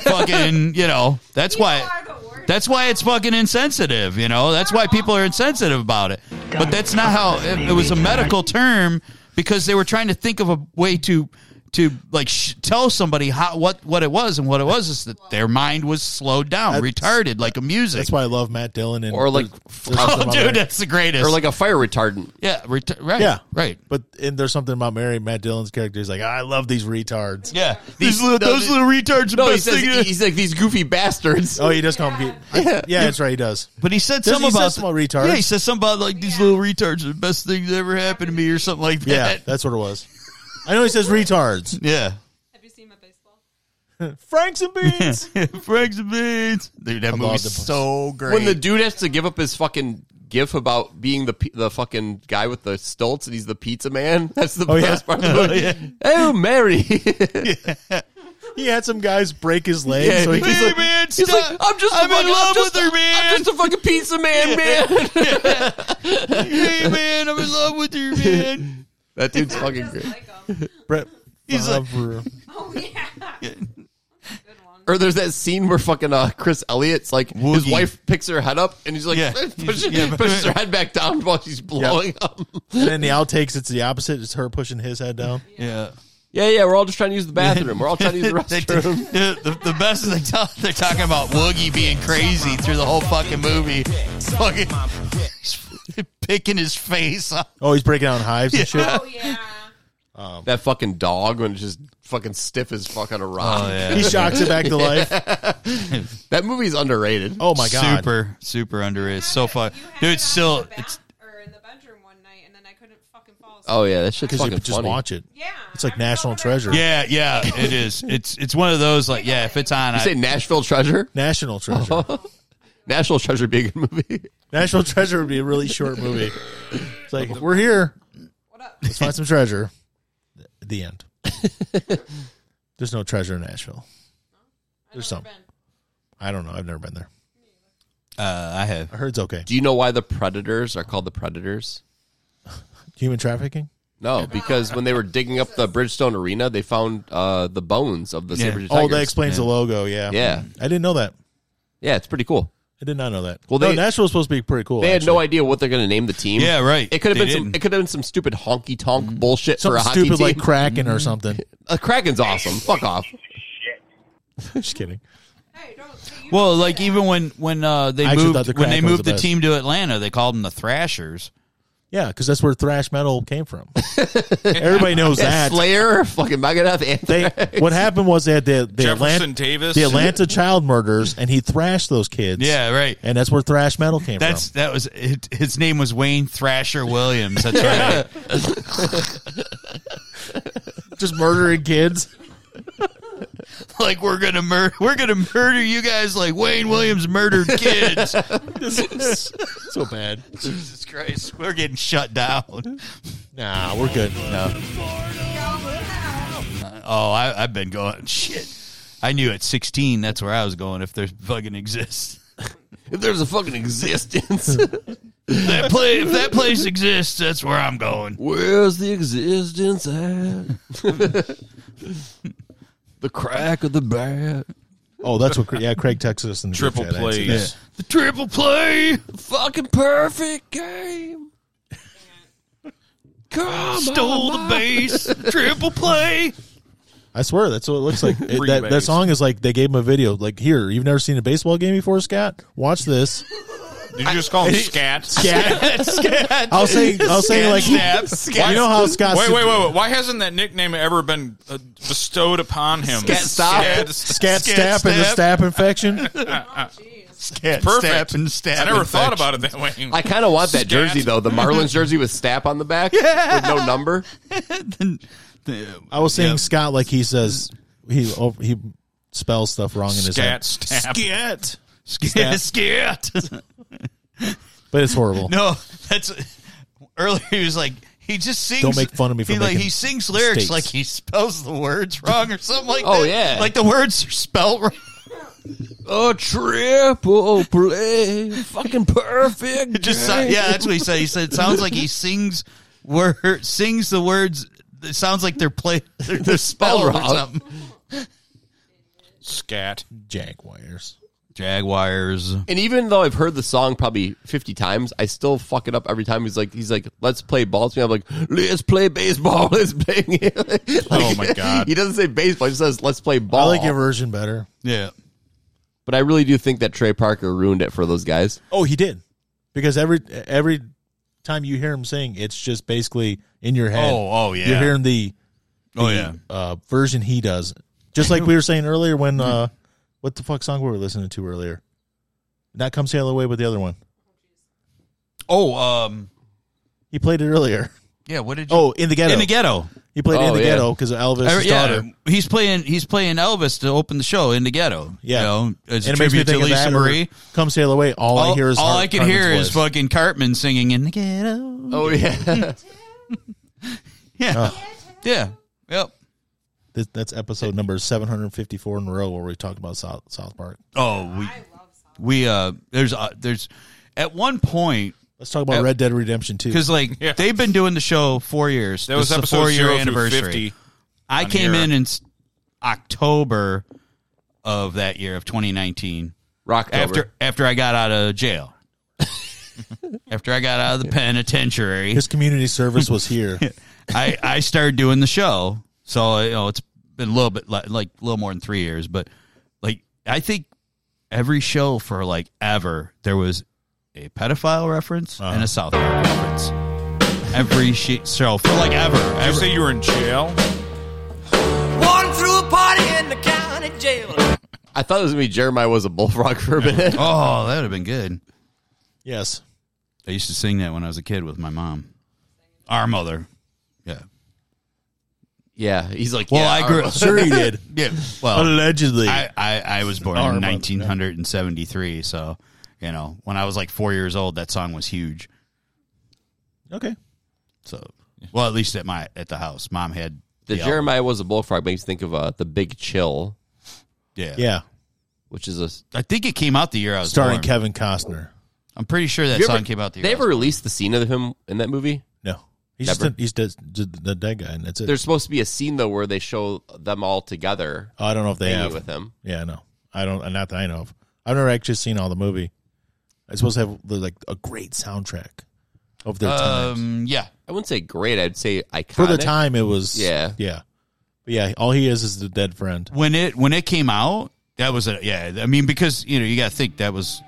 fucking, you know. That's
You
why.
are the worst.
That's why it's fucking insensitive, you know? That's why people are insensitive about it. But that's not how it, it was a medical term because they were trying to think of a way to to like sh- tell somebody how what what it was and what it was is that their mind was slowed down,
That's-
retarded like a music.
That's why I love Matt Dillon and
Or like-
there's- there's
oh,
something about
dude,
Mary-
that's the greatest.
or like a fire retardant.
yeah, reta- right.
Yeah.
Right.
But and there's something about Mary Matt Dillon's character is like I love these retards.
Yeah. These little,
no,
those
the-
little retards are
No, he
best
says
thing to-
he's like these goofy bastards.
Oh, he does call him. Yeah, yeah, that's right. He does.
But he said
Does he
something
say
about
small retards?
Yeah, he said something about like these little retards are the best thing that ever happened to me or something like
Yeah,
that.
that's what it was. I know he says retards.
yeah.
Have you seen my baseball?
Franks and beans.
Frags and Beans. Dude, that
Above the
movie's
books.
so great.
When the dude has to give up his fucking gif about being the p- the fucking guy with the stilts and he's the pizza man. That's the
Oh, yeah.
best part of the movie.
yeah.
Oh, Mary.
he had some guys break his leg,
Yeah,
so he
Hey,
he's like-
man,
He's
stop.
like, I'm just. a
I'm
fucking,
in love
I'm just,
with her, man.
I'm just a fucking pizza man, man.
hey, man, I'm in love with her, man.
That dude's fucking
Just
great.
like 'em.
Brett
He's like-
Favre.
Oh yeah. That's a good one.
Or there's that scene where fucking uh, Chris Elliott's like his
Woogie.
wife picks her head up and he's like
Yeah.
pushes,
Yeah, but-
pushes her head back down while she's blowing up.
and then the outtakes, it's the opposite. It's her pushing his head down.
Yeah.
Yeah, yeah, we're all just trying to use the bathroom. We're all trying to use the
They-
restroom.
the, the, the best is they tell, they're talking about Woogie being crazy through the whole fucking movie. Fucking picking his face up.
Oh, he's breaking out in hives and shit.
Oh yeah.
that fucking dog when it's just fucking stiff as fuck on a rock.
He shocks it back to life.
That movie's underrated.
Oh my god!
Super, super underrated. So
had
fun.
it- you had
Dude,
it
it's
on
still,
the bath-
it's,
or in the bedroom one night, and then I couldn't fucking fall asleep.
Oh yeah, that shit's
Because
fucking
you just
funny.
watch it.
yeah,
It's like
I forgot
National
what I-
Treasure.
yeah, yeah, it is. It's, it's one of those, like, yeah, if it's on,
You say
I,
Nashville Treasure?
National Treasure.
National Treasure be a good movie.
National Treasure would be a really short movie. It's like we're here.
What up?
Let's find some treasure. The end. There's no treasure in Nashville. There's some.
Been.
I don't know. I've never been there.
uh, I have.
I heard it's okay.
Do you know why the Predators are called the Predators?
Human trafficking.
No, because when they were digging up the Bridgestone Arena, they found uh, the bones of the
Yeah.
Saber
Oh, that explains the logo. Yeah.
Yeah.
I didn't know that.
Yeah, it's pretty cool.
I did not know that. Well,
Well,
no,
they-
Nashville's supposed to be pretty cool.
They had no
actually.
idea what they're going to name the team.
Yeah, right.
It could have
They
been some.
didn't.
It could have been some stupid honky tonk bullshit for a
Something
hockey
stupid
team.
like Kraken or something.
uh, Kraken's awesome. Fuck off.
Just kidding.
Hey, don't. Hey, you
Well,
don't
like
do
even when when uh, they
I actually
moved
thought the
when they
Kraken was
moved
the
the,
best.
team to Atlanta, they called them the Thrashers.
Yeah, because that's where thrash metal came from. Everybody knows that.
Slayer, fucking Megadeth,
They
Anthrax.
what happened was they had the, the
Jefferson
Atlanta
Davis.
the Atlanta child murders, and he thrashed those kids.
Yeah, right.
and that's where thrash metal came
That's
from.
that was it, his name was Wayne Thrasher Williams. That's right.
Just murdering kids.
like we're gonna murder we're gonna murder you guys like Wayne Williams murdered kids.
so bad.
Jesus Christ, we're getting shut down.
Nah, we're good. No.
Oh, I, I've been going shit. I knew at sixteen that's where I was going. If there's fucking exists.
if there's a fucking existence,
That play, if that place exists, that's where I'm going.
where's the existence at? the crack of the bat.
Oh, that's what. Cra- Yeah, Craig Texas and
triple plays.
The triple play,
Fucking perfect game.
Ah,
Come
stole
on,
the base, triple play.
I swear that's what it looks like. It- that, that
Freebase.
song is like they gave him a video. Like here, you've never seen a baseball game before, Scott. Watch this.
Did you just call him scat?
Scat. I'll say. I'll say like.
Snap.
You know how Scott.
Wait, wait, wait, wait. Why hasn't that nickname ever been uh, bestowed upon him?
Scat stop.
stop.
Scat,
Scat
stap, and the
stap.
stap infection.
Perfect.
Cat Stap and stab
I never thought
infection.
about it that way.
I kind of want that
Stat.
jersey though, the Marlins jersey with Stapp on the back with no number.
Then- the-
I was saying
Yeah.
Scott like he says he oh, he spells stuff wrong in his
scat
head.
stab.
Scat.
Scat. Scat.
But it's horrible.
no, that's earlier. He was like, he just sings.
Don't make fun of me for
he, like,
making
he sings lyrics
mistakes.
like he spells the words wrong or something like
Oh,
that.
yeah.
like the words are spelled wrong.
A triple play, fucking perfect.
It just sound- yeah, that's what he said. He said it sounds like he sings word sings the words. It sounds like they're play they're, they're spelled
Spelled
wrong.
wrong.
or something.
Scat.
Jaguars.
Jaguars.
And even though I've heard the song probably fifty times, I still fuck it up every time. He's like, he's like, let's play ball to me. I'm like, let's play baseball. Let's play.
Oh, my God.
He doesn't say baseball. He says, let's play
I
ball.
like your version better.
Yeah.
but I really do think that Trey Parker ruined it for those guys.
Oh, he did, because every every time you hear him sing, it's just basically in your head.
Oh, oh, yeah.
You're hearing the
Oh yeah.
uh, version he does. Just like we were saying earlier when uh, what the fuck song we were listening to earlier? Not "Come Sail Away," but the other one
Oh um.
he played it earlier.
Yeah. What did you?
Oh, in the ghetto.
in the ghetto.
He played
Oh,
in the
yeah.
ghetto because of Elvis'
Uh, yeah,
daughter.
he's playing. He's playing Elvis to open the show in the ghetto.
Yeah.
you know, as a
And it makes me
tribute to
think of
Lisa
that. or
Marie.
Come sail away. All, I hear is
all
Har-
I can
Carmen's
hear is
voice.
fucking Cartman singing in the ghetto.
Oh yeah,
Yeah, yeah, yep.
This- That's episode number seven hundred and fifty-four in a row where we talked about South South Park.
Oh, we we uh, there's uh, there's at one point
Let's talk about
Uh,
Red Dead Redemption too.
because like
Yeah.
they've been doing the show four years.
That was
This is the
episode
four-year
zero anniversary. through fifty.
I
on
came
here.
in in s- October of that year of 2019.
rock
after after I got out of jail. after I got out of the penitentiary,
his community service was here.
I, I started doing the show. So you know, it's been a little bit li- like a little more than three years, but like I think every show for like ever there was a pedophile reference and a South Park reference. Every she- show for like ever.
Did you
ever.
say you were in jail?
Born through a party in the county jail.
I thought it was gonna be Jeremiah was a bullfrog for a minute.
Oh, that would have been good.
yes,
I used to sing that when I was a kid with my mom, our mother. Yeah.
yeah, he's like,
Well,
yeah,
I grew
our-
up.
sure he did.
Yeah. Well,
Allegedly,
I, I, I was born
Our
in
mother,
1973, so you know when I was like four years old, that song was huge.
okay.
So, well, at least at my at the house, mom had
The
album.
Jeremiah was a bullfrog makes me think of uh, the Big Chill,
Yeah.
Yeah,
which is a. Have
I think it came out the year I was
starring
born.
Kevin Costner.
I'm pretty sure that
you
song
ever-
came out the year.
They
I
ever
was born.
released the scene of him in that movie?
No, he's
Never.
just a, he's just, just the dead guy, and that's it.
There's supposed to be a scene though where they show them all together
I don't know if they
hanging
have.
with him.
Yeah, no, I don't. Not that I know of. I've never actually seen all the movie. It's supposed to have like a great soundtrack of their time.
Um, yeah,
I wouldn't say great. I'd say iconic.
For the time, it was
Yeah.
yeah, but yeah. All he is is the dead friend.
when it when it came out, that was a yeah. I mean, because you know you got to think that was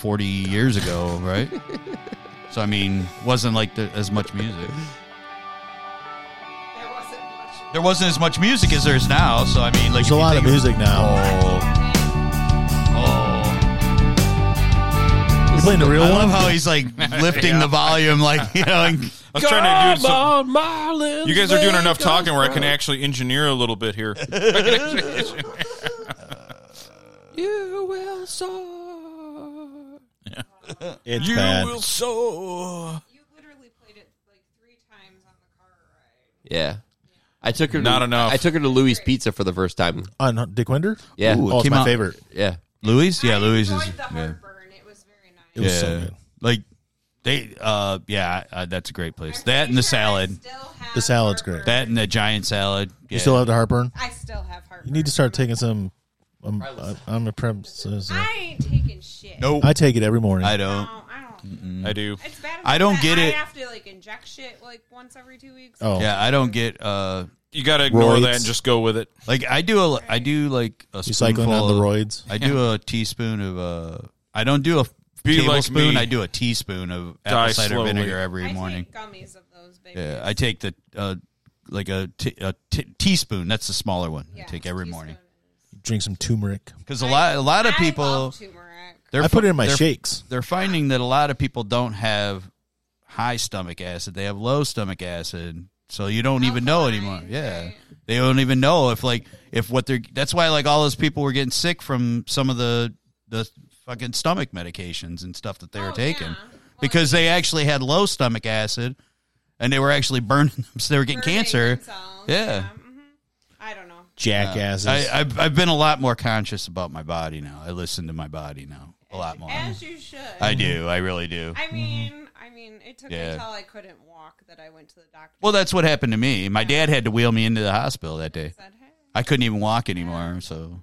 40 years ago, right? so I mean, wasn't like the, as much music.
There wasn't much.
There wasn't as much music as there is now. So I mean,
There's
like if
a
you
lot of
think-
music now.
Oh. Oh.
You playing the real
I
one?
love how he's like lifting the volume, like you know. and-
I was trying to do some. you guys are doing enough talking where I can actually engineer a little bit here.
You will soar.
It's bad.
soar.
You literally played it like three times on the car ride.
Yeah. I took her.
Not
to,
enough.
I took her to Louis Pizza for the first time.
On Dick Winder?
Yeah.
Ooh,
Oh, it's
came
my
out-
favorite.
Yeah.
Louis, yeah,
I
Louis
enjoyed
is
the
yeah,
heartburn. It was very
It
nice.
was so
Yeah.
good.
like they. uh Yeah, uh, that's a great place.
I'm
That
pretty
and the
sure I
salad.
still have
The salad's
heartburn.
great.
That and the giant salad.
You
Yeah.
still have the heartburn?
I still have heartburn.
You need to start taking some. Um, I- I'm a prep. so- so-
I ain't taking shit.
nope.
I take it every morning.
I
No,
don't.
I don't.
I do.
It's bad.
I don't
enough
get
that
it.
I have to like inject shit like once every two weeks.
oh,
Yeah, I don't get. uh
You got to ignore
Roids.
that and just go with it.
Like I do a. I do like a
you cycling
spoonful
on the
of-
roids?
I do a teaspoon of. uh I don't do a
Be like
tablespoon.
me.
I do a teaspoon of
Die
apple cider
slowly.
vinegar every
I
morning.
take gummies of those babies.
Yeah, I take the uh, like a t- a t- teaspoon. That's the smaller one.
Yeah,
I take every
teaspoon.
morning
Drink some turmeric.
because a lot a lot of
I
people
love turmeric.
they're
I put it in my
they're,
shakes.
They're finding that a lot of people don't have high stomach acid. They have low stomach acid, so you don't even know anymore. Yeah, they don't even know if like if what they're. That's why like all those people were getting sick from some of the the fucking stomach medications and stuff that they were
Oh,
taking
yeah. Well,
because they actually had low stomach acid and they were actually burning them, so they were getting
Burning
cancer.
themselves,
Yeah.
mhm. I don't know.
Jackasses.
I, I've, I've been a lot more conscious about my body now. I listen to my body now a lot more.
As you should. I,
I do. I really do.
mean, I mean, it took
Yeah.
until I couldn't walk that I went to the doctor.
Well, that's what happened to me. My dad had to wheel me into the hospital that day.
and said, "Hey,
I couldn't even walk anymore, so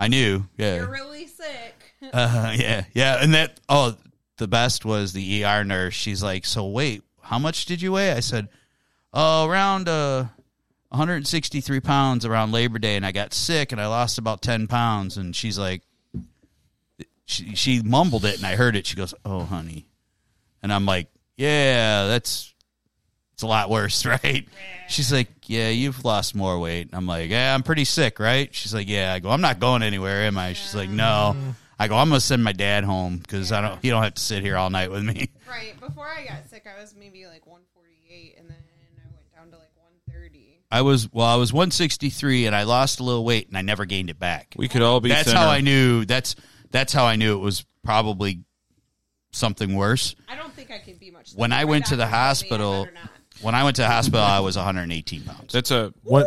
I knew.
you're
Yeah,
really sick."
uh, yeah, yeah. And that oh, the best was the ER nurse. She's like, "So wait, how much did you weigh?" I said, "Oh, around uh, 163 pounds around Labor Day, and I got sick and I lost about 10 pounds." And she's like, she she mumbled it, and I heard it. She goes, "Oh, honey," and I'm like, "Yeah, that's." It's a lot worse, right? She's like, Yeah, you've lost more weight. And I'm like, Yeah, I'm pretty sick, right? She's like, Yeah. I go, I'm not going anywhere, am I? She's like, No. I go, I'm gonna send my dad home because I don't. He don't have to sit here all night with me.
right before I got sick, I was maybe like 148, and then I went down to like 130.
I was well, I was 163 and I lost a little weight and I never gained it back.
We could all be.
That's
thinner.
how I knew. That's that's how I knew it was probably something worse.
I don't think I can be much.
When
thinner.
I
My
went to the
doctor told me I
hospital,
better not.
when I went to the hospital, I was 118 pounds.
That's a.
what?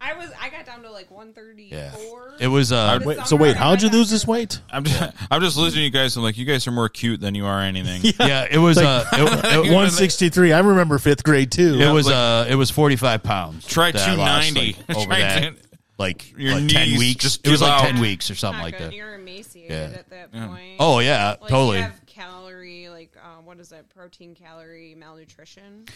I was I got down to like 134.
It was uh,
Wait, so wait, how'd you lose this weight?
I'm just, I'm just listening to you guys. I'm like, you guys are more cute than you are anything.
yeah, it was uh, it, it,
One sixty three. I remember fifth grade too.
it was uh, it was 45 pounds.
Try
that I lost,
290.
like, over
Try
that,
10
like,
Your
like 10
knees
weeks.
just
it was
give
like
out.
10 weeks or something
Not
like
good.
that.
You're emaciated
Yeah.
at that point.
Oh yeah,
Like,
totally.
You have calorie like um, what is that? Protein calorie malnutrition.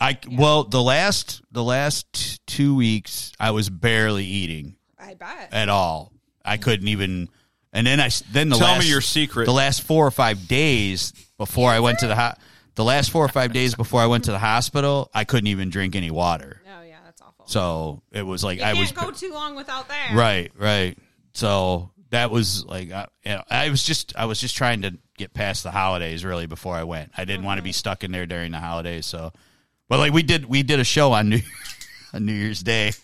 I well the last the last two weeks I was barely eating
I bet.
at all. I couldn't even. And then I s- then the
Tell
last,
me your secret.
The last four or five days before I went to the ho- the last four or five days before I went to the hospital, I couldn't even drink any water.
No, Oh, yeah, that's awful.
So it was like
you
I
can't
was
go too long without that.
right, right. So that was like I, you know, I was just I was just trying to get past the holidays really before I went. I didn't want to be stuck in there during the holidays. So, but like we did we did a show on New on New Year's Day.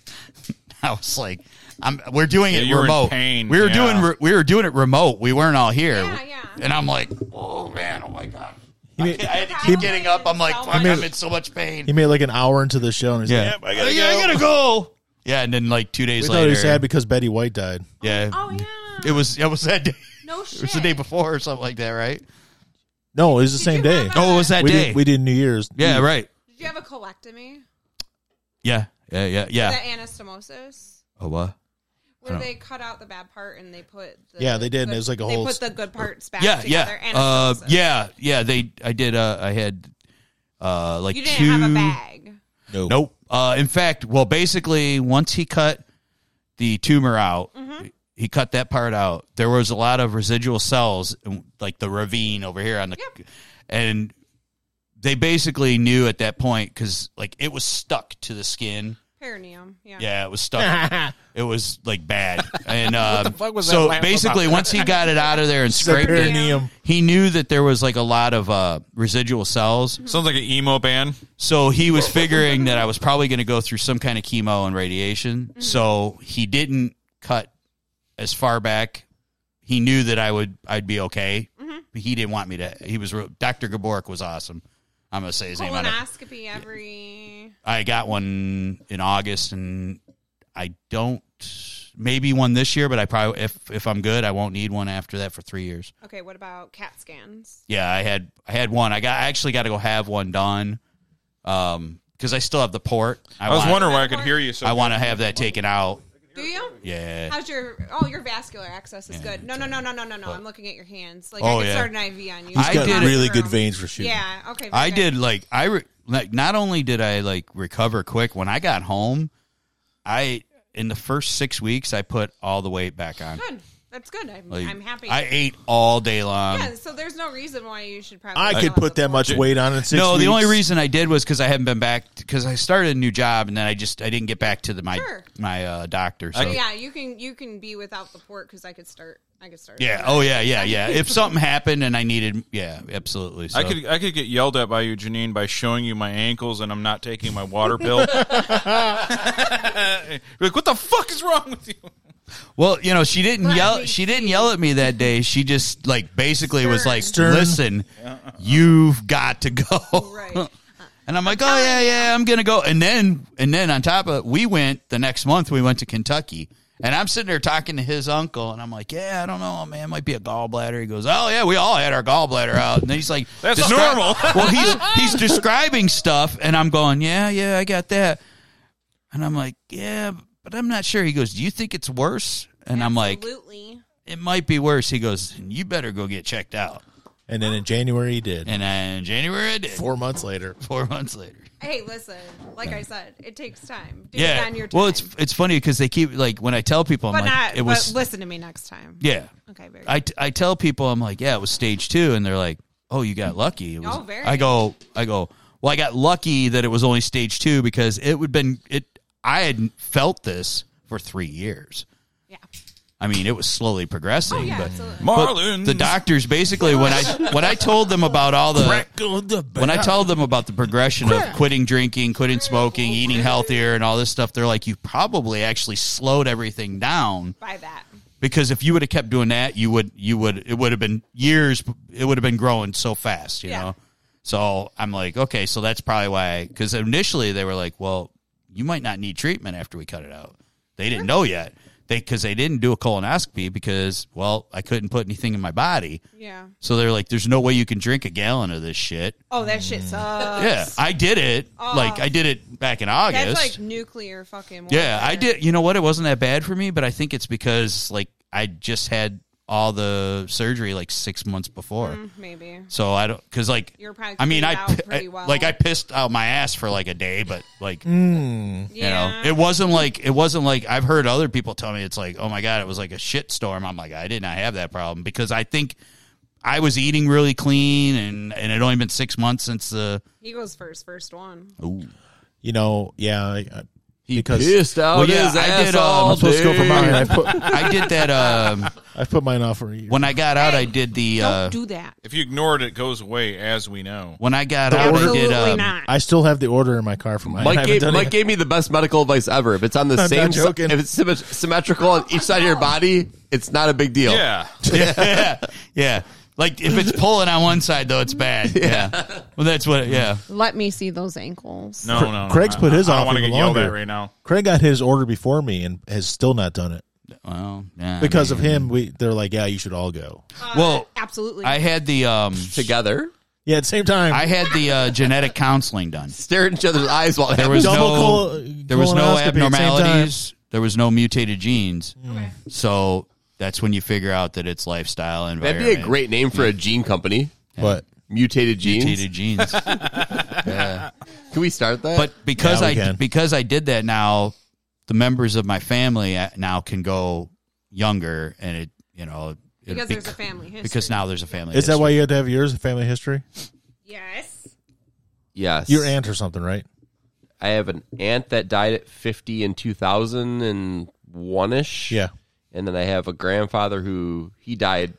I was like, I'm we're doing
Yeah,
it
you were in
remote.
pain,
We were
yeah.
doing re- we were doing it remote. We weren't all here.
Yeah, yeah.
And I'm like, oh man, oh my god.
He
I
made,
had to keep getting up. I'm like, fuck,
mean-
I'm in so much pain.
he made like an hour into the show, and he's
yeah,
like,
I gotta, go. I gotta go. Yeah, and then like two
we
days
thought
later,
he was sad because Betty White died.
yeah,
Oh yeah.
it was it was that day.
no
It
shit.
was the day before or something like that, right?
No, it was the
Did
same
you
day.
have a-
Oh, it was that
we
day.
did we did New Year's.
yeah, right.
Did you have a colectomy?
Yeah, yeah, yeah,
The
yeah.
anastomosis.
Oh, what?
Where
don't-
they cut out the bad part and they put the
Yeah, they did, and
the-
it was like a
they
whole-
put the good parts back
Yeah,
together.
yeah, uh,
anastomosis.
yeah, yeah. They, I did. Uh, I had uh, like
You didn't
two.
have a bag.
No,
Nope. Uh, in fact, well, basically, once he cut the tumor out,
Mm-hmm.
he cut that part out. There was a lot of residual cells, in, like the ravine over here on the, and they basically knew at that point because like it was stuck to the skin.
Perineum. Yeah.
Yeah, it was stuck. it was like bad. And um,
was that uh,
so
laugh
basically, once he got it out of there and scraped it,
perineum.
he knew that there was like a lot of uh, residual cells.
Sounds like an emo band.
So he was figuring that I was probably going to go through some kind of chemo and radiation.
Mm-hmm.
So he didn't cut as far back. He knew that I would I'd be okay.
Mm-hmm.
But he didn't want me to. He was real, Dr. Gaborik was awesome. I'm gonna say his name. I don't-
Colonoscopy every.
I got one in August, and I don't maybe one this year, but I probably if if I'm good, I won't need one after that for three years.
Okay, what about CAT scans?
Yeah, I had I had one. I got I actually got to go have one done, um, because I still have the port.
I was
wanna-
wondering why I could hear you. So
I want to have that taken out.
Do you?
Yeah.
How's your? Oh, your vascular access is good. No, no, no, no, no, no, no. I'm looking at your hands. Like I
Oh,
could
yeah.
start an IV on you.
I
He's got
did it.
really good veins for shooting.
Yeah. Okay. very
I
good.
did like I re- like not only did I like recover quick when I got home, I in the first six weeks I put all the weight back on.
Good. That's good. I'm,
Like,
I'm happy.
I um, ate all day long.
yeah. So there's no reason why you should probably.
I could
fill out
put
the
that
form.
much weight on in six.
no, the
weeks.
only reason I did was because I haven't been back because I started a new job and then I just I didn't get back to the my
Sure.
my uh, doctor. So.
But yeah, you can you can be without the port because I could start. I could start.
yeah, oh yeah, yeah, yeah. if something happened and I needed, yeah, absolutely. So.
I could I could get yelled at by you, Janine, by showing you my ankles and I'm not taking my water bill. You're like, what the fuck is wrong with you?
Well, you know, she didn't
But I
yell.
think
She didn't yell at me that day. She just like basically was like,
Stern.
"Listen, you've got to go."
Right.
And I'm like, "Oh yeah, yeah, I'm gonna go." And then, and then on top of it, we went the next month. We went to Kentucky, and I'm sitting there talking to his uncle, and I'm like, "Yeah, I don't know, man. Might be a gallbladder." He goes, "Oh yeah, we all had our gallbladder out." And then he's like,
That's
"Descri-"
normal.
well, he's he's describing stuff, and I'm going, "Yeah, yeah, I got that." And I'm like, "Yeah, but I'm not sure." He goes, "Do you think it's worse?" And I'm like,
Absolutely.
it might be worse. He goes, you better go get checked out.
And then in January he did.
And then January I did. Four,
Four months later,
months later.
Hey, listen. Like I said, it takes time. Do
yeah.
it on your time.
Well, it's it's funny because they keep like when I tell people, I'm
but
like,
not.
it was
but listen to me next time.
yeah.
Okay. Very.
I,
good.
t- I tell people, I'm like, yeah, it was stage two, and they're like, oh, you got lucky. It was,
Oh, very.
I go, I go. Well, I got lucky that it was only stage two because it would been it. I had felt this for three years.
yeah.
I mean, it was slowly progressing,
Oh yeah.
but
Absolutely.
But
Marlins.
the doctors basically when I when I told them about all the when I told them about the progression of quitting drinking, quitting smoking, eating healthier, and all this stuff, they're like, "You probably actually slowed everything down
By that.
because if you would have kept doing that, you would you would it would have been years. It would have been growing so fast, you
Yeah.
know." So I'm like, okay, so that's probably why. Because initially they were like, well, you might not need treatment after we cut it out. They didn't know yet. They because they didn't do a colonoscopy because well, I couldn't put anything in my body.
Yeah.
So they're like, "There's no way you can drink a gallon of this shit."
Oh, that shit sucks.
Mm. Yeah, I did it. like I did it back in August.
Oh. That's like nuclear fucking. Warfare.
yeah, I did. You know what? It wasn't that bad for me, but I think it's because like I just had all the surgery like six months before,
Mm, Maybe.
so I don't because like
You're probably
I mean
cleaned
I,
out
pi-
pretty
I-
well.
like I pissed out my ass for like a day, but like you
Yeah.
know it wasn't like it wasn't like I've heard other people tell me it's like oh my god it was like a shit storm. I'm like I did not have that problem because I think. I was eating really clean, and, and it had only been six months since the
he goes first. First one.
you know, yeah, I, I-
He
Because-
pissed out
Well, yeah,
his
I
ass
did, um,
all
I'm
supposed to go for
day.
mine. I put
I did that um,
I put mine off for a year.
when I got out. I did the uh,
Don't do that.
If you ignore it, it goes away, as we know.
when I got out. I
Absolutely
did um,
not.
I still have the order in my car for mine. I
Mike,
haven't
gave,
done it
Mike
yet.
gave me the best medical advice ever. If it's on the
I'm
same,
not
si-
joking.
if it's symmet- symmetrical on each side of your body, it's not a big deal.
Yeah.
yeah, yeah. Like if it's pulling on one side though, it's bad. Yeah. Well, that's what. Yeah.
Let me see those ankles.
No, no. no.
Craig's
I-
put his
I, I
off
don't want to
even
get yelled at
longer.
right now.
Craig got his order before me and has still not done it
Well, yeah,
because
I
of him. We they're like, yeah, you should all go.
mean, well,
Uh, Absolutely.
I had the um,
Together,
Yeah, at the same time,
I had the uh, genetic counseling done.
stare at each other's eyes while
There was
Double
no,
col-
there was no
colonoscopy at the same time.
abnormalities. There was no mutated genes. So that's when you figure out that it's lifestyle and
That'd be a great name for a gene company.
but
Mutated genes.
mutated genes.
Can we start that?
but because
Yeah, we
I
can.
because I did that now, the members of my family uh, now can go younger, and it you know it
because
bec-
there's a family history.
because now there's a family.
is that
history.
why you had to have yours in family history?
Yes.
yes,
Your aunt or something, right?
I have an aunt that died at fifty in two thousand and one ish.
Yeah.
and then I have a grandfather who he died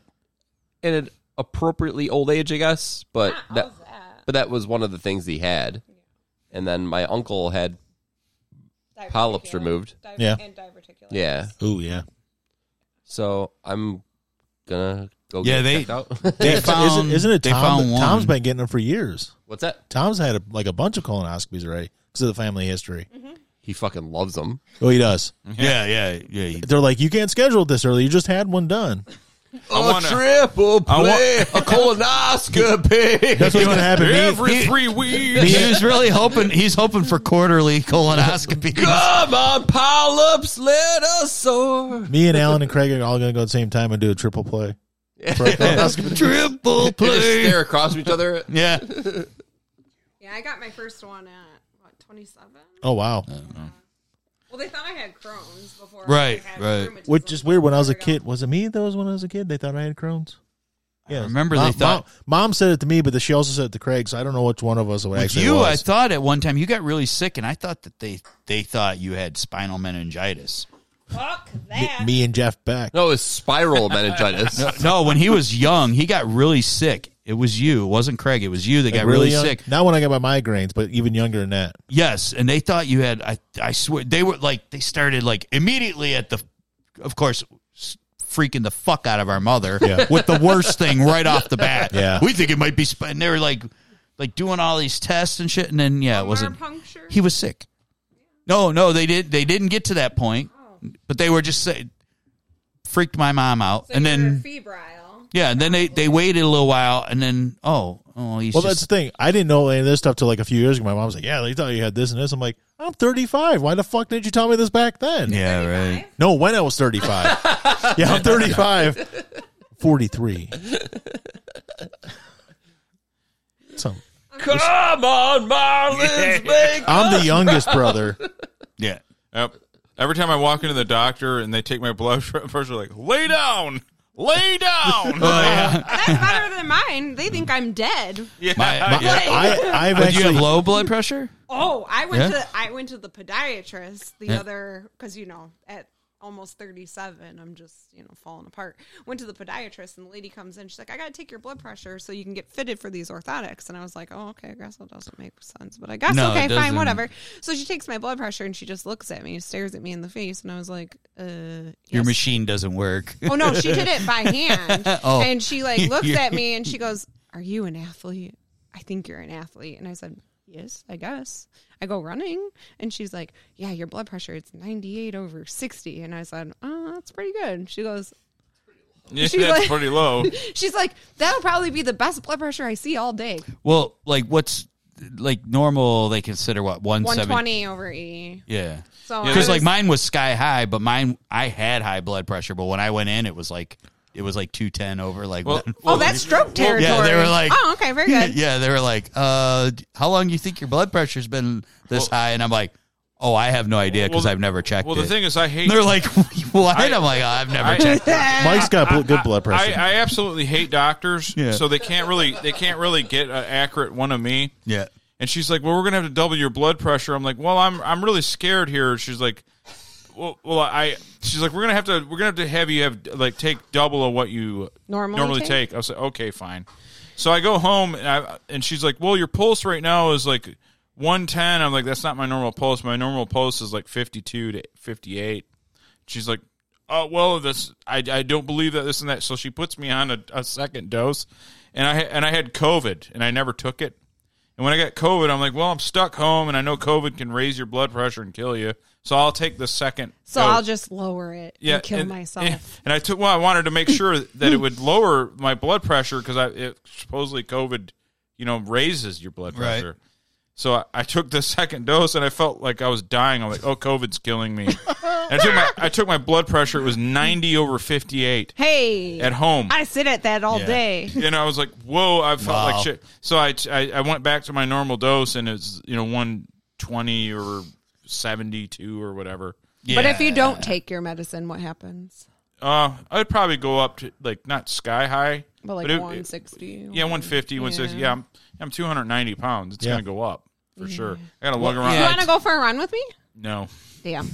in an appropriately old age, I guess. But that, but that was one of the things he had. And then my uncle had Polyps removed.
Yeah.
And diverticulitis.
yeah.
Ooh, yeah.
So I'm gonna go.
Yeah,
get
they-
checked out.
They found-
Um,
isn't, isn't it
they
Tom?
found one.
Tom's been getting them for years.
What's that?
Tom's had a, like a bunch of colonoscopies already because of the family history.
He fucking loves them.
Oh, he does.
Yeah, yeah, yeah. he-
They're like, you can't schedule this early. You just had one done.
I
Oh,
wanna-
triple
I want-
a colonoscopy.
That's what's going to happen. Me-
Every three weeks.
He was really hoping. He's hoping for quarterly colonoscopy.
Come on, polyps, let us soar.
Me and Alan and Craig are all going to go at the same time and do a triple play. For a colonoscopy.
Triple
They just
play.
stare across from each other.
Yeah.
Yeah, I got my first one at what 27.
Oh wow!
Well, they thought I had Crohn's before.
Right,
I had
right.
rheumatism.
Which is weird. When I was a
There we go.
kid, was it me that was when I was a kid? They thought I had Crohn's. Yeah,
remember they thought-
Mom, Mom said it to me, but she also said it to Craig. So I don't know which one of us it
With
actually
you, I
was.
thought at one time you got really sick, and I thought that they they thought you had spinal meningitis.
Fuck that.
me and Jeff Beck.
No, it's spiral meningitis.
No, when he was young, he got really sick. It was you. It wasn't Craig. It was you that got really
young-
sick.
Not when I got my migraines, but even younger than that.
Yes, and they thought you had. I I swear they were like they started like immediately at the of course, s- freaking the fuck out of our mother with the worst thing right off the bat.
Yeah.
We think it might be, sp- and they were like, like doing all these tests and shit. And then, yeah, it wasn't,
Puncture.
he was sick. No, no, they did. They didn't get to that point, but they were just say, freaked my mom out.
So
and
you were
then,
febrile.
yeah, and then they, they waited a little while and then, oh, oh, he's
Well, that's
just,
the thing. I didn't know any of this stuff till like a few years ago. My mom's like, "Yeah, they thought you had this and this." I'm like, "I'm 35. Why the fuck didn't you tell me this back then?"
yeah, right.
No, when I was 35. yeah, I'm 35. 43. So,
Come on, Marlins, make
I'm the youngest brother.
Yeah.
Yep. Every time I walk into the doctor and they take my blood pressure, like lay down, lay down.
Uh, That's better than mine. They think I'm dead.
My, my-
Yeah, I, I've
But do you have
actually
low blood pressure?
Oh, I went
Yeah.
to I went to the podiatrist the
Yeah.
other because you know at almost thirty seven I'm just you know falling apart. Went to the podiatrist and the lady comes in. She's like, I got to take your blood pressure so you can get fitted for these orthotics. And I was like, Oh, okay, I guess that doesn't make sense, but I guess
No,
okay,
it
fine,
doesn't.
whatever. So she takes my blood pressure and she just looks at me, stares at me in the face, and I was like, Uh,
Your
yes.
machine doesn't work.
Oh no, she did it by hand.
Oh.
And she like looks at me and she goes, "Are you an athlete? I think you're an athlete." And I said, "Yes, I guess." I go running and she's like, "Yeah, your blood pressure it's 98 over 60." And I said, "Oh, that's pretty good." She goes,
yeah, that's
She's like-
pretty low.
she's like, "That'll probably be the best blood pressure I see all day.
Well, like what's like normal? They consider what one seventy.
120 over 80."
Yeah,
So I
because
was-
like mine was sky high, but mine I had high blood pressure. But when I went in, it was like it was like two ten over. Like
Well-
one-
Oh, that's stroke territory.
yeah, they were like,
"Oh, okay, very good."
yeah, they were like, uh, d- how long do you think your blood pressure's been this high? And I'm like, oh, I have no idea because
Well,
I've never checked.
Well, the
it.
thing is, I hate.
And they're like, what? I,
I-
am like, oh, I've never
I-
checked. it.
Mike's got bl- good blood pressure.
I, I absolutely hate doctors,
Yeah.
so they can't really they can't really get an accurate one of me.
Yeah,
And she's like, "Well, we're gonna have to double your blood pressure." I'm like, "Well, I'm I'm really scared here." She's like, "Well, well, I." She's like, "We're gonna have to we're gonna have to have you have like take double of what you
Normally
take. I was like, "Okay, fine." So I go home and I and she's like, "Well, your pulse right now is like 110." I'm like, "That's not my normal pulse. My normal pulse is like 52 to 58." She's like, "Oh well, this I, I don't believe that this and that." So she puts me on a, a second dose, and I and I had COVID, and I never took it. And when I got COVID, I'm like, well, I'm stuck home, and I know COVID can raise your blood pressure and kill you, so I'll take the second.
Oh.
so
dose."
I'll just lower it and kill
and-
myself.
And, and I took. Well, I wanted to make sure that it would lower my blood pressure because I it, supposedly COVID, you know, raises your blood
Right.
pressure. So I, I took the second dose and I felt like I was dying. I'm like, oh, COVID's killing me. And I took my I took my blood pressure. It was 90 over 58
hey.
at home.
I sit at that all
Yeah.
day.
and I was like, "Whoa!" I felt
Wow.
like shit. So I, I I went back to my normal dose, and it's you know one twenty or seventy two or whatever.
But if you don't take your medicine, what happens?
Uh, I'd probably go up to like not sky high,
But like
it- it-
160.
yeah, 150, 160. Yeah, I'm, I'm 290 pounds. It's
Yeah.
gonna go up for sure. I gotta lug around.
You want to go for a run with me?
No,
Damn.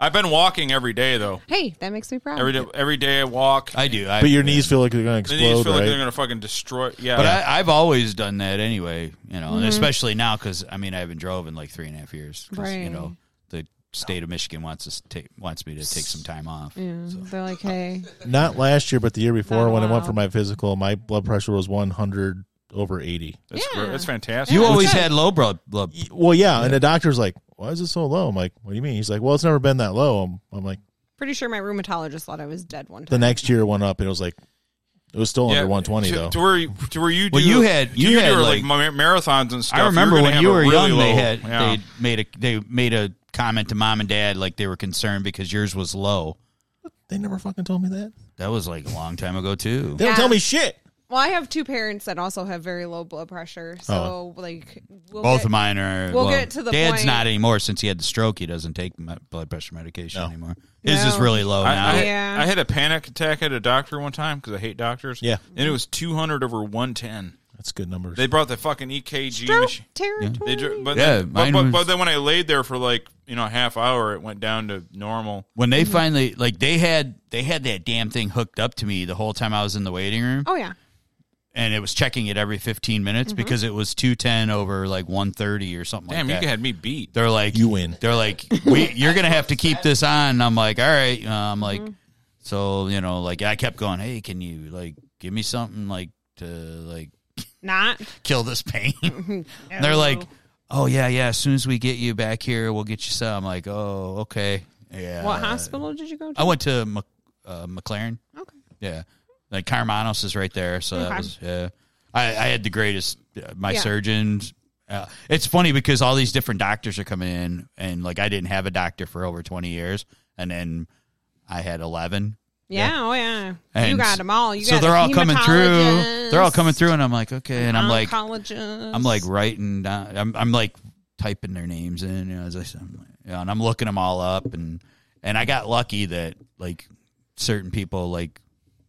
I've been walking every day though.
Hey, that makes me proud.
Every day, every day I walk.
I do. I,
but your knees feel like they're going to
and you just
explode,
feel like
right?
they're gonna fucking destroy. Yeah,
But I, I've always done that anyway, you know,
Mm-hmm.
and especially now because I mean I haven't drove in like three and a half years. 'cause, You
Right.
know, the state of Michigan wants us to take, wants me to take some time off.
Yeah, They're like, hey,
Not last year, but the year before
Not
when I went
allowed.
for my physical, my blood pressure was 100 over 80.
that's
Yeah.
great. that's fantastic.
You
Yeah,
always
okay.
had low blood. blood.
Well, yeah, and the doctor's like, "Why is it so low?" I'm like, "What do you mean?" He's like, "Well, it's never been that low." I'm, I'm like,
pretty sure my rheumatologist thought I was dead one
the
time.
next year it went up, and it was like, it was still
Yeah,
under 120
to,
though.
To where, you- to where you do,
Well, you had- you
do
had,
do, like,
like-
ma- marathons and stuff.
I remember
You're gonna
when
have
you
a
were
really
young, they
low-
had
yeah.
they made a they made a comment to mom and dad like they were concerned because yours was low.
they never fucking told me that.
That was like a long time ago too.
They don't
Yeah.
tell me shit.
well, I have two parents that also have very low blood pressure, so like we'll
Oh. Both
get-
of mine are.
we'll
low.
get to the
Dad's
point-
not anymore since he had the stroke. He doesn't take me- blood pressure medication
No.
anymore. His
No.
is really low now.
I, I,
Yeah.
I had a panic attack at a doctor one time because I hate doctors.
Yeah.
and it was 200 over 110.
That's good numbers.
They brought the fucking E EKG
Stroke
machine.
territory.
They dr- but,
Yeah,
then, but,
mine
but,
was-
but then when I laid there for like you know a half hour, it went down to normal.
when they
Mm-hmm.
finally like they had they had that damn thing hooked up to me the whole time I was in the waiting room,
oh Mm-hmm. yeah,
and it was checking it every 15 minutes because it was 210 over like 130 or something
Damn,
like that.
you had me beat.
they're like
You win.
They're like we you're going to have to keep this on. And I'm like, "All right." Uh, I'm like
Mm-hmm.
so, you know, like I kept going, "Hey, can you like give me something like to like
Not.
kill this pain?" And they're like, "Oh yeah, yeah, as soon as we get you back here, we'll get you some." I'm like, "Oh, okay." Yeah.
What hospital did you go to?
I went to Mc, uh, McLaren.
Okay.
Yeah, like Carmanos is right there, so that
Okay.
was yeah. I, I had the greatest. uh, My
Yeah.
surgeons. Uh, it's funny because all these different doctors are coming in, and like I didn't have a doctor for over twenty years, and then I had eleven.
Yeah, oh yeah. you
And
got them all. You
so
got
they're
a
all coming through. They're all
hematologist,
coming through, and I'm like, okay, and I'm
Uh-huh.
like,
oncologist.
I'm like writing down. I'm, I'm like typing their names in, you know, as I said, I'm like- you know, and I'm looking them all up, and and I got lucky that like certain people like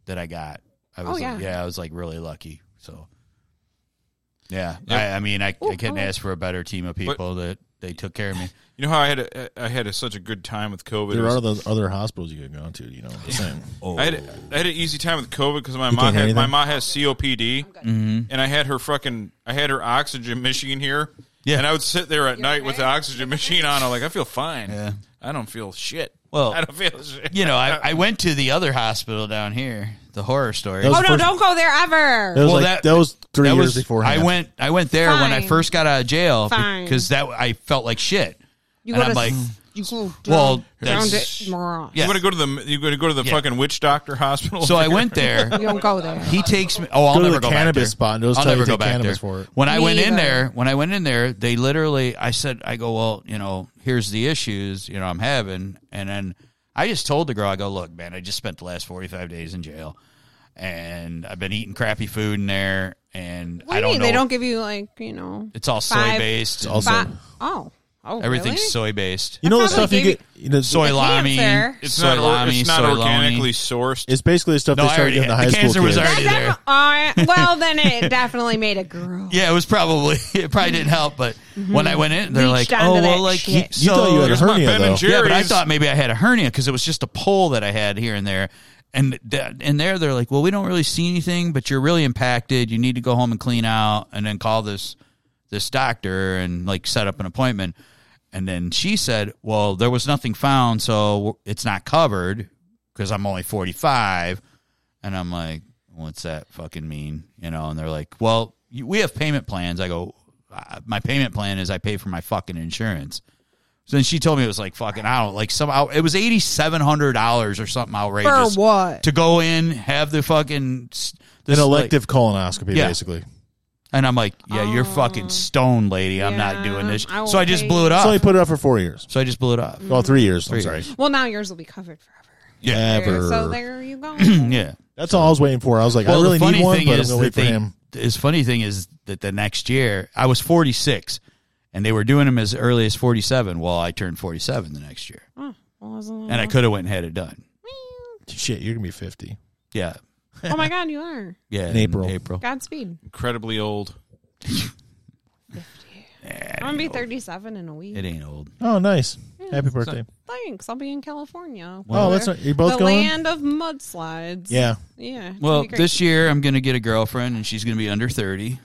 that I got. I was
Oh,
like,
yeah.
I was like really lucky. So yeah,
Yep.
I, I mean, I, I
Ooh,
couldn't
oh.
ask for a better team of people that they took care of me.
You know how I had a, I had a, such a good time with COVID.
There
It was-
are those other hospitals you could go to. You know what I'm saying?
Oh.
I had, I had an easy time with COVID because my
You
mom
can't hear
had my
anything?
mom has COPD,
Mm-hmm.
and I had her fucking I had her oxygen machine here.
Yeah.
and I would sit there at night with the oxygen machine on. I'm like, I feel fine. Yeah, I don't feel shit.
Well,
I don't feel shit.
You know, I, I went to the other hospital down here, the horror story.
That was
Oh
the
no,
first-
don't go there ever.
That was
Well,
like
that-
that, was three
that
years
was
before
I went. I went there when I
Fine.
first got out of jail
Fine.
because that I felt like shit.
you
and
go
I'm
to
like,
s- you go down,
well,
down
that's-
to Moron.
Yeah.
You want to go to the you going to go to the
Yeah.
fucking witch doctor hospital?
So I went
You
there.
don't go there.
He takes me. Oh, I'll
Go to
never
the
go back
cannabis
there.
spot and they'll
I'll
tell you
never
to
go
take
back
cannabis
there.
for it.
When I
Me
went in
either.
there, when I went in there, they literally. I said, I go, well, you know, here's the issues, you know, I'm having, and then I just told the girl, I go, look, man, I just spent the last 45 days in jail, and I've been eating crappy food in there, and
What
I
do
don't
you mean?
know.
They don't give you like you know.
it's all soy
five-
based. It's
also-
fi- oh, oh,
everything's
really?
soy based.
You know the
probably
stuff you
gave
get. You know,
Soy
The
lami.
cancer.
It's
soy
not or-
lami.
it's not
soy
organically
lami.
sourced.
It's basically the stuff
No,
they
I
started
already
getting the
had-
high
the
school
cancer was
kids.
already-
That def- all right. Well, then it definitely made a girl.
Yeah, it was probably it probably didn't help, but when I went in, they're
Mm-hmm. Reached
like,
onto
"Oh,
that
well, like
shit.
so
You thought you had a
Here's my
hernia
Ben and
though.
Jerry.
yeah, but I
Jerry's-
thought maybe I had a hernia because it was just a pull that I had here and there. And th- and there they're like, well, we don't really see anything, but you're really impacted. You need to go home and clean out, and then call this this doctor and like set up an appointment. And then she said, well, there was nothing found, so it's not covered because I'm only 45. And I'm like, what's that fucking mean? You know? And they're like, well, you, we have payment plans. I go, "Uh, my payment plan is I pay for my fucking insurance. So then she told me it was like fucking I don't like some out. It was eighty seven hundred dollars or something
For
outrageous
what?
to go in have the fucking s- this
An
like-
elective colonoscopy,
Yeah.
basically.
and I'm like, yeah, you're fucking stoned, lady. I'm not
Oh. Yeah,
doing this.
I
so I
won't
just
pay
blew it
So they
off.
put it up for four years.
So I just blew it off.
Well, three years. I'm
Three
sorry.
years.
Well, now yours will be covered forever.
Yeah.
Ever.
So there you go.
yeah.
That's all I was waiting for. I was like,
Well,
I really
the funny
need one,
thing
but I'm
is
gonna
that
wait for
they,
him.
Is funny thing is that the next year I was 46, and they were doing them as early as 47. Well, I turned 47 the next year,
Oh, well, that's a little-
and I could have went and had it done.
Shit, you're gonna be fifty.
Yeah,
Oh my God, you are.
yeah.
In April.
April.
Godspeed.
incredibly old.
I'm gonna be 37 in a week.
It ain't old.
Oh, nice. Happy birthday.
Thanks. I'll be in California.
Oh, that's
Where
not- you're both
the
going?
land of mudslides.
Yeah.
yeah. it's
Well,
gonna be great.
this year I'm gonna get a girlfriend, and she's gonna be under 30.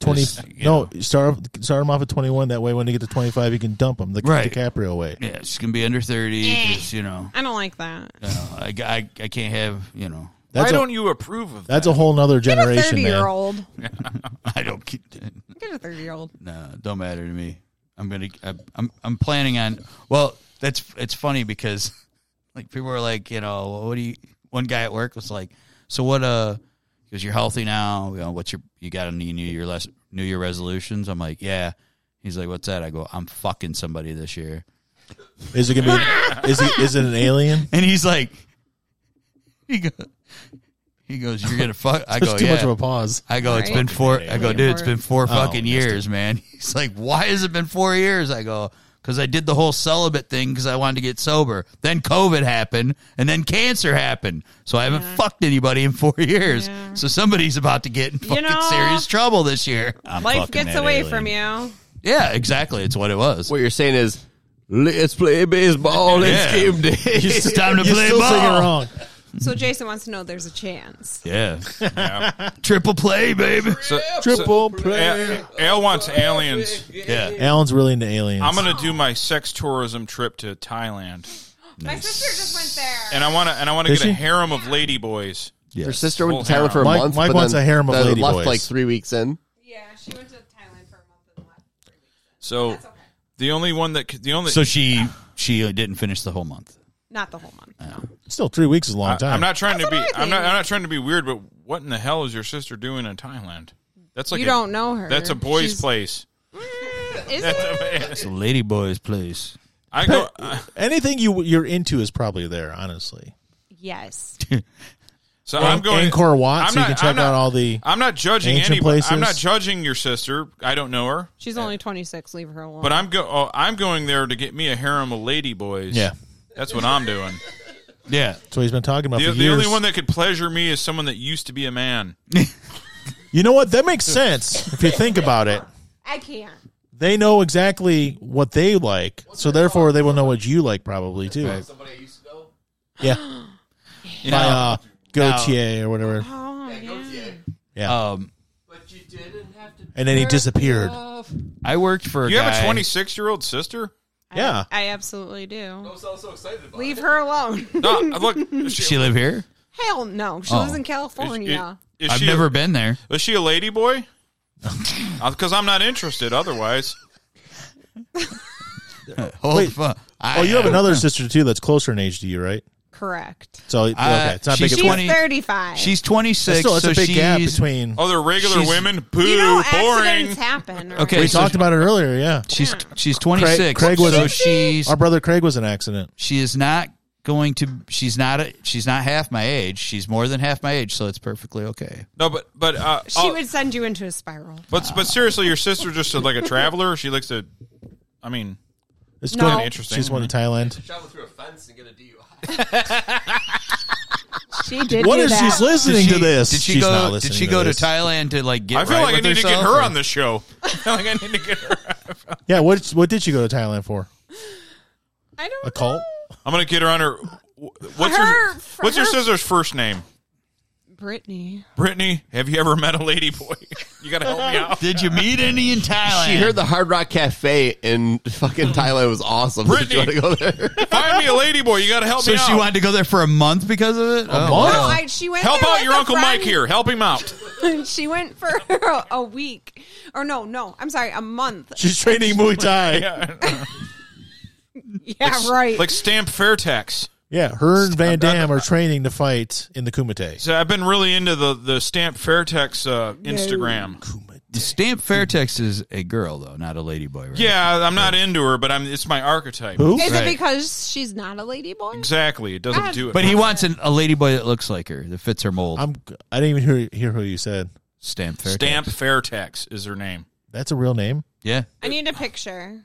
Twenty.
Just, you
no, start start him off at twenty one. That way, when they get to twenty five, you can dump them the
Right.
DiCaprio way.
Yeah, she's gonna be under 30 'cause, you know,
I don't like that.
you know, I, I I can't have you know.
That's
Why
a,
don't you approve of that?
that's a whole nother
Get a
generation,
30 year
man.
old.
I don't. get-
Get a 30 year old.
no, don't matter to me. I'm gonna. I, I'm. I'm planning on. Well, that's. It's funny because, like, people are like, you know, what do you? One guy at work was like, so what? Uh, because you're healthy now. You know, what's your? You got any new year less New Year resolutions? I'm like, yeah. He's like, what's that? I go, I'm fucking somebody this year.
Is it gonna be? is it is it an alien?
And he's like, he goes, he goes, you're gonna fuck. I
There's
go,
too
yeah.
much of a pause.
I go, it's
Right.
been four. I go,
Waiting
dude,
for
it's
it.
been four fucking
missed
years, man. He's like, why has it been four years? I go, because I did the whole celibate thing because I wanted to get sober. Then COVID happened, and then cancer happened. So I haven't fucked anybody in four years.
Yeah.
So somebody's about to get in fucking
know,
serious trouble this year.
Life gets away from you.
Yeah, exactly. It's what it was.
What you're saying is, let's play baseball. It's
Yeah.
game day.
It's time to
You're
play
still
ball.
singing wrong.
So Jason wants to know there's a chance.
Yeah. Triple play, baby.
So,
Triple play.
Al, Al wants aliens.
Yeah.
Alan's really into aliens.
I'm gonna do my sex tourism trip to Thailand,
My sister just went there.
and I wanna and I wanna
Is
get a
she?
harem of ladyboys.
Her sister went to
Full
Thailand for
harem.
a
Mike-
month.
Mike
but
wants
then
a harem of
then
lady
left
boys.
like three weeks in.
yeah, she went to Thailand for a month and left.
So the only one that c- the only
So she she uh, didn't finish the whole month.
Not the whole month. No.
Still, three weeks is a long
I,
time.
am not trying to
That's
be
what I
I'm not
think.
I'm not trying to be weird, but what in the hell is your sister doing in Thailand? That's like
you
a-
don't know her.
That's a boys'
She's-
place.
Is it?
It's a lady boy's place.
I go. uh,
Anything you you're into is probably there. Honestly,
Yes.
So
Ang-
I'm going
Angkor Wat,
I'm
so you can check
I'm not-
out all the
I'm not judging
ancient
anybody. I'm
places.
not judging your sister. I don't know her,
She's only 26. Leave her alone.
but I'm go. Oh, I'm going there to get me a harem of lady boys.
yeah.
that's what I'm doing.
Yeah.
That's what he's been talking about
The,
for
the
years.
only one that could pleasure me is someone that used to be a man.
you know what? That makes sense if you think about it.
I can't.
They know exactly what they like, so therefore they will know what you like probably too.
Somebody I used to know.
Yeah,
You
by
know,
uh, Gautier or whatever.
Oh, yeah.
Yeah,
um,
But you didn't have to.
and then he disappeared.
I worked for a
You have
guy-
a 26 year old sister?
Yeah.
I, I absolutely do.
I was so excited about
Leave her alone.
No, look.
She live here?
Hell no. She
Oh.
lives in California.
Is
I've
she
never been there.
Is she a lady boy? Because I'm not interested. Otherwise,
Holy
Wait.
fuck. I
Oh, you have
am-
another sister too that's closer in age to you, right?
Correct.
So
Uh,
okay, it's not
she's
big.
She's
a-
20
35.
She's 26,
That's still, it's
so
a big
she's
gap between.
oh, they're regular
She's-
women. Boo,
you know,
boring.
accidents happen. Right?
Okay.
we
so
talked
she-
about it earlier. Yeah,
She's she's 26.
Craig was
so
a-
she's
our brother Craig was an accident.
she is not going to she's not a, she's not half my age. She's more than half my age, so it's perfectly okay.
No, but but uh,
She
I'll-
would send you into a spiral.
but but seriously, your sister just like a traveler. She likes to. I mean,
It's
No.
going.
Interesting.
She's going to Thailand.
Travel through a fence and get a DUI.
She did.
What
do
if
that.
she's listening
Did she-
to this?
Did she
she's
go?
not listening
did she go to,
this.
Thailand to like get?
I feel
right
like I
with
need to get
herself,
her
or-
on the show. I feel like I need to get her.
Yeah. What What did she go to Thailand for?
I don't
A cult?
I'm gonna get her on her. What's your
Her-
What's your
her-
sister's first name?
know. Brittany.
Brittany. Have you ever met a lady boy? You gotta help me out.
Did you meet any in Thailand?
She heard the Hard Rock Cafe in fucking Thailand was awesome. Did you want
Brittany.
to go there?
Find me a lady boy. You gotta help
So
me
she
out.
wanted to go there for a month because of it. Oh, A
month?
No, I, she went.
help
there
out
with
Oh. your
a
uncle Mike
friend.
here. Help him out.
she went for a, week, or no, no, I'm sorry, a month.
She's training Muay Thai. yeah.
Yeah, right.
Like stamp Fairtex.
Her and Van Damme are training to fight in the Kumite.
So I've been really into the the stamp Fairtex uh, Instagram.
Stamp Fairtex is a girl though, not a ladyboy. Right?
Yeah, I'm not into her, but I'm. It's my archetype.
Who?
is
Right.
it because she's not a ladyboy?
Exactly. It doesn't
God.
do it.
But he wants an, a ladyboy that looks like her, that fits her mold.
I'm. I didn't even hear hear who you said.
Stamp Fairtex.
stamp Fairtex is her name.
That's a real name.
Yeah,
I need a picture.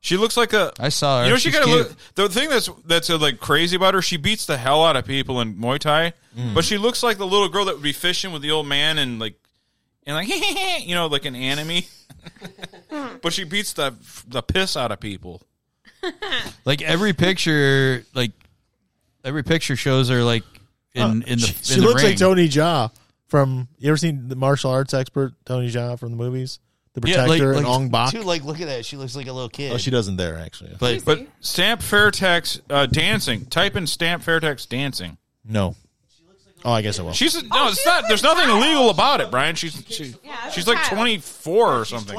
She looks like a.
I saw her.
You know she
She's
got to
cute.
look. The thing that's that's uh, like crazy about her, she beats the hell out of people in Muay Thai,
Mm.
but she looks like the little girl that would be fishing with the old man and like and like you know like an anime. but she beats the the piss out of people.
Like every picture, like every picture shows her like in in the
Oh, she
in
she
the
looks
ring.
like Tony Jaa from. You ever seen the martial arts expert Tony Jaa from the movies? The
Yeah,
Protector and Ong Bak.
Dude, like look at that. She looks like a little kid.
Oh, she doesn't there actually.
but
But stamp Fairtex uh, dancing. Type in stamp Fairtex dancing.
no. Oh, I guess I will.
She's a, no, it's not. There's nothing illegal about it, Brian. She's she,
Yeah,
she's like 24 or something.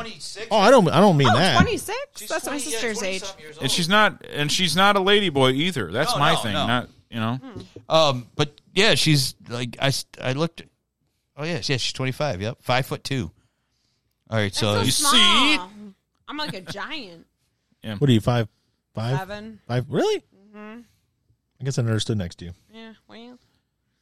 Oh, I don't. I don't mean that.
26. That's my sister's age.
and she's not and she's not a ladyboy either. That's
No,
my
no,
thing.
no.
Not you know.
Um, but yeah, she's like I, s- I looked. Oh yes, yes, she's twenty five. Yep, five foot two. All right, so
You
That's
you-
so
see?
small. I'm like a giant.
What are you five? Five?
Seven.
Five? Really? I guess I never stood next to you.
Yeah, well,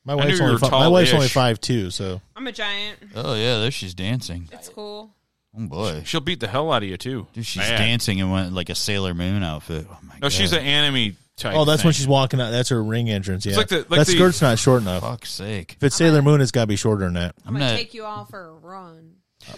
My
knew
wife's
you
only
were
five, my wife's only
tallish.
five two. So
I'm a giant.
oh yeah, there she's dancing.
It's cool.
Oh boy,
She'll beat the hell out of you too.
Dude, she's
Man.
dancing in one, like a Sailor Moon outfit. Oh my god,
No, she's an anime type.
oh, that's
thing.
when she's walking out. That's her ring entrance. Yeah,
like the- like
that
the-
skirt's not short enough.
fuck's sake.
If it's Sailor Moon, it's got to be shorter than that.
I'm,
I'm
gonna
not-
take you all for a run.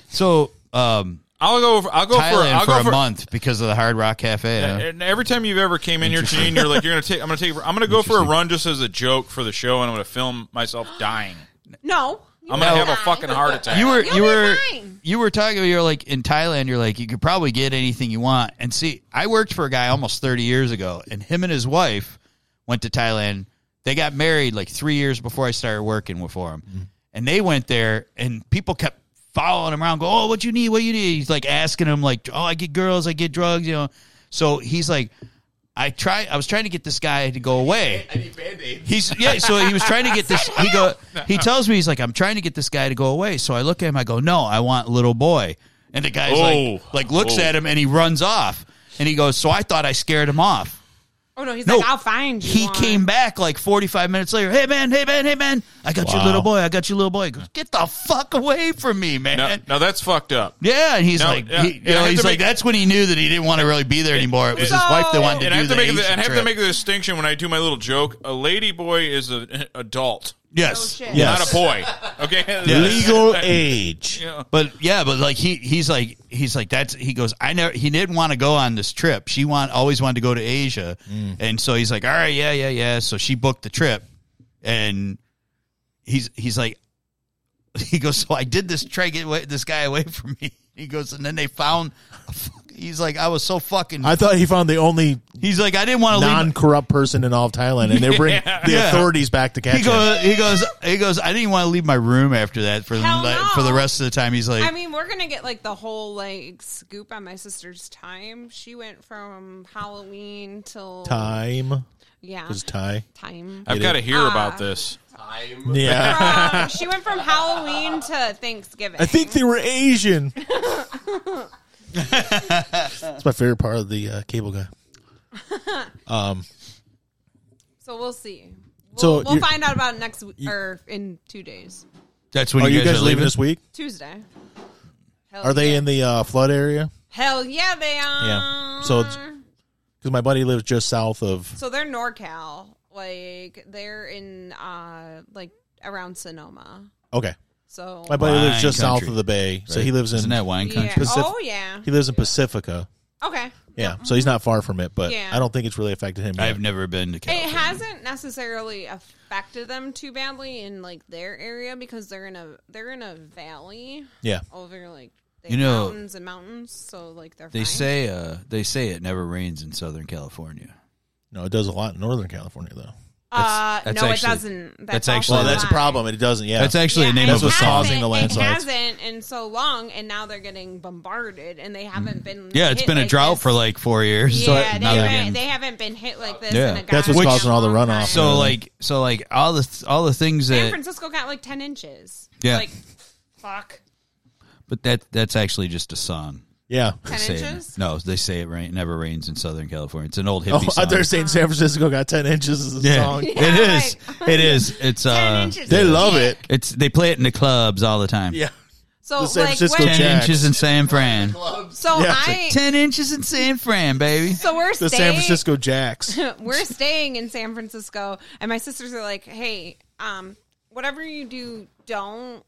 So um,
I'll go. For, I'll go for.
Thailand
I'll
for,
go
a month because of the Hard Rock Cafe. huh?
And every time you've ever came in here, Gene, you're like, you're gonna take. I'm gonna take. I'm gonna go for a run just as a joke for the show, and I'm gonna film myself dying.
No.
I'm gonna have a fucking heart attack.
you were
You'll be
you were
fine.
you were talking. You were like in Thailand. You're like you could probably get anything you want. And see, I worked for a guy almost 30 years ago, and him and his wife went to Thailand. They got married like three years before I started working with- for him, and they went there, and people kept following him around, going, "Oh, what you need? What you need?" He's like asking him, like, "Oh, I get girls, I get drugs," you know. So he's like, "I try. I was trying to get this guy to go away." He's yeah. So he was trying to get this. He go. He tells me he's like, I'm trying to get this guy to go away. So I look at him. I go, No, I want little boy. And the guy's
Oh.
like, like looks
Oh.
at him and he runs off. And he goes, So I thought I scared him off.
Oh no, he's
No.
like, I'll find you.
He
one."
came back like 45 minutes later. Hey man, hey man, hey man, I got your little boy. I got your little boy. He goes, get the fuck away from me, man.
Now, now that's fucked up.
Yeah, and he's
Now,
like,
yeah,
he, you
and I
know,
have
he's
to
like,
make-
that's when he knew that he didn't want to really be there anymore. It was his
So-
wife that wanted to
And I
do
have to
the
make. The,
Asian
and I have to
trip.
make the distinction when I do my little joke. A lady boy is a- an adult,
yes,
Oh, shit.
Yes.
not a boy. Okay.
Legal age.
But yeah, but like he he's like he's like that's he goes I never he didn't want to go on this trip. She want always wanted to go to Asia,
Mm.
and so he's like all right yeah yeah yeah. So she booked the trip, and he's he's like he goes so I did this try to get away, this guy away from me. He goes and then they found he's like I was so fucking
I thought he found the only
he's like I didn't want to leave.
non-corrupt person in all of Thailand, and they bring the
Yeah.
authorities back to catch
He
him.
goes, he goes, he goes. I didn't want to leave my room after that for the,
Hell
night-
no.
for the rest of the time. He's like,
I mean, we're gonna get like the whole like scoop on my sister's time. She went from Halloween till
Time.
yeah,
It's Thai.
time.
I've got to hear about this.
Yeah.
From- Um, she went from Halloween to Thanksgiving.
I think they were Asian. That's my favorite part of the uh, cable guy.
so. We'll see. We'll,
So
we'll
Oh, you're-
find out about it next w or in two days,
that's when
Are
you, guys, are leaving.
this week?
Tuesday. Hell
Are they
yeah.
in the uh, flood area?
Hell yeah, they are.
Yeah. So it's- Because my buddy lives just south of.
So they're NorCal. Like they're in uh like around Sonoma.
Okay,
So
my buddy lives
Wine
just south
country,
of the bay, so he
right?
lives in
Isn't that wine country?
yeah.
Pacific-
Oh yeah.
he lives in Pacifica.
Okay.
Yeah, so he's not far from it, but
Yeah.
I don't think it's really affected him. Yet.
I've never been to California.
It hasn't necessarily affected them too badly in like their area because they're in a they're in a valley
Yeah,
over like the
You know-
mountains and mountains, so like they're
They
fine.
say uh, they say it never rains in Southern California.
no, it does a lot in Northern California though.
uh,
that's- that's
no,
actually-
it doesn't. That's,
that's actually-
also
Well, that's a
why.
problem. It doesn't. Yeah,
That's actually
Yeah,
the name
and
of a
it
song.
hasn't-
Causing the landslides.
It hasn't in so long, and now they're getting bombarded, and they haven't been.
Yeah, it's
hit
been a
like
drought
this.
for like four years.
Yeah,
so
they,
now they're
haven't,
getting-
they haven't been hit like this.
Yeah.
in a
That's what's
goddamn
causing all the
long time.
runoff.
so like so like all the th- all the things
San
that
Francisco got like ten inches.
Yeah.
like fuck,
but that that's actually just a song.
yeah.
ten
Say it-
inches.
No, they say it rain, never rains in Southern California. It's an old
Oh,
hippie song.
they're saying San Francisco got ten inches is a
yeah.
song.
it is. It is. It's
Ten
uh,
inches.
They love
Yeah.
it.
it's they play it in the clubs all the time.
Yeah,
So
The San
like
Francisco
when-
ten
Jacks.
inches in San Fran.
so
Yeah, it's
I
Ten inches in San Fran, baby.
so we're
the San
staying.
Francisco Jacks.
we're staying in San Francisco, and my sisters are like, "Hey, um, whatever you do, don't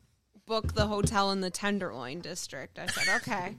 book the hotel in the Tenderloin district." I said, "Okay."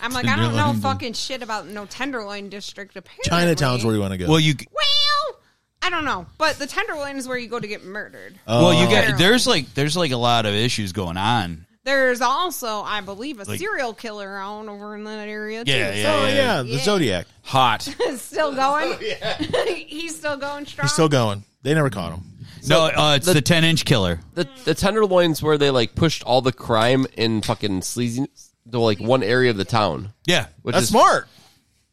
I'm like, I don't know
Tenderloin.
fucking shit about no Tenderloin district. Apparently,
Chinatown's where you want to go.
Well, you
Well, I don't know, but the Tenderloin is where you go to get murdered.
Oh.
well you
Apparently.
Uh,
got there's like there's like a lot of issues going on.
There's also, I believe, a serial killer on over in that area too.
Yeah,
oh yeah, the
Yeah.
Zodiac.
Hot.
So it's still going. He's still going strong.
He's still going. They never caught him.
No, uh, it's the, 10 inch killer.
The, the tenderloins where they like pushed all the crime in fucking sleazy to like one area of the town.
Yeah.
Which
That's
is,
smart.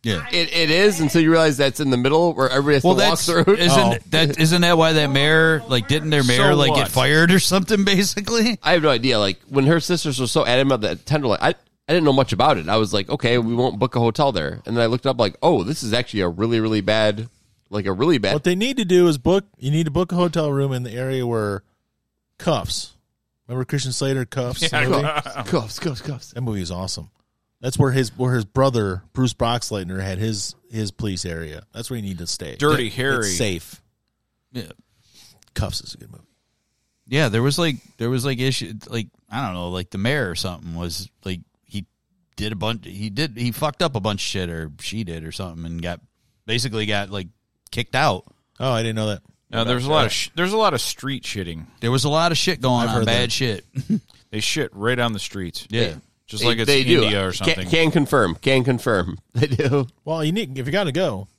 Yeah.
It, it is until you realize that's in the middle where everybody has
Well,
to walk
that's
through.
isn't that isn't that why that mayor like didn't their mayor
So
like get
what?
fired or something basically?
I have no idea. Like when her sisters were so adamant about the tenderloin, I I didn't know much about it. I was like, okay, we won't book a hotel there. And then I looked up, like, oh, this is actually a really really bad, like a really bad.
What they need to do is book. You need to book a hotel room in the area where cuffs. Remember Christian Slater cuffs. the movie?
cuffs, cuffs, cuffs.
That movie is awesome. That's where his where his brother Bruce Boxleitner had his his police area. That's where you need to stay.
Dirty
It's
Harry.
safe.
Yeah.
Cuffs is a good movie.
Yeah, there was like there was like issue like I don't know, like the mayor or something was like he did a bunch. He did. He fucked up a bunch of shit, or she did, or something, and got basically got like kicked out.
Oh, I didn't know that.
Now, there's a lot of sh- there's a lot of street shitting.
There was a lot of shit going
I've
on,
heard
bad
that.
shit.
They shit right on the streets.
Yeah.
just like it's
they do.
India or
Can-
something.
Can, confirm. Can confirm. They do.
Well, you need if you gotta go.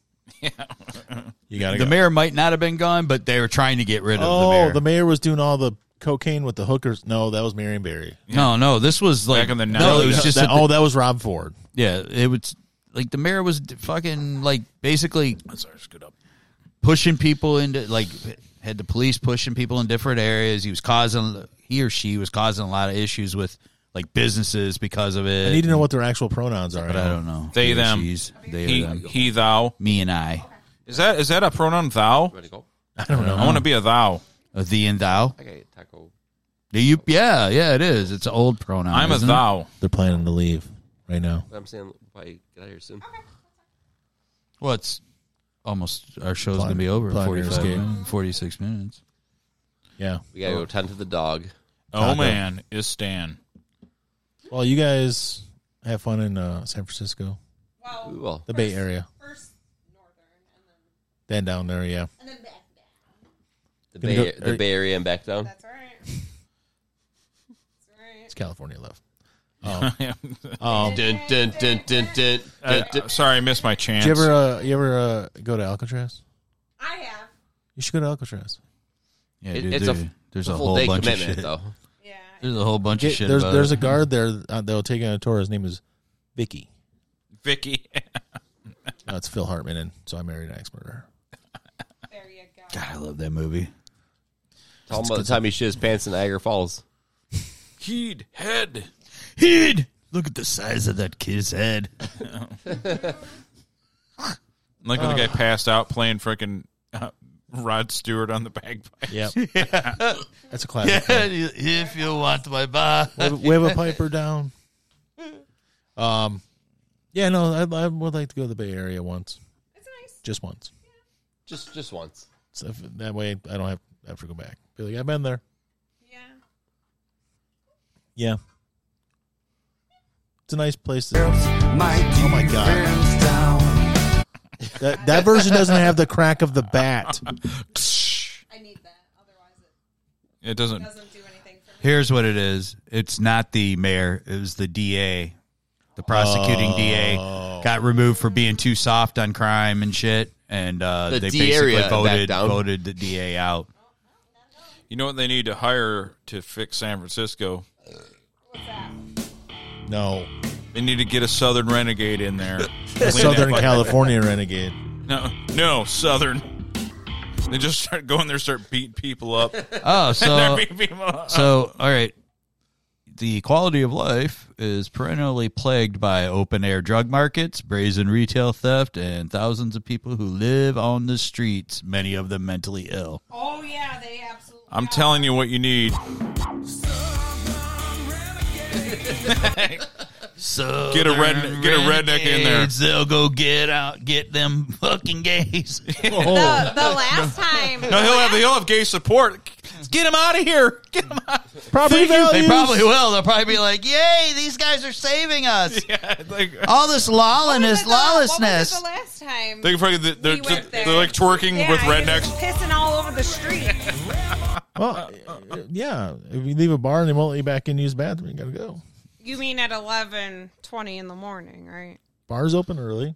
you gotta
the
go.
mayor might not have been gone, but they were trying to get rid of
oh,
the mayor.
was doing all the cocaine with the hookers. No, that was Marion Barry.
No, no, this was like
in the
no, it was
90s.
just
That-
a-
oh, that was Rob Ford.
yeah, it was like the mayor was d- fucking like basically
Sorry, just get up.
pushing people into like had the police pushing people in different areas. He was causing he or she was causing a lot of issues with like businesses because of it.
I need to know what their actual pronouns are.
but I don't know
They
He or
them.
she's, they or
He,
them.
he, thou.
me and I
Is that is that a pronoun? Thou.
I don't know.
I want to be a thou.
Uh, thee and thou.
Okay, taco.
Do you? Yeah, yeah, it is. It's an old pronoun.
I'm a
isn't it?
thou.
They're planning to leave right now.
I'm saying probably get out of here soon.
Well, it's almost our show's
Plan-
gonna be over in
plan your
45
escape.
minutes, 46 minutes.
Yeah.
We gotta go tend to the dog.
Oh man, is Stan.
Well, you guys have fun in uh, San Francisco,
We will.
the Bay Area,
First northern, and then
then down there. Yeah.
and then back. back.
The
Gonna
Bay,
go-
the Bay Area and back down.
That's all right. That's all right.
It's California love.
Dun, dun, dun, dun, dun,
Uh,
dun, dun.
sorry, I missed my chance.
Did you ever uh, you ever uh, go to Alcatraz?
I have.
You should go to Alcatraz.
Yeah,
It-
dude,
it's a
there-
f-
there's
It's
a
a
whole
full day
bunch of
commitment,
shit.
though.
Yeah.
There's a whole bunch of
Get-
shit.
there's
about
there's a
it.
guard there uh, that'll take you on a tour. His name is Vicky.
Vicky?
No, it's Phil Hartman, and so I married an ex murderer.
There you go.
God, I love that movie.
Tell him about the time he shit his pants in Niagara Falls.
Heed head.
Head. Look at the size of that kid's head.
Like when the guy passed out playing freaking uh, Rod Stewart on the bagpipe.
Yep. That's a classic.
Yeah, if you want my bar.
We have- we have a piper down. Um, yeah, no, I, I would like to go to the Bay Area once,
It's nice.
just once.
Just, just once.
So if, that way, I don't have have to go back. Be like, I've been there.
Yeah.
Yeah, it's a nice place. To,
Oh
my God. that that version doesn't have the crack of the bat.
I need that. Otherwise, it
It doesn't.
doesn't do anything for me.
Here's what it is. It's not the mayor. It was the DA. The prosecuting DA got removed for being too soft on crime and shit. And uh,
The
they
D area
basically
back
voted
down.
voted the DA out.
You know what they need to hire to fix San Francisco?
No,
They need to get a Southern renegade in there. Clean
Southern
that
California renegade.
fuck- No, no, Southern. They just start going there, start beating people up.
Oh, so
Beating people up.
So, all right. The quality of life is perennially plagued by open air drug markets, brazen retail theft, and thousands of people who live on the streets, many of them mentally ill.
Oh yeah, they absolutely.
I'm telling you what you need.
So
Get a redne- get a redneck in there.
They'll go get out, get them fucking gays.
The, the last time.
No, he'll have he'll have gay support. Get him out of here. Get him out.
Property
they
values.
probably will. They'll probably be like, "Yay, these guys are saving us!
Yeah, like
All this lawlessness, lawlessness."
The last time.
they fucking they're,
we
they're,
went there.
they're like twerking
Yeah,
with
he was
rednecks.
pissing all over the street.
Well, uh, yeah. If you leave a bar and they won't let you back in, to use the bathroom. You gotta go.
you mean at eleven twenty in the morning, right?
Bars open early.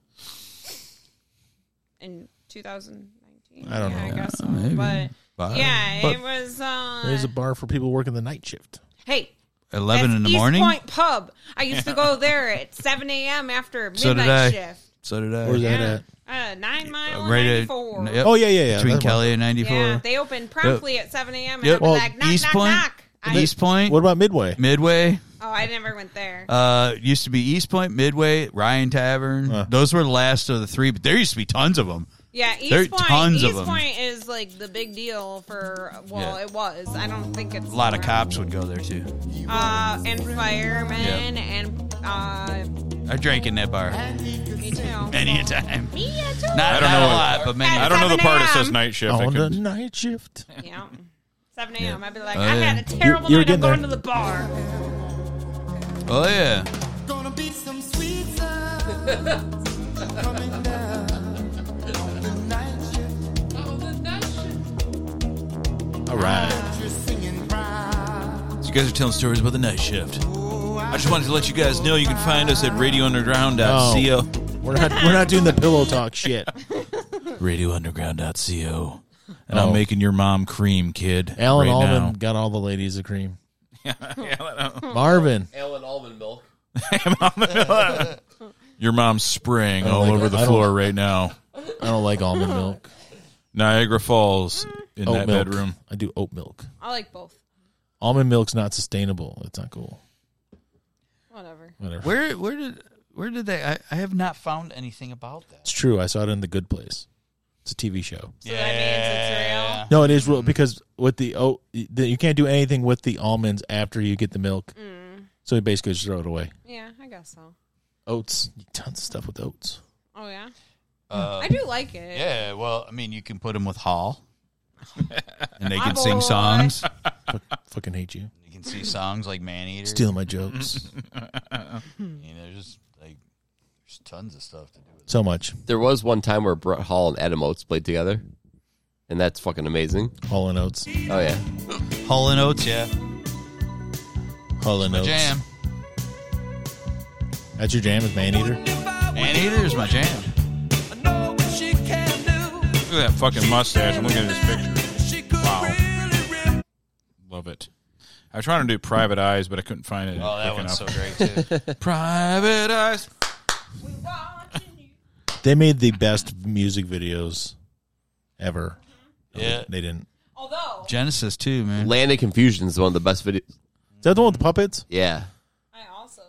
In 2019.
I don't
yeah,
know.
I guess so.
maybe.
But
But-
yeah,
but
it was. Uh,
There's a bar for people working the night shift.
hey.
Eleven
that's
in the
East
morning.
Point Pub. I used to go there at 7 a.m. after midnight
So did I.
shift.
So did I.
Where's that
Yeah.
at?
Uh, nine mile
Uh,
and
right at-
94.
n- yep,
Oh yeah, yeah, yeah.
between
That's one.
Kelly and ninety four.
Yeah, they open promptly at 7 a.m. and
Yep.
I'd be
Well,
like, knock,
East
knock,
Point-
knock. I,
East Point,
What about Midway?
Midway.
oh, I never went there.
Uh, used to be East Point, Midway, Ryan Tavern.
Uh.
Huh.
Those were the last of the three, but there used to be tons of them.
yeah,
there are
East Point,
tons of
East
them.
Point is like the big deal for, well,
Yeah.
it was. I don't think it's
A lot of cops would go there too.
Uh, and firemen and, uh,
I drank in that bar
me too.
many a time.
Me too.
Not,
don't
not
know
a
what-
lot, but many.
I
a
don't know the
7
part that says
a.m.
night shift. I
On the
couldn't-
night shift.
Yeah. 7 a.m. I'd be like,
Oh,
I
yeah.
had a terrible
You- you were
night. I'm
getting
going
there.
to the bar.
time. Oh yeah,
Gonna be some
coming down on the night shift.
All right.
You're singing proud.
So you guys are telling stories about the night shift. I just wanted to let you guys uh, know you can find us at
Oh.
radiounderground.co.
We're not we're not doing the pillow talk shit.
radiounderground.co. And
Oh.
I'm making your mom cream, kid.
Alan
right
Alman
now.
got all the ladies a cream.
Yeah, I know.
Marvin.
Alan almond milk.
your mom's spraying all
like
over
it.
the
I don't-
floor right now.
I don't like almond milk.
Niagara Falls in
Oat
that
milk.
bedroom.
I do oat milk.
I like both.
Almond milk's not sustainable. It's not cool.
Whatever.
Whatever.
Where where did where did they? I, I have not found anything about that.
It's true. I saw it in The Good Place. It's a TV show.
So that means it's real.
No, it is real because with the oat, the- you can't do anything with the almonds after you get the milk. So you basically just throw it away.
Yeah, I guess so.
Oats, tons of stuff with oats.
Oh yeah,
Uh,
I do like it.
Yeah, well, I mean, you can put them with Hall, and they
My
can sing
boy.
songs.
Fuck, fucking hate you.
You can see songs like Man Eater.
Stealing my jokes.
you know, just like there's tons of stuff to do. With
So much.
There was one time where Brett Hall and Adam Oates played together, and that's fucking amazing.
Hall and oats.
Oh yeah,
it. Hall and Oates, yeah,
Hall and
my
oats.
jam.
That's your jam with man eater.
Man Eater is my jam.
Look at that fucking mustache. I'm looking at this picture. Wow. Love it. I was trying to do private eyes, but I couldn't find it.
Oh, that
Quick
one's so
enough.
great too.
Private eyes.
They made the best music videos ever. No, they-
Yeah.
They didn't.
Although
Genesis too, man.
Land of Confusion is one of the best videos.
Is that the one with the puppets?
Yeah,
I also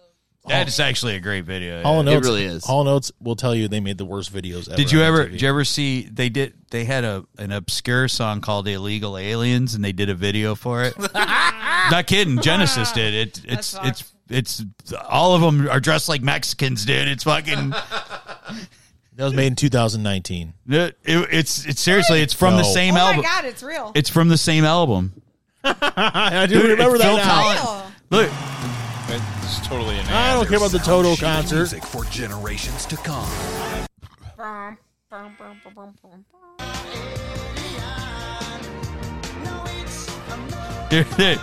That is actually a great video.
Hall and
It
Oates,
really is.
Hall and Oates will tell you they made the worst videos ever.
Did you
on
ever?
MTV.
Did you ever see? They did. They had a an obscure song called "Illegal Aliens," and they did a video for it. Not kidding. Genesis did it. It's it's it's all of them are dressed like Mexicans, dude. It's fucking.
That was made in 2019.
it, it's it's seriously. It's from the
No.
same
oh my
album.
god, it's real.
It's from the same album.
I do
Dude,
remember
it's
that.
Phil
now.
Collins.
real.
Look,
It's totally an
I
ad.
don't care about the total concert.
for generations to come.
Bum, bum, bum, bum, bum, bum, bum.
here, here,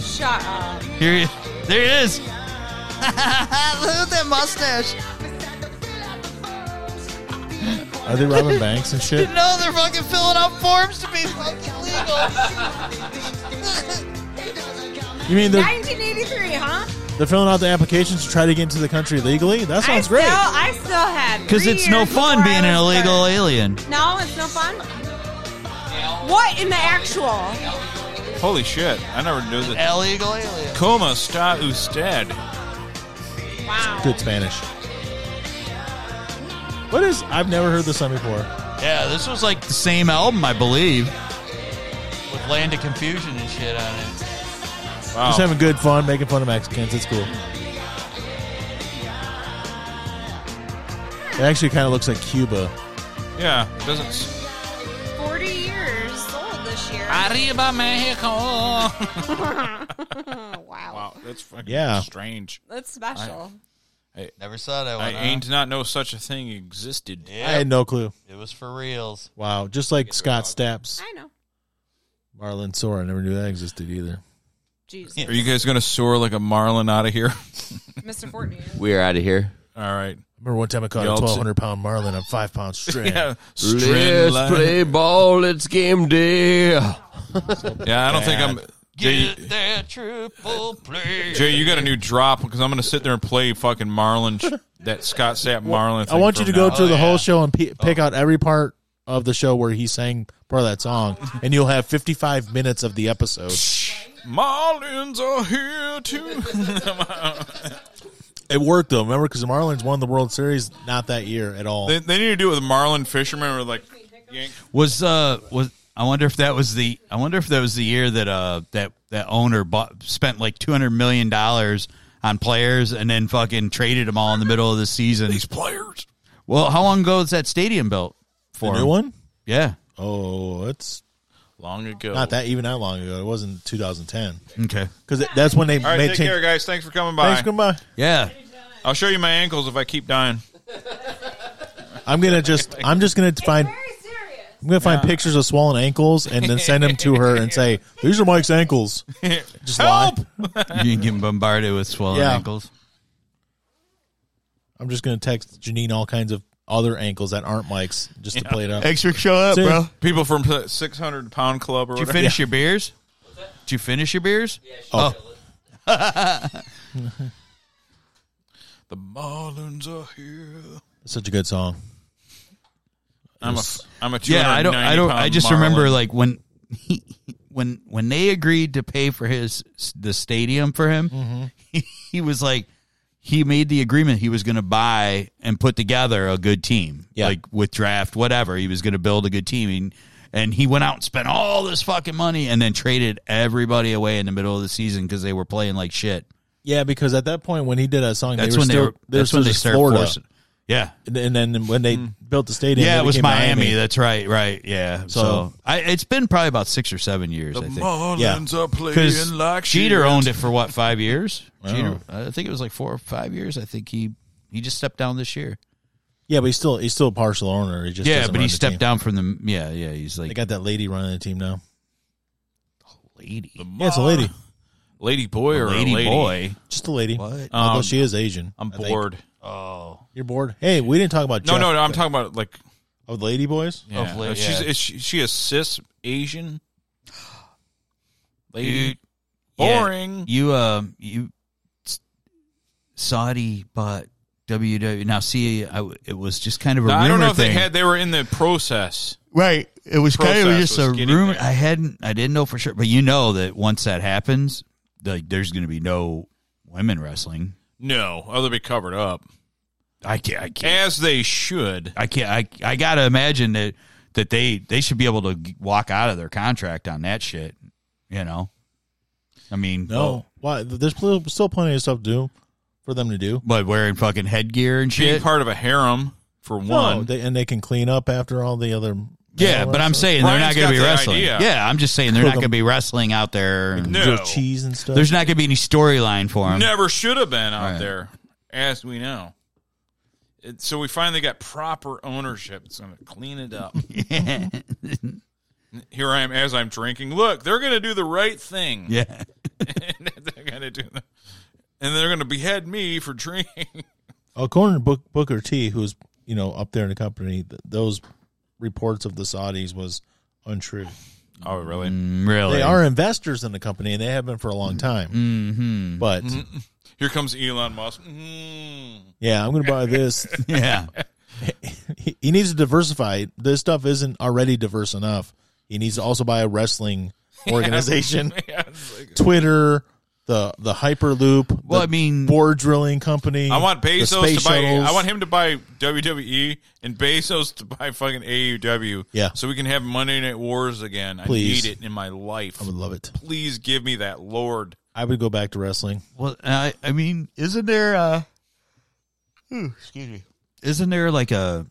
Shut up.
here it- there it is. Look at that mustache.
Are they Robin Banks and shit?
No, they're fucking filling out forms to be fucking legal.
You mean they're,
1983, huh?
they're filling out the applications to try to get into the country legally? That
I
sounds
still,
great.
I still had
Because
three
it's no
years
fun
before
being
I
an
was
illegal
thirty.
alien.
No, it's no fun. What in the actual?
Holy shit. I never knew that.
Illegal alien.
Coma está usted.
Wow.
Good Spanish. What is? I've never heard this song before.
Yeah, this was like the same album, I believe. With Land of Confusion and shit on it.
Just
Wow.
having good fun, making fun of Mexicans. It's cool. It actually kind of looks like Cuba.
Yeah. It doesn't. s-
40 years old this year.
Arriba Mexico.
wow.
Wow. That's fucking
Yeah.
strange.
That's special.
Never saw that
I
one. huh?
ain't to not know such a thing existed.
I had no clue.
It was for reals.
Wow, just like Scott Stapp's
I know.
Marlon Sora. I never knew that existed either.
Jesus.
Are you guys going to soar like a marlin out of here?
Mr. Fortney.
we are out of here.
All right.
Remember one time I caught
Y'all
a
t-
1,200 pound marlin on five pounds string.
Yeah. String
Let's
line.
play ball. It's game day.
Yeah, I don't think I'm. Jay,
that triple play.
Jay, you got a new drop because I'm going to sit there and play fucking Marlin, sh- that Scott Sapp Marlin.
I want you to
thing
go
from now.
through the whole show and p- pick out every part of the show where he sang part of that song, and you'll have 55 minutes of the episode.
Marlins are here too.
It worked though, remember? Because the Marlins won the World Series not that year at all.
they, they need to do it with Marlin Fisherman or like. yank-
Was uh was I wonder if that was the I wonder if that was the year that uh that that owner bought spent like two hundred million dollars on players and then fucking traded them all in the middle of the season. These players. Well, how long ago was that stadium built?
the
For
new one?
Yeah.
Oh, it's
Long ago.
not that even that long ago. It wasn't 2010
Okay.
because that's when they
All right,
made
take
change.
care, guys. Thanks for coming by.
Thanks, goodbye.
Yeah.
I'll show you my ankles if I keep dying.
I'm gonna just I'm just gonna find I'm gonna find pictures of swollen ankles and then send them to her and say these are Mike's ankles. Just
Help!
lie.
You can get bombarded with swollen
Yeah.
ankles.
I'm just gonna text Janine all kinds of other ankles that aren't Mike's just to play it up.
Extra show up,
See? bro.
People from the 600 pound club or
Did you
whatever.
finish your beers? Did you finish your beers?
The Marlins are here.
Such a good song.
I'm a f- I'm a
Yeah, I don't. I don't. I
290
just
pound
remember
Marlin.
like when he, when when they agreed to pay for his the stadium for him,
Mm-hmm.
he, he was like he made the agreement he was going to buy and put together a good team,
Yeah.
like with draft whatever he was going to build a good team. And, and he went out and spent all this fucking money and then traded everybody away in the middle of the season because they were playing like shit.
Yeah, because at that point when he did that song,
That's
they were
when
still,
they were. That's
still
when they
just
started
Florida.
forcing. Yeah,
and then when they built the stadium,
Hmm. yeah,
they
it was
became
Miami. That's right, right. Yeah. So,
So-
I, it's been probably about six or seven years. I
the
think
Marlins
Yeah.
are
because
playing like
Jeter
shit.
owned it for what five years?
Wow.
Jeter, I think it was like four or five years. I think he he just stepped down this year.
yeah, but he's still he's still a partial owner. He just
yeah,
doesn't
but
run
he
the
stepped
team.
down from the yeah yeah. He's
They
like
got that lady running the team now.
lady,
Yeah,
Uh,
it's a lady,
Lady boy or
lady,
a lady
boy.
just a lady.
What?
Although
Um,
she is Asian.
I'm
I think.
bored.
Oh,
You're bored. Hey, we didn't talk about
No,
Jeff.
no, no. I'm talking about like
Oh, the lady boys.
yeah.
Of late,
she's
yeah.
is she, she a cis Asian lady.
dude, yeah.
Boring.
You um you s- Saudi bought WW now see I w it was just kind of a
Now, I don't
rumor
know if
thing.
they had. They were in the process.
Right. It was kind of
Process
just
was
a
getting
rumor.
there.
I hadn't. I didn't know for sure, but you know that once that happens, like there's going to be no women wrestling.
No, oh, they'll be covered up
I can't. I can't.
as they should.
I can't. I I gotta imagine that that they they should be able to g- walk out of their contract on that shit. You know. I mean,
No, why? There's pl- still plenty of stuff to do for them to do.
but wearing fucking headgear and
Being
shit.
part of a harem for
No,
one.
they, and they can clean up after all the other.
yeah, but I'm saying they're
Brian's
not going to
got
be
the
wrestling.
idea.
Yeah, I'm just saying they're not
Cook 'em.
going to be wrestling out there.
You
No.
do have cheese and stuff.
There's not going to be any storyline for them.
Never should have been out
Right.
there, as we know. It, so we finally got proper ownership. It's going to clean it up. Here I am as I'm drinking. Look, they're going to do the right thing.
yeah.
and they're going to do the, and they're going to behead me for drinking.
Oh, according to Book, Booker T, who's you know up there in the company, th- those reports of the Saudis was untrue.
Oh, really?
Mm, Really.
They are investors in the company, and they have been for a long time.
Mm-hmm.
But
Here comes Elon Musk. Mm.
yeah, I'm going to buy this.
Yeah.
he, he needs to diversify. This stuff isn't already diverse enough. He needs to also buy a wrestling organization,
Yeah, it's like-
Twitter, the the Hyperloop.
Well,
the
I mean-
board drilling company.
I want
the
Bezos
space
to buy.
shuttles.
I want him to buy WWE and Bezos to buy fucking AUW.
Yeah.
so we can have Monday Night Wars again.
Please.
I need it in my life.
I would love it.
Please give me that, Lord.
I would go back to wrestling.
Well, I, I mean, isn't there uh ooh, excuse me. Isn't there like a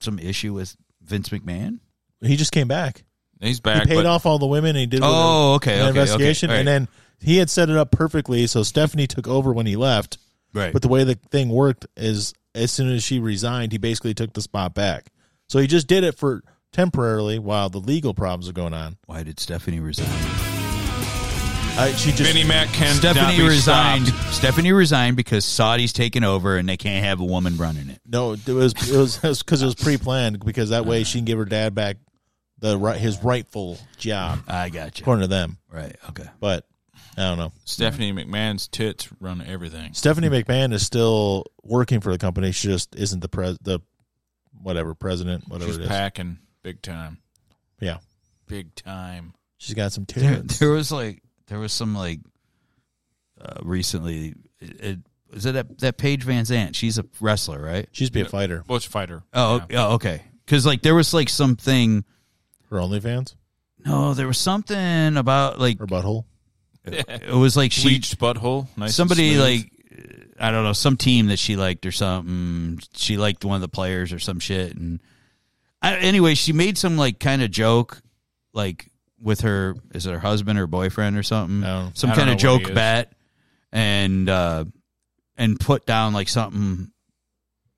some issue with Vince McMahon?
He just came back.
He's
He
back.
paid off all the women. And he did. with
Oh,
her-
okay,
an
okay, okay.
investigation,
All right.
and then he had set it up perfectly. So Stephanie took over when he left.
Right.
But the way the thing worked is, as soon as she resigned, he basically took the spot back. So he just did it for temporarily while the legal problems are going on.
Why did Stephanie resign?
Uh, she just
Vinnie Mac can
Stephanie
not be
resigned.
stopped.
Stephanie resigned because Saudi's taken over and they can't have a woman running it.
no, it was it was because it was pre-planned because that way she can give her dad back the right his rightful job
I got you.
according to them.
Right. Okay.
But I don't know.
Stephanie McMahon's tits run everything.
Stephanie McMahon is still working for the company. She just isn't the pres the whatever president, whatever
She's
it is.
packing big time.
Yeah,
Big time.
she's got some
There,
tits.
there was like there was some like uh, recently. It, it, is it that that Paige Van Zant? She's a wrestler, right?
She's be a fighter.
Bush fighter.
Oh, yeah, okay. Because like there was like something.
Her OnlyFans,
No, there was something about like
her butthole.
it was like she
bleached butthole. Nice. and
somebody
smooth.
like I don't know some team that she liked or something. She liked one of the players or some shit. And I, anyway, she made some like kind of joke like with her is it her husband or boyfriend or something?
No.
some
I don't
kind
know
of
what he
joke
is.
bet. And uh, and put down like something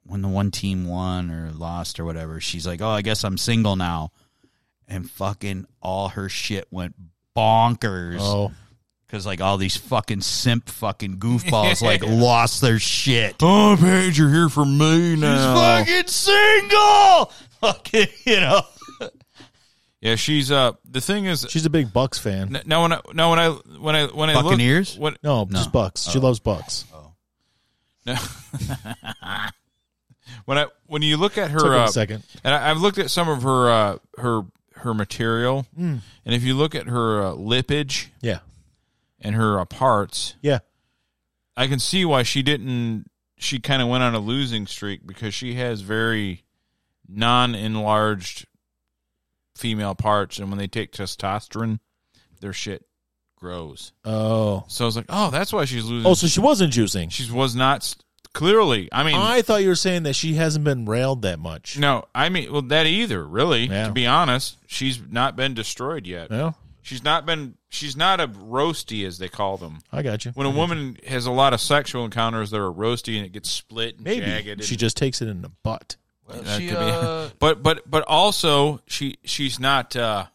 when the one team won or lost or whatever. She's like, "Oh, I guess I'm single now," and fucking all her shit went bonkers.
Oh,
Cause like all these fucking simp fucking goofballs like lost their shit. Oh, Paige, you're here for me now. She's fucking single. Fucking, you know.
Yeah, she's uh. The thing is,
she's a big Bucks fan.
n- now when I now when I when I when I look-
Buccaneers?
what
No, Oh. just Bucks. She loves Bucks.
when I when you look at her
Took her
uh,
a second.
and I, I've looked at some of her uh, her her material,
Hmm.
and if you look at her uh, lippage
Yeah,
and her uh, parts,
yeah.
I can see why she didn't. She kind of went on a losing streak because she has very non-enlarged female parts, and when they take testosterone, their shit grows.
Oh,
So I was like, oh, that's why she's losing.
oh. So she wasn't juicing.
she was not s- clearly. I mean,
I thought you were saying that she hasn't been railed that much.
no, I mean, well, that either really.
Yeah.
To be honest, she's not been destroyed yet.
No,
She's not been. She's not a roasty as they call them.
I got you.
When a woman has a lot of sexual encounters that are roasty and it gets split and jagged,
maybe
and-
she just takes it in the butt.
That
she,
could be-
uh,
but but but also she she's not uh,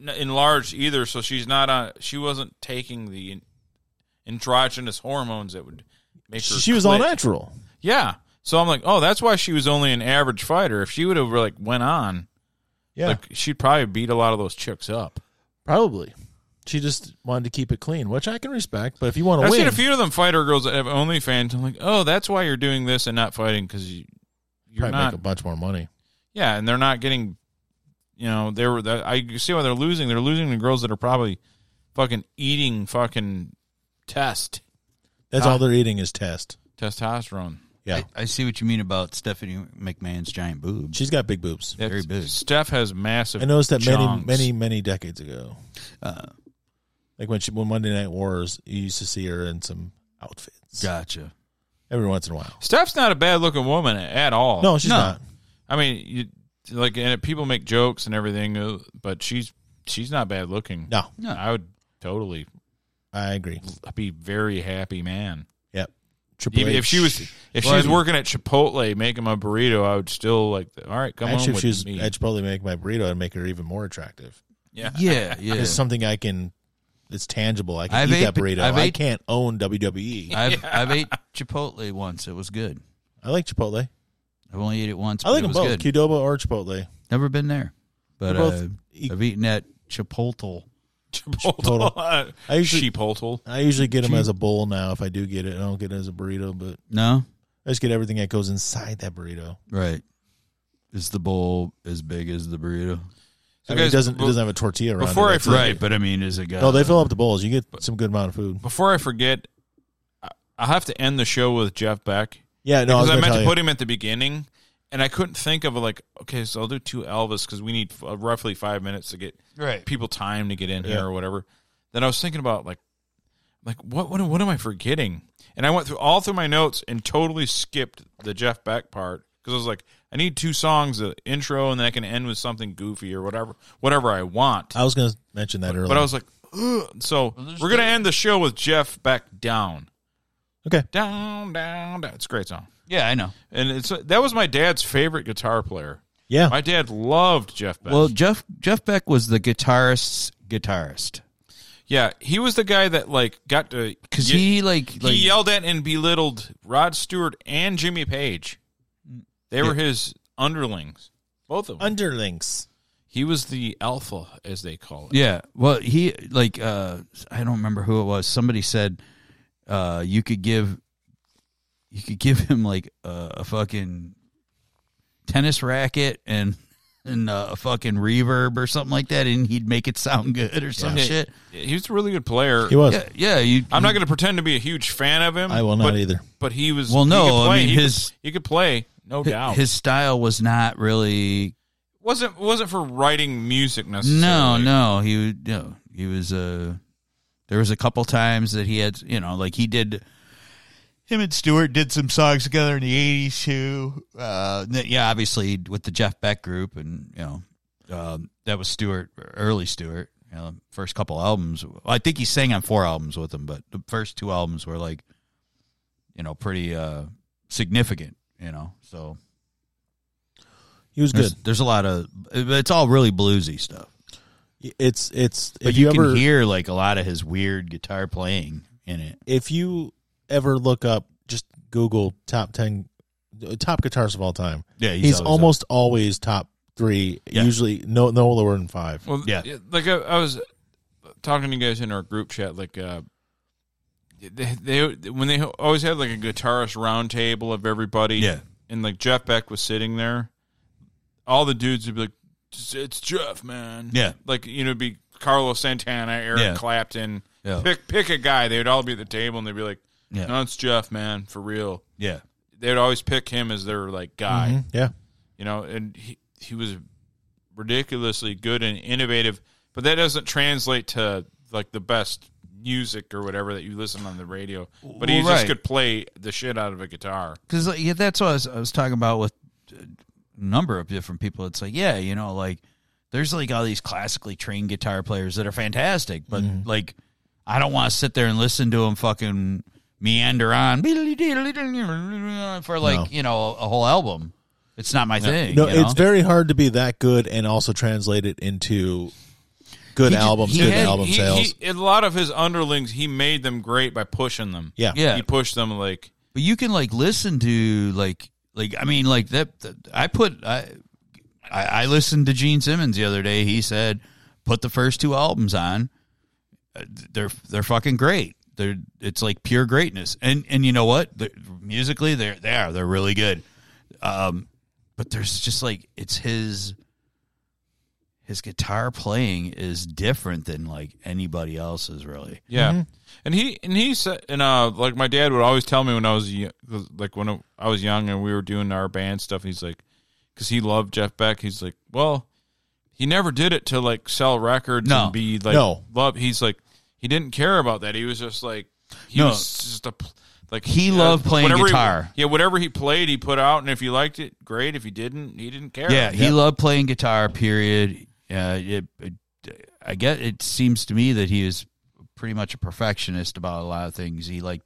n- enlarged either, so she's not on. She wasn't taking the androgynous hormones that would make her.
She was all
click.
natural.
Yeah. So I'm like, oh, that's why she was only an average fighter. If she would have like went on,
Yeah,
like she'd probably beat a lot of those chicks up.
probably. She just wanted to keep it clean, which I can respect. But if you want to
I've seen
win,
a few of them fighter girls that have OnlyFans. I'm like, oh, that's why you're doing this and not fighting because you, you're
probably
not
make a bunch more money.
Yeah, and they're not getting, you know, they were. That, I see why they're losing. They're losing to girls that are probably fucking eating fucking test
That's all they're eating is test.
testosterone.
Yeah,
I, I see what you mean about Stephanie McMahon's giant boobs.
she's got big boobs.
Very big.
Steph has massive.
I noticed that
chongs.
many, many, many decades ago.
Uh,
Like when she when Monday Night Wars, you used to see her in some outfits
gotcha.
every once in a while.
Steph's not a bad looking woman at all.
No, she's
No.
not.
I mean, you, like, and people make jokes and everything, uh, but she's she's not bad looking.
No,
No.
I would totally
I agree.
be very happy man.
Yep. Triple
Even if
H.
she was if she
Well, I
was
mean-
working at Chipotle making my burrito, I would still like. All right, come
actually,
on
if
with
she was
me.
I'd probably make my burrito and make her even more attractive.
yeah,
Yeah, yeah.
It's something I can. It's tangible. I can
I've
eat that
ate-
burrito.
I've
I
ate-
can't own E. WWE. I,
I've I've ate Chipotle once. It was good.
like Chipotle.
I've only ate it once.
I
but
like
it
them
was
both,
Good.
Qdoba or Chipotle.
Never been there, but
They're both
uh,
e-
I've eaten at Chipotle.
Chipotle.
I usually-
Chipotle.
I usually get them as a bowl now. If I do get it, I don't get it as a burrito, but
No,
I just get everything that goes inside that burrito.
right? Is the bowl as big as the burrito?
So
I mean,
guys,
it doesn't.
be-
It doesn't have a tortilla around
before
it.
I
That's
forget- Right.
Right, but I mean, is it got?
No, oh, they fill up the bowls. You get some good amount of food.
Before I forget, I- I'll have to end the show with Jeff Beck
Yeah, no,
because
I, was
I,
gonna
meant
tell
to
you.
put him at the beginning, and I couldn't think of like okay, so I'll do two Elvis because we need uh, roughly five minutes to get
Right.
people time to get in
Yeah.
here or whatever. Then I was thinking about like like what what what am I forgetting? And I went through all through my notes and totally skipped the Jeff Beck part because I was like, I need two songs, the intro, and then I can end with something goofy or whatever whatever I want.
I was going to mention that earlier.
But I was like, Ugh. so we're gonna end the show with Jeff back down,
okay.
down, down, down. It's a great song,
Yeah, I know.
and it's that was my dad's favorite guitar player.
Yeah,
My dad loved Jeff Beck.
Well, Jeff Jeff Beck was the guitarist's guitarist
yeah, he was the guy that like got to
because
ye-
he like like
he yelled at and belittled Rod Stewart and Jimmy Page. They were his underlings, both of them.
underlings.
he was the alpha, as they call it.
Yeah. Well, he like uh I don't remember who it was. Somebody said uh you could give you could give him like a, a fucking tennis racket and and uh, a fucking reverb or something like that and he'd make it sound good or some shit.
He was a really good player.
He was.
Yeah, yeah, you
I'm not going to pretend to be a huge fan of him.
I will not
but-
either.
But he was.
Well,
he
no,
could
I
play.
mean,
he, could-
his-
he could play, no doubt.
his style was not really
wasn't wasn't for writing music
No,
necessarily.
no, he would- no, he was uh there was a couple times that he had, you know, like he did him and Stewart did some songs together in the 80s too. Uh that- yeah, obviously with the Jeff Beck group and, you know, um, that was Stewart early Stewart, you know, first couple albums. I think he sang on four albums with him, but the first two albums were like you know, pretty uh, significant. You know, so
He was good.
there's, there's a lot of it's all really bluesy stuff.
It's it's
But
if
you,
you,
can
ever
hear like a lot of his weird guitar playing in it.
if you ever look up just Google top ten uh, top guitarists of all time.
Yeah, he's
he's,
always up.
almost always top three.
Yeah.
Usually no no lower than five.
Well,
Yeah.
yeah, like I, I was talking to you guys in our group chat, like uh, they, they when they always had like a guitarist round table of everybody,
Yeah.
and like Jeff Beck was sitting there, all the dudes would be like, "It's- "It's Jeff, man,"
Yeah.
like you know, it'd be Carlos Santana, Eric
Yeah.
Clapton,
Yeah.
pick pick a guy. They would all be at the table and they'd be like,
Yeah.
"No, it's Jeff, man, for real."
Yeah,
They would always pick him as their like guy
Mm-hmm.
Mhm, yeah.
you know, and he he was ridiculously good and innovative, but that doesn't translate to like the best music or whatever that you listen on the radio. But he
Well,
just
right.
could play the shit out of a guitar.
because like, yeah, that's what I was, I was talking about with a number of different people. It's like, yeah, you know, like there's like all these classically trained guitar players that are fantastic, but like I don't want to sit there and listen to them fucking meander on for like
No.
you know a whole album. It's not my thing.
No,
you know?
it's very hard to be that good and also translate it into good
He ju-
albums,
he
good
had-
album
he,
sales.
he- a lot of his underlings, he made them great by pushing them.
yeah.
yeah.
he pushed them like
But you can like listen to like like I mean like that. that- I put I, I I listened to Gene Simmons the other day. He said, "Put the first two albums on. Uh, They're they're fucking great. They're it's like pure greatness. And and you know what? They're, musically, they're they are they're really good. Um, but there's just like it's his." His guitar playing is different than like anybody else's, really.
Yeah, and he and he said, and uh, like my dad would always tell me when I was y- like when I was young and we were doing our band stuff. He's like, because he loved Jeff Beck. He's like, well, he never did it to like sell records
No.
and be like
No.
love. He's like, he didn't care about that. He was just like, he
No.
was just a pl- like
He loved playing
whatever he-
guitar.
yeah, whatever he played, he put out, and if you liked it, great. If you didn't, he didn't care.
Yeah, he loved playing guitar. Period. Uh, it, it, I get. It seems to me that he is pretty much a perfectionist about a lot of things. He like,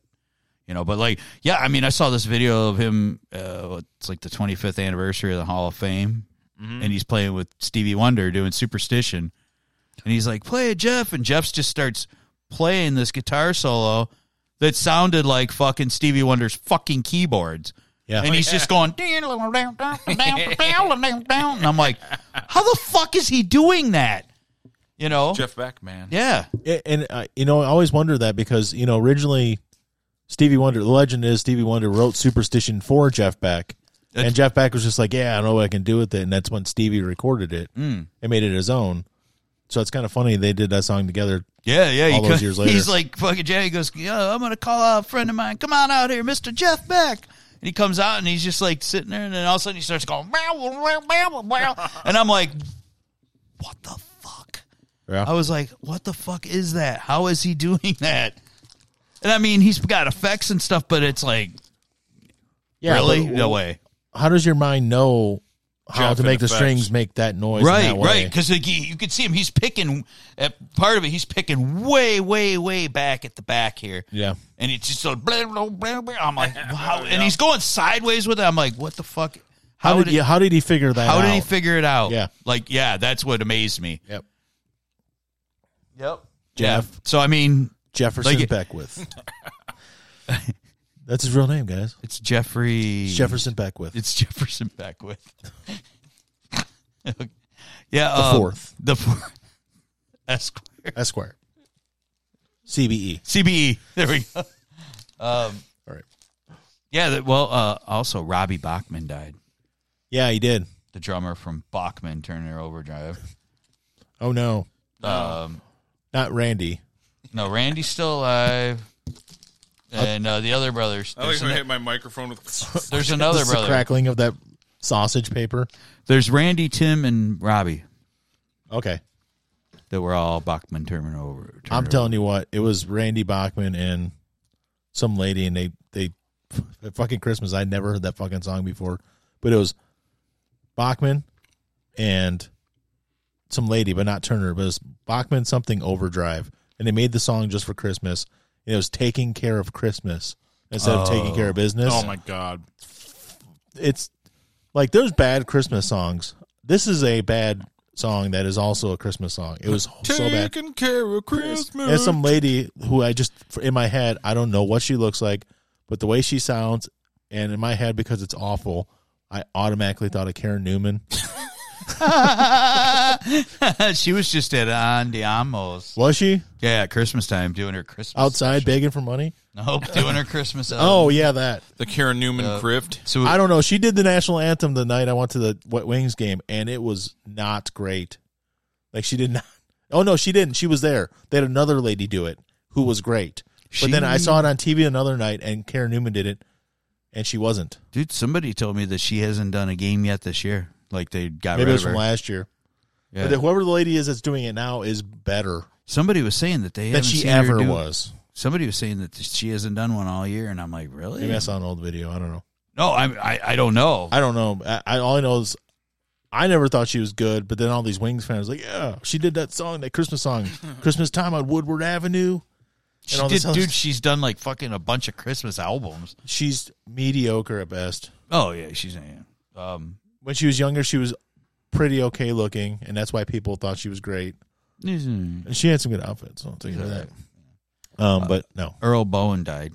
you know, but like, yeah. I mean, I saw this video of him. Uh, it's like the 25th anniversary of the Hall of Fame, and he's playing with Stevie Wonder doing Superstition, and he's like, "Play it, Jeff," and Jeff's just starts playing this guitar solo. That sounded like fucking Stevie Wonder's fucking keyboards
Yeah.
and he's just going and I'm like, how the fuck is he doing that? You know?
Jeff Beck, man.
Yeah.
Yeah, and uh, you know, I always wonder that because you know originally Stevie Wonder, the legend is Stevie Wonder wrote "Superstition" for Jeff Beck,
That's-
and Jeff Beck was just like, "Yeah, I don't know what I can do with it," and that's when Stevie recorded it
Hmm.
and made it his own. So it's kind of funny they did that song together.
Yeah, yeah.
All
he
those
co-
years later.
He's like fucking Jay goes, Yeah, I'm gonna call out a friend of mine. Come on out here, Mr. Jeff Beck. And he comes out and he's just like sitting there and then all of a sudden he starts going "Meow, meow, meow, meow," and I'm like, What the fuck?
Yeah.
I was like, what the fuck is that? How is he doing that? And I mean he's got effects and stuff, but it's like really?
but
No way.
How does your mind know how
Jeff
to
and
make the
effects.
strings make that noise? in
Right,
that way?
right. Because like, you you can see him. He's picking at part of it. He's picking way, way, way back at the back here.
Yeah.
and it's just a blah, blah, blah, blah. I'm like, wow. And he's going sideways with it. I'm like, what the fuck?
How, did, yeah, how did he figure that?
how did he
out?
figure it out?
Yeah.
like yeah, that's what amazed me.
Yep.
Yep.
Jeff.
Yeah. So I mean,
Jefferson
Like it-
Beckwith? that's his real name, guys.
it's Jeffrey.
It's Jefferson Beckwith.
It's Jefferson Beckwith. yeah.
The
um,
fourth.
The fourth. Esquire.
Esquire. E. CBE.
CBE. There we go.
All right.
Yeah. That, well, uh, also Robbie Bachman died.
Yeah, he did.
the drummer from Bachman Turner Overdrive.
Oh no,
Um,
not Randy.
no, Randy's still alive, and uh, the other brothers.
I like
There's,
when I
an-
hit my microphone with.
there's
This
another
is the
brother.
crackling of that sausage paper.
There's Randy, Tim, and Robbie
Okay,
that were all Bachman Turner over. Turner
I'm telling you what, it was Randy Bachman and some lady, and they they at fucking Christmas. I never heard that fucking song before, but it was Bachman and some lady, but not Turner. But it was Bachman something Overdrive, and they made the song just for Christmas. And it was taking care of Christmas instead of taking care of business.
Oh my god.
It's like there's bad Christmas songs. This is a bad song that is also a Christmas song. It was so bad.
Taking care of Christmas.
There's some lady who I just in my head I don't know what she looks like, but the way she sounds, and in my head because it's awful, I automatically thought of Karen Newman.
she was just at Andiamo's.
Was she
Yeah, at Christmas time doing her Christmas.
outside begging for money?
Nope, doing her Christmas.
Oh yeah, that.
The Karen Newman crypt.
so
I don't know. She did the national anthem the night I went to the Wet Wings game, and it was not great. Like she did not. Oh no, she didn't. She was there. They had another lady do it who was great. But then I
She-
saw it on TV another night, and Karen Newman did it, and she wasn't.
dude, somebody told me that she hasn't done a game yet this year. Like they got
Maybe
rid
it was
of her.
from last year.
Yeah.
But whoever the lady is that's doing it now is better
somebody was saying that they
than
haven't
she
seen her
ever
do-
was.
Somebody was saying that she hasn't done one all year, and I'm like, really?
Maybe I saw an old video. I don't know.
No, I, I I don't know.
I don't know. I, I all I know is I never thought she was good, but then all these Wings fans like, yeah, she did that song, that Christmas song, Christmas time on Woodward Avenue.
She
all
did,
this other
dude.
stuff.
She's done like fucking a bunch of Christmas albums.
She's mediocre at best.
Oh yeah, she's yeah. um.
When she was younger, she was pretty okay looking, and that's why people thought she was great. And she had some good outfits. So I'll take her that. Um,
Uh,
but no.
Earl Bowen died.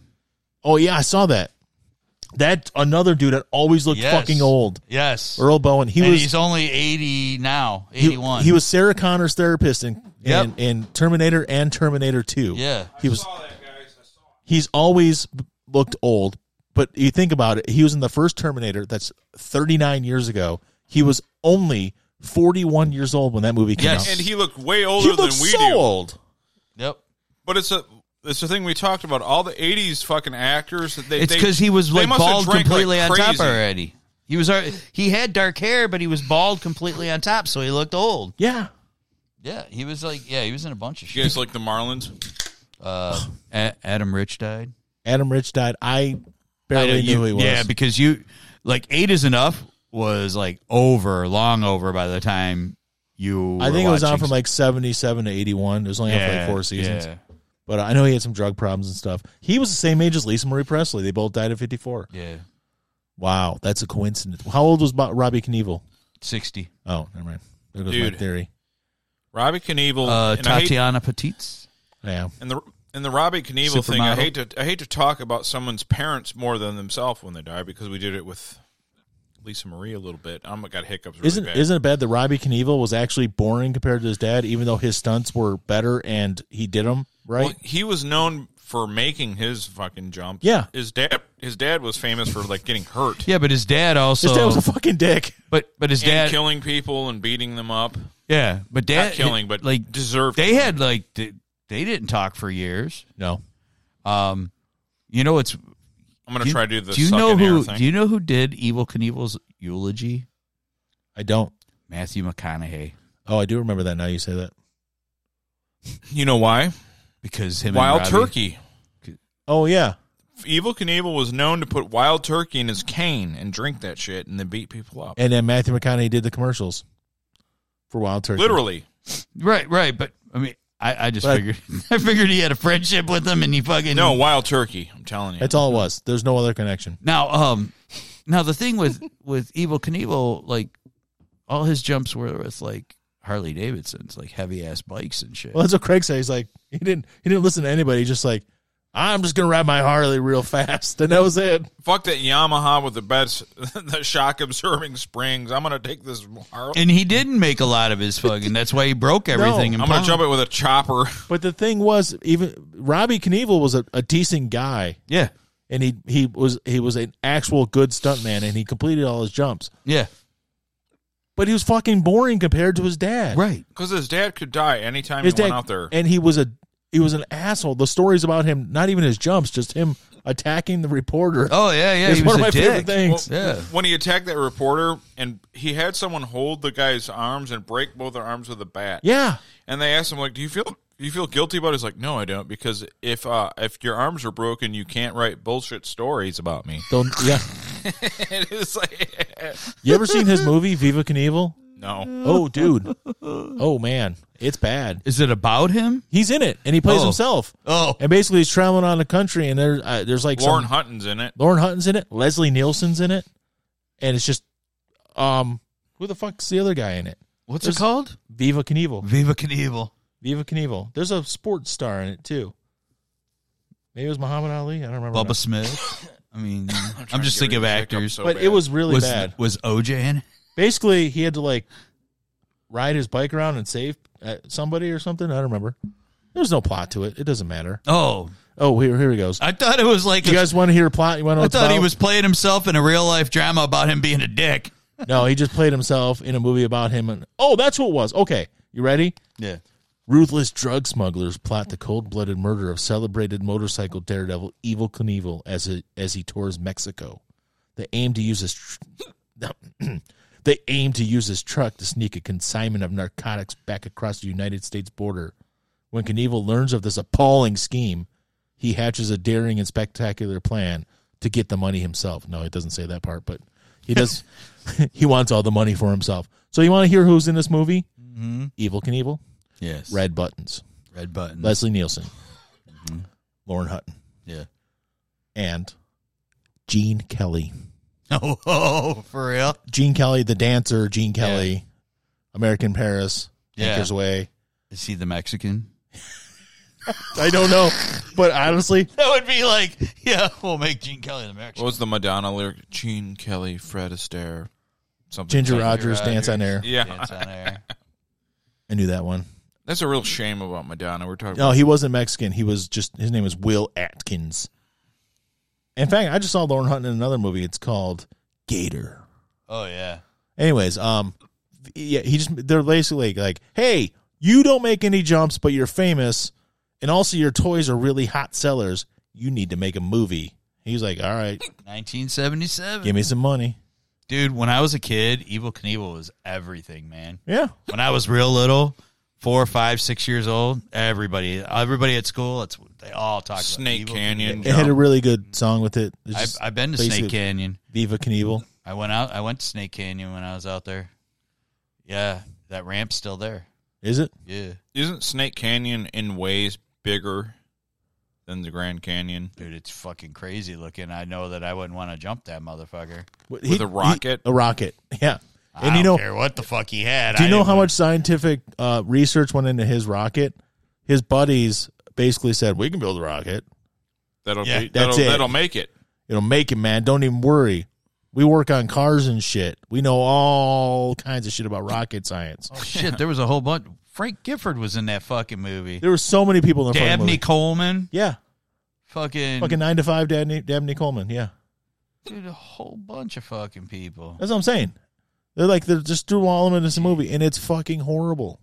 Oh yeah, I saw that. That another dude that always looked
Yes.
fucking old.
Yes,
Earl Bowen. He
and
was
he's only eighty now,
he-
eighty one.
He, was Sarah Connor's therapist in,
Yep.
in in Terminator and Terminator Two.
Yeah.
he was. He's always b- looked old, but you think about it. He was in the first Terminator. That's thirty nine years ago. He was only forty one years old when that movie came
Yes.
out.
And he looked way
He
older than
looked
we
so
do.
old.
Yep.
But it's a it's the thing we talked about. All the '80s fucking actors. They,
It's
they-
because he was
they
like
must have
bald
drank like
completely on top
crazy.
already. He was alre- he had dark hair, but he was bald completely on top, so he looked old.
Yeah,
Yeah, he was like yeah, he was in a bunch of
You guys like the Marlins?
Uh, A- Adam Rich died.
Adam Rich died. I
I know
barely
you-
knew he was.
Yeah, because you like eight is enough was like over, long over by the time you.
I
were
think it was on
watching-
from like seventy seven to eighty one. It was only on for like four seasons.
Yeah,
But I know he had some drug problems and stuff. He was the same age as Lisa Marie Presley. They both died at 54.
yeah.
Wow, that's a coincidence. How old was Bo- Robbie Knievel?
sixty.
Oh, never mind. There goes my
Dude.
theory.
Robbie Knievel.
Uh,
and I hate-
Tatiana Petitz.
Yeah.
And the and the Robbie Knievel thing, I
Supermodel.
hate to I hate to talk about someone's parents more than themselves when they die because we did it with Lisa Marie a little bit. I'm got hiccups. Really
Isn't
bad.
isn't it bad that Robbie Knievel was actually boring compared to his dad, even though his stunts were better and he did them right?
Well, he was known for making his fucking jumps.
Yeah.
his dad his dad was famous for like getting hurt,
Yeah, but his dad also.
his dad was a fucking dick.
but but his
and
dad.
killing people and beating them up.
yeah, but dad
Not killing, but
like
like deserved.
they had like th- they didn't talk for years.
No,
Um, you know it's.
I'm gonna
you-
try to do the.
do you
suck
know
in air
who?
thing.
Do you know who did Evil Knievel's eulogy?
I don't.
Matthew McConaughey,
Oh, I do remember that now you say that.
You know why?
because him
Wild
and Robbie-
turkey.
Oh yeah,
Evil Knievel was known to put wild turkey in his cane and drink that shit and then beat people up.
and then Matthew McConaughey did the commercials for Wild Turkey.
Literally.
Right, right. But I mean, I, I just
But-
figured I figured he had a friendship with him, and he fucking
No, wild turkey. I'm telling you.
that's all it was. There's no other connection.
Now, um, now the thing with with Evil Knievel, like all his jumps were with like Harley Davidsons, like heavy ass bikes and shit.
Well, that's what Craig said. He's like, he didn't he didn't listen to anybody. He's just like, I'm just gonna ride my Harley real fast, and that was it.
Fuck that Yamaha with the best, the shock absorbing springs. I'm gonna take this. Harley.
And he didn't make a lot of his fucking. That's why he broke everything.
No,
and
I'm gonna jump it with a chopper.
But the thing was, even Robbie Knievel was a, a decent guy,
Yeah,
and he he was he was an actual good stuntman, and he completed all his jumps.
yeah,
But he was fucking boring compared to his dad.
right.
Because his dad could die anytime
his
he
dad,
went out there.
and he was a he was an asshole. The stories about him, not even his jumps, just him attacking the reporter.
Oh yeah, yeah.
It's
he
one
was
of
a
my
dick.
favorite things.
Yeah.
When he attacked that reporter, and he had someone hold the guy's arms and break both their arms with a bat.
yeah,
And they asked him, like, "Do you feel do you feel guilty about?" it? He's like, "No, I don't, because if uh, if your arms are broken, you can't write bullshit stories about me."
don't yeah.
and it's like,
You ever seen his movie Viva Knievel?
no,
Oh, dude. Oh man, It's bad.
Is it about him?
He's in it, and he plays
Oh.
himself.
Oh.
And basically, he's traveling around the country, and there's uh, there's like
Lauren
some,
Hutton's in it.
Lauren Hutton's in it, Leslie Nielsen's in it, and it's just, um, who the fuck's the other guy in it?
What's
There's-
it called?
Viva Knievel.
Viva Knievel.
Viva Knievel. There's a sports star in it too. Maybe it was Muhammad Ali. I don't remember. now.
Bubba Smith. I mean, I'm,
trying
just
to get
thinking of
rid of this hiccup
actors.
so
but
bad.
it was really
was
bad.
was OJ in? it?
Basically, he had to like ride his bike around and save uh, somebody or something. I don't remember. There's no plot to it. It doesn't matter.
Oh,
Oh, here here he goes.
I thought it was like
Do you
a-
guys want to hear a plot? You want to?
I thought he was playing himself in a real life drama about him being a dick.
No, he just played himself in a movie about him. And oh, that's what it was. Okay, you ready?
Yeah.
Ruthless drug smugglers plot the cold-blooded murder of celebrated motorcycle daredevil Evil Knievel as he, as he tours Mexico. They aim to use his tr- they aim to use his truck to sneak a consignment of narcotics back across the United States border. When Knievel learns of this appalling scheme, he hatches a daring and spectacular plan to get the money himself. No, it doesn't say that part, but he does. he wants all the money for himself. So you want to hear who's in this movie? Mm-hmm. Evil Knievel,
Yes.
Red Buttons, Mm-hmm.
Red button.
Leslie Nielsen, Mm-hmm. Lauren Hutton,
yeah.
and Gene Kelly.
Oh, oh, for real?
Gene Kelly, the dancer. Gene Kelly, American Paris,
Yeah.
Anchor's Way.
Is he the Mexican?
I don't know, but honestly,
That would be like, yeah, we'll make Gene Kelly the Mexican.
What was the Madonna lyric? Gene Kelly, Fred Astaire, something.
Ginger
like-
Rogers, Dance on Air.
Yeah,
Dance on air.
I knew that one.
that's a real shame about Madonna. We're talking.
No,
about
he wasn't Mexican. He was just his name was Will Atkins. In fact, I just saw Lauren Hunt in another movie. It's called Gator.
Oh yeah.
Anyways, um, yeah, he just they're basically like, hey, you don't make any jumps, but you're famous, and also your toys are really hot sellers. You need to make a movie. He's like, all right,
1977.
give me some money.
Dude, when I was a kid, Evil Knievel was everything, man.
Yeah,
When I was real little, four, five, six years old, everybody, everybody at school, it's they all talk
Snake
about Evil
Canyon.
it had a really good song with it. It's
Knievel.
just
I, um, I've been to
basically
Snake Canyon.
Viva Knievel.
I went out. I went to Snake Canyon when I was out there. Yeah, that ramp's still there.
Is it?
Yeah,
Isn't Snake Canyon in ways bigger than the Grand Canyon?
dude, it's fucking crazy looking. I know that I wouldn't want to jump that motherfucker.
With
a rocket?
a rocket. Yeah,
I
and you know,
don't care what the fuck he had.
Do you
I
know
didn't
how
want-
much scientific uh, research went into his rocket? His buddies basically said, "We can build a rocket.
That'll
Yeah,
be,
that's
that'll,
it.
that'll make it.
It'll make it, man. Don't even worry. We work on cars and shit. We know all kinds of shit about rocket science."
Oh, shit, there was a whole bunch. Frank Gifford was in that fucking movie.
There were so many people in the fucking
Dabney
movie.
Coleman,
Yeah,
fucking,
fucking nine to five, Dabney, Dabney Coleman. Yeah,
dude, a whole bunch of fucking people.
that's what I'm saying. They're like they're just threw all of them into this movie, and it's fucking horrible.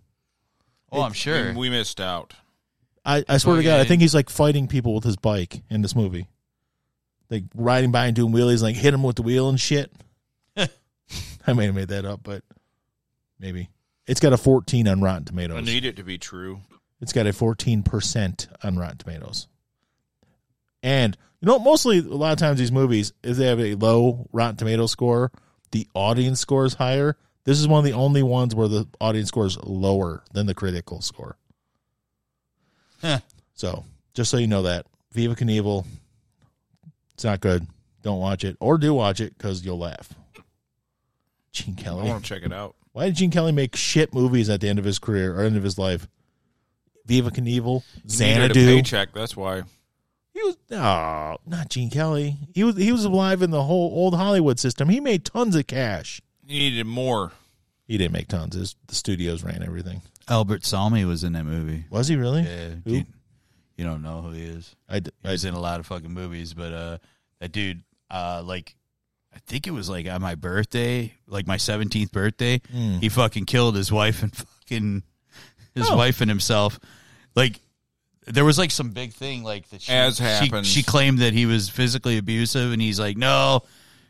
Oh, I'm
I mean,
sure.
we missed out.
I, I swear to God, I
Fucking-
think he's like fighting people with his bike in this movie, like riding by and doing wheelies, like hit him with the wheel and shit. I may have made that up, but maybe it's got a 14 on Rotten
I
Tomatoes.
need it to be true.
It's got a 14 percent on Rotten Tomatoes, and you know, mostly a lot of times these movies, if they have a low Rotten Tomato score, the audience score is higher. This is one of the only ones where the audience score is lower than the critical score.
Huh.
So just so you know that Viva Knievel, it's not good. Don't watch it, or do watch it because you'll laugh. Gene
I
Kelly.
want to check it out.
Why did Gene Kelly make shit movies at the end of his career or end of his life? Viva Knievel,
He needed a
Xanadu.
paycheck. That's why.
He was oh, not Gene Kelly. He was he was alive in the whole old Hollywood system. He made tons of cash.
He needed more.
He didn't make tons. His, the studios ran everything.
Albert Salmi was in that movie.
Was he really?
Yeah,
Who?
you, you don't know who he is.
I, d-
He
I-
was in a lot of fucking movies, but uh, that dude, uh, like, I think it was like on my birthday, like my seventeenth birthday, he fucking killed his wife and fucking his
Oh.
wife and himself. Like, there was like some big thing like that. She,
As
she-
happens.
she, claimed that he was physically abusive, and he's like, no,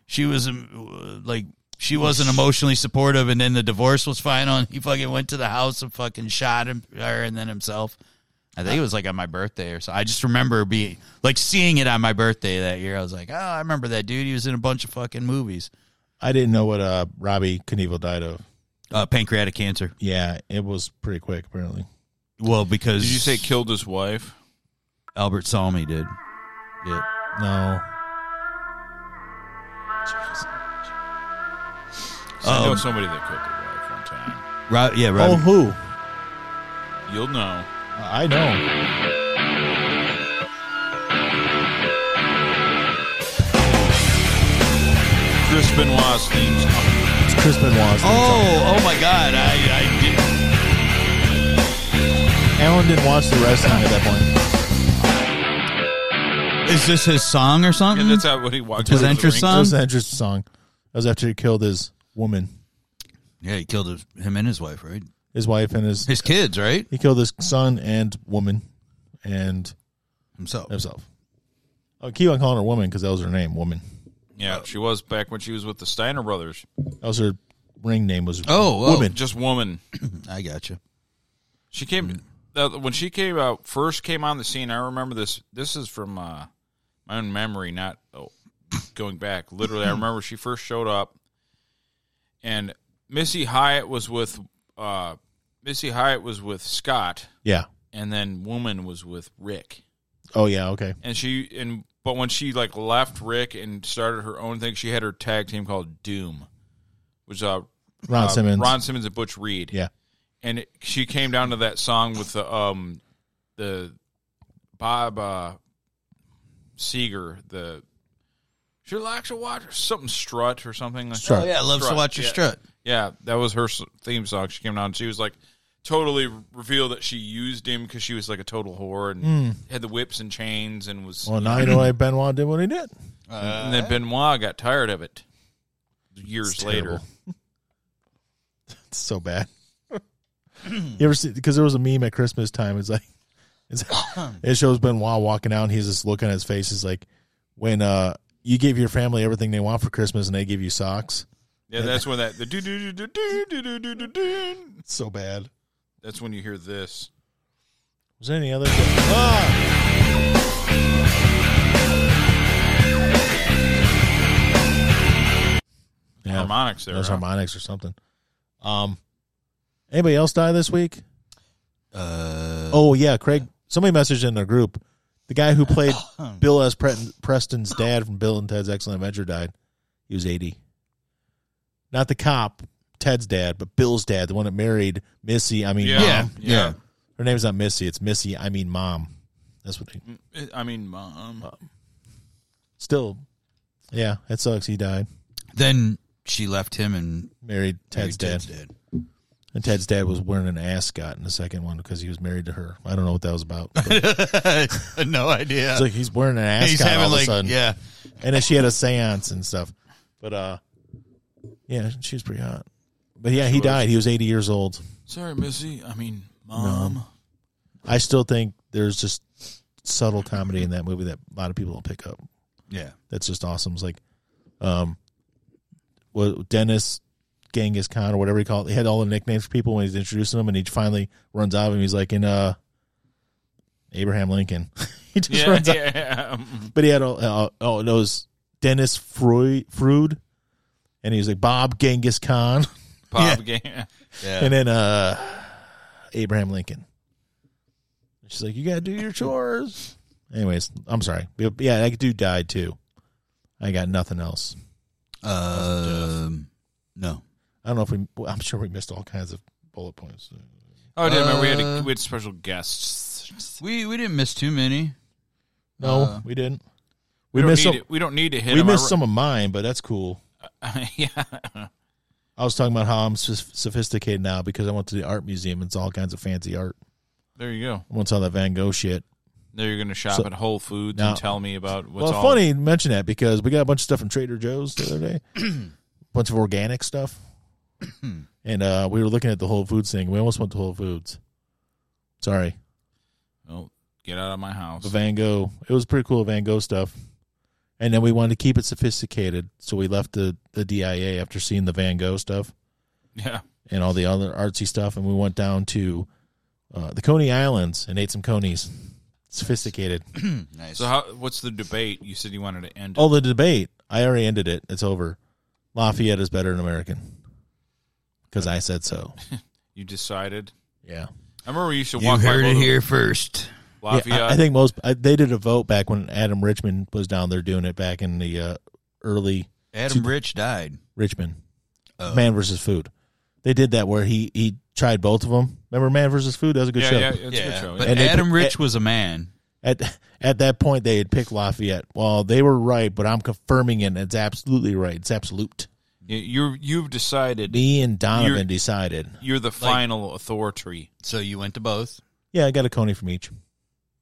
she was um, like. She wasn't emotionally supportive, and then the divorce was final, and he fucking went to the house and fucking shot him, her, and then himself. I think it was like on my birthday or so. I just remember being like seeing it on my birthday that year. I was like, oh, I remember that dude. He was in a bunch of fucking movies.
I didn't know what uh, Robbie Knievel died of.
uh, pancreatic cancer.
Yeah, it was pretty quick apparently.
Well, because
Did you say killed his wife?
Albert Salmi did? Yeah.
No.
I know
Um,
somebody that killed their wife one time.
Ro- yeah,
Oh,
Robin.
who?
You'll know.
I know.
Chris Benoit's theme song.
It's Chris Benoit's.
Oh, oh my God! I, I did.
Alan didn't watch the wrestling at that point.
Is this his song or something?
Yeah, that's how what he walked.
His
into the
entrance
ring.
song?
That was the entrance song. That was after he killed his woman,
Yeah, he killed his, him and his wife, right?
his wife, and his
His kids, right?
he killed his son and woman and
Himself.
himself. I keep on calling her woman because that was her name, woman.
Yeah, she was back when she was with the Steiner brothers.
That was her ring name was
Oh, well,
woman.
Just woman.
I gotcha.
She came
Hmm.
uh, when she came out first came on the scene. I remember this. This is from uh, my own memory, not oh, going back. Literally, I remember she first showed up, and Missy Hyatt was with uh, Missy Hyatt was with Scott,
Yeah.
and then Woman was with Rick.
Oh yeah. Okay.
And she and but when she like left Rick and started her own thing, she had her tag team called Doom, which uh,
Ron
uh,
Simmons.
Ron Simmons and Butch Reed
Yeah.
and it, she came down to that song with the um the Bob uh, Seeger the she likes to watch something strut or something like
Strut.
Oh, yeah, loves to watch your
yeah.
strut.
yeah that was her s- theme song she came down and she was like totally revealed that she used him because she was like a total whore and had the whips and chains and was
Well, now you know why Benoit did what he did.
and then Benoit got tired of it years
It's
later
terrible. It's so bad. you ever see? Because there was a meme at Christmas time. It's like, it's, it shows Benoit walking out, and he's just looking at his face. It's like when uh, you give your family everything they want for Christmas, and they give you socks.
yeah that's when that the do do do do do do do do do
It's so bad.
that's when you hear this
Was there any other? Ah! Yeah,
harmonics there
those
huh?
harmonics or something. Um, anybody else die this week?
Uh,
Oh yeah, Craig. Somebody messaged in our group. The guy who played Bill S. Pret- Preston's dad from Bill and Ted's Excellent Adventure died. He was eighty. Not the cop, Ted's dad, but Bill's dad, the one that married Missy. I mean,
yeah,
Mom.
yeah.
her name's not Missy. It's Missy. I mean, mom. That's what. They,
I mean, mom.
Uh, still, yeah, that sucks. He died.
then she left him and
Married Ted's, dad. and Ted's dad was wearing an ascot in the second one because he was married to her. I don't know what that was about. but it's
no idea.
like he's wearing an ascot
He's having
all of a
like
sudden.
yeah.
and then she had a séance and stuff. But uh, yeah, she was pretty hot. But yeah, he died. He was 80 years old.
Sorry, Missy. I mean, mom.
Um,
I still think there's just subtle comedy in that movie that a lot of people don't pick up.
Yeah.
That's just awesome. It's like, um, well, Dennis Genghis Khan or whatever he called. He had all the nicknames for people when he's introducing them, and he finally runs out of him. He's like in uh, Abraham Lincoln. he just
Yeah,
runs out.
yeah. um,
But he had all, uh, oh, and it was Dennis Freud, Freud, and he was like Bob Genghis Khan,
Bob Ga-
Yeah.
and then uh, Abraham Lincoln. She's like, you gotta do your chores. Anyways, I'm sorry. But Yeah, that dude died too. I got nothing else.
Um, no.
I don't know if we. well, I'm sure we missed all kinds of bullet points.
Oh, damn it. We had,
Uh,
a, we had special guests.
We we didn't miss too many.
No,
Uh,
we didn't.
We,
We,
don't,
missed some.
need to, we don't need to hit
We
him.
missed
I
some of mine, but that's cool.
re- yeah.
I was talking about how I'm soph- sophisticated now because I went to the art museum. It's all kinds of fancy art.
There you go.
I want all that Van Gogh shit.
There you're going to shop
So-
at Whole Foods
Now-
and tell me about what's
well,
all.
funny you mention that because we got a bunch of stuff from Trader Joe's the other day, bunch of organic stuff, and uh, we were looking at the Whole Foods thing. We almost went to Whole Foods. Sorry,
Oh, get out of my house.
the Van Gogh. It was pretty cool Van Gogh stuff, and then we wanted to keep it sophisticated, so we left the the DIA after seeing the Van Gogh stuff
Yeah.
and all the other artsy stuff, and we went down to uh, the Coney Islands and ate some conies. Sophisticated.
Nice.
So, how, what's the debate? You said you wanted to end.
Oh, the debate. I already ended it. It's over. Lafayette is better than American. because I said so.
You decided.
Yeah.
I remember we used to
You
walk by
heard it
Lotto-
here first.
Yeah,
Lafayette.
I, I think most I, they did a vote back when Adam Richmond was down there doing it back in the uh, early
Adam Rich died.
Richmond,
Oh.
Man versus Food. They did that where he he tried both of them. Remember Man versus Food? That was a good
yeah,
show.
yeah, it's a good show.
but
And they
Adam
put-
Rich was a man.
At at that point, they had picked Lafayette. Well, they were right, but I'm confirming it. It's absolutely right. It's absolute.
You- You're you've decided
Me and Donovan
You're-
decided.
you're the final authority.
So you went to both.
Yeah, I got a coney from each.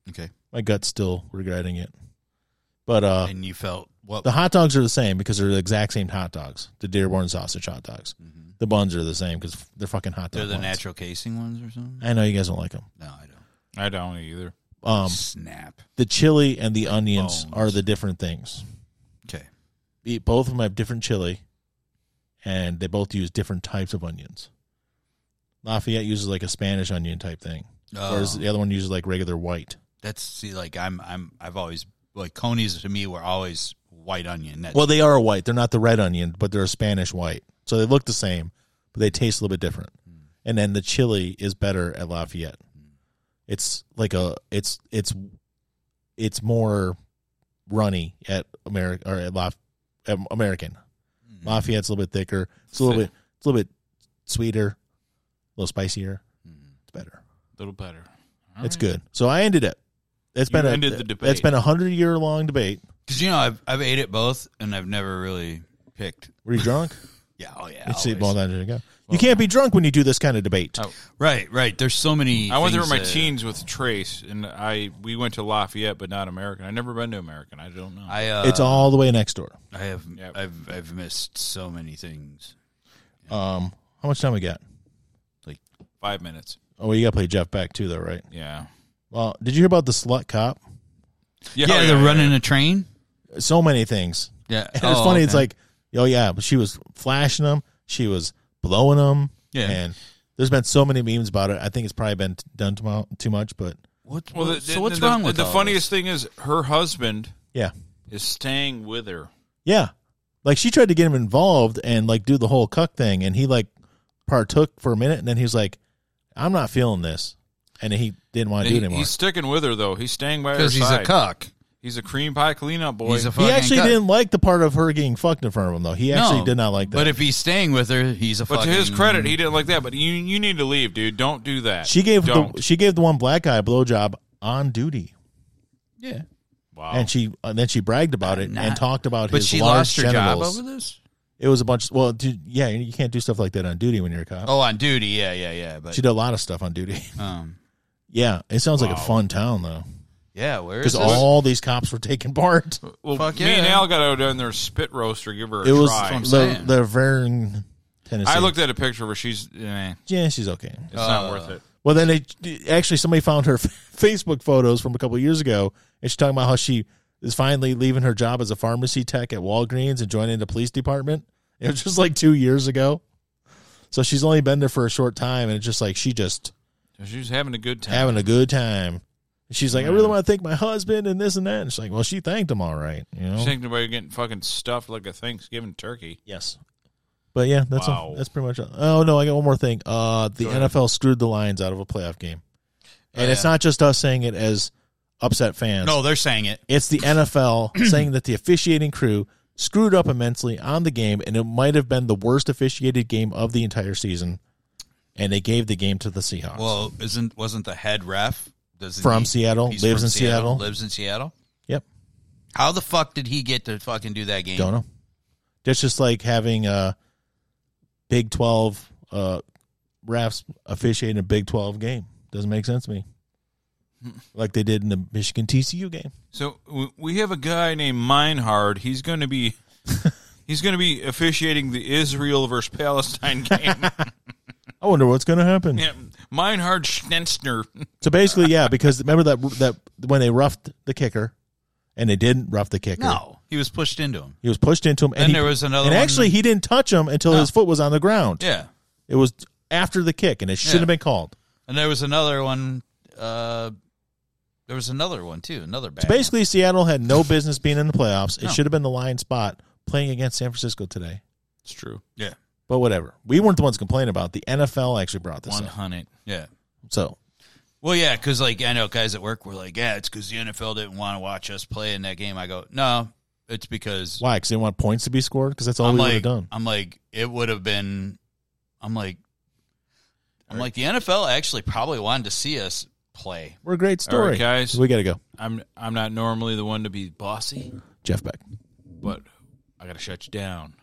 Okay.
My gut's still regretting it, but uh,
and you felt what?
The hot dogs are the same because they're the exact same hot dogs. The Dearborn sausage hot dogs.
Mm-hmm.
The buns are the same because they're fucking hot dog
they're the
buns.
natural casing ones or something?
I know you guys don't like them.
No, I don't.
I don't either.
Um,
Snap.
the chili and the onions
bones.
are the different things.
Okay.
Be- Both of them have different chili, and they both use different types of onions. Lafayette uses like a Spanish onion type thing, whereas
Oh.
the other one uses like regular white.
That's see, like I'm, I'm, I've always like conies to me were always white onion. That's,
Well, they are white. They're not the red onion, but they're a Spanish white. So they look the same, but they taste a little bit different. And then the chili is better at Lafayette. It's like a it's it's it's more runny at America or at, Laf, at American. Lafayette's a little bit thicker. It's a little bit it's a little bit sweeter, a little spicier. It's better.
A little better. All
it's
right.
good. So I ended it. It's been
You
a,
ended the debate.
It's been a hundred year long debate.
because you know I've, I've ate it both, and I've never really picked.
Were you drunk?
Yeah, oh yeah,
It's- well,
always.
there you go. you can't be drunk when you do this kind of debate.
Oh.
right, right. There's so many.
I went there with
things
my
that-
teens with Trace, and I we went to Lafayette, but not American. I've never been to American. I don't know.
I uh,
it's all the way next door.
I have,
Yep.
I've, I've missed so many things.
Um, how much time we got?
Five minutes.
Oh, well, you got to play Jeff Beck too, though, right?
Yeah.
Well, did you hear about the slut cop?
Yeah,
yeah,
oh,
they're
yeah,
running a train.
So many things.
Yeah,
And it's
Oh,
funny. It's
okay.
like, oh yeah, but she was flashing them. She was blowing them.
Yeah.
And there's been so many memes about it. I think it's probably been t- done too mu- too much, but
what,
Well, the,
so what's
the-
wrong
the-
with
the
all
funniest thing is her husband
yeah,
is staying with her.
yeah. Like she tried to get him involved and like do the whole cuck thing, and he like partook for a minute, and then he was like, "I'm not feeling this," and he didn't want to do it
He-
anymore.
he's sticking with her though. He's staying by her
Because he's
side.
a cuck.
He's a cream pie cleanup boy.
He's a fucking
He actually
cuck.
didn't like the part of her getting fucked in front of him, though. He actually
No,
did not like that.
But if he's staying with her, he's a.
but to
fucking,
his credit, he didn't like that. But you you need to leave, dude. Don't do that.
she gave the,
Don't.
she gave the one black guy a blowjob on duty,
yeah.
wow.
and she and then she bragged about it and
Not-
talked about
But
his
she
large
lost her job
genitals.
over this.
It was a bunch. well, dude, yeah, you can't do stuff like that on duty when you're a cop.
Oh, on duty. Yeah, yeah, yeah. But
She did a lot of stuff on duty.
um,
yeah, it sounds like a fun town though,
yeah. Where is
because
this?
all these cops were taking part.
Well,
Fuck
me
yeah.
and Al got out there and their spit roaster. Give her a
It was
try.
I'm
the
saying.
the Vern, Tennessee.
I looked at a picture of her. She's eh,
Yeah, she's okay.
it's
Uh,
not worth it.
Well, then they actually somebody found her Facebook photos from a couple years ago, and she's talking about how she is finally leaving her job as a pharmacy tech at Walgreens and joining the police department. It was just like two years ago, so she's only been there for a short time, and it's just like she just
She was having a good time.
having a good time. She's like, I really want to thank my husband and this and that. And she's like, Well, she thanked him all right, you know.
She's thinking about getting fucking stuffed like a Thanksgiving turkey.
yes. But yeah, that's all-
Wow.
that's pretty much. All. Oh no, I got one more thing. Uh, the NFL screwed the Lions out of a playoff game, and it's
Yeah.
not just us saying it as upset fans.
No, they're saying it.
It's the NFL saying that the officiating crew screwed up immensely on the game, and it might have been the worst officiated game of the entire season. And they gave the game to the Seahawks.
Well, isn't wasn't the head ref doesn't
From
he-
Seattle,
he's
lives
from
in Seattle.
lives in Seattle?
yep.
How the fuck did he get to fucking do that game?
Don't know. That's just like having a Big Twelve uh, refs officiating a Big Twelve game. Doesn't make sense to me. Like they did in the Michigan TCU game.
So w- we have a guy named Meinhard. He's going to be he's going to be officiating the Israel versus Palestine game.
I wonder what's going to happen.
yeah, Meinhard Schnenzner.
So basically, yeah, because remember that that when they roughed the kicker, and they didn't rough the kicker.
No, he was pushed into him.
He was pushed into him, and
Then
he-
there was another
And
one
actually,
that-
he didn't touch him until his foot was on the ground.
Yeah,
It was after the kick, and it shouldn't
Yeah.
have been called.
and there was another one. Uh, there was another one too. Another bad.
So basically, Seattle had no business being in the playoffs. It
No.
should have been the Lions' spot playing against San Francisco today.
It's true.
one. yeah.
But whatever. We weren't the ones complaining about. it. The NFL actually brought this
One
up.
hundred.
Yeah.
So
Well, yeah, because like I know guys at work were like, "Yeah, it's because the NFL didn't want to watch us play in that game." I go, "No, it's because
why? Because they want points to be scored. Because that's all
I'm
we would
like,
have done.
I'm like, it would have been, I'm like, I'm like, the NFL actually probably wanted to see us play.
We're a great
All
story,
right, guys.
We got to go.
I'm I'm not normally the one to be bossy,
Jeff Beck,
but I gotta shut you down.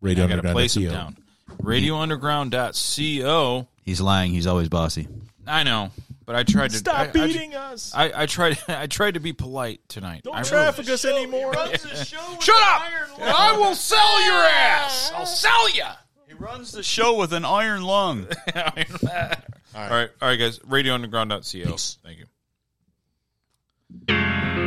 Radio
I gotta
Underground.
place him
SEO.
down. RadioUnderground.co.
He's lying. He's always bossy.
I know, but I tried to
Stop
I- I,
beating us.
I, I tried. I tried to be polite tonight. I
Don't
really-
traffic us anymore.
Shut up! I will sell your ass. I'll sell you.
He runs the show with an iron lung.
All right, all right, guys. RadioUnderground.co. Thank you.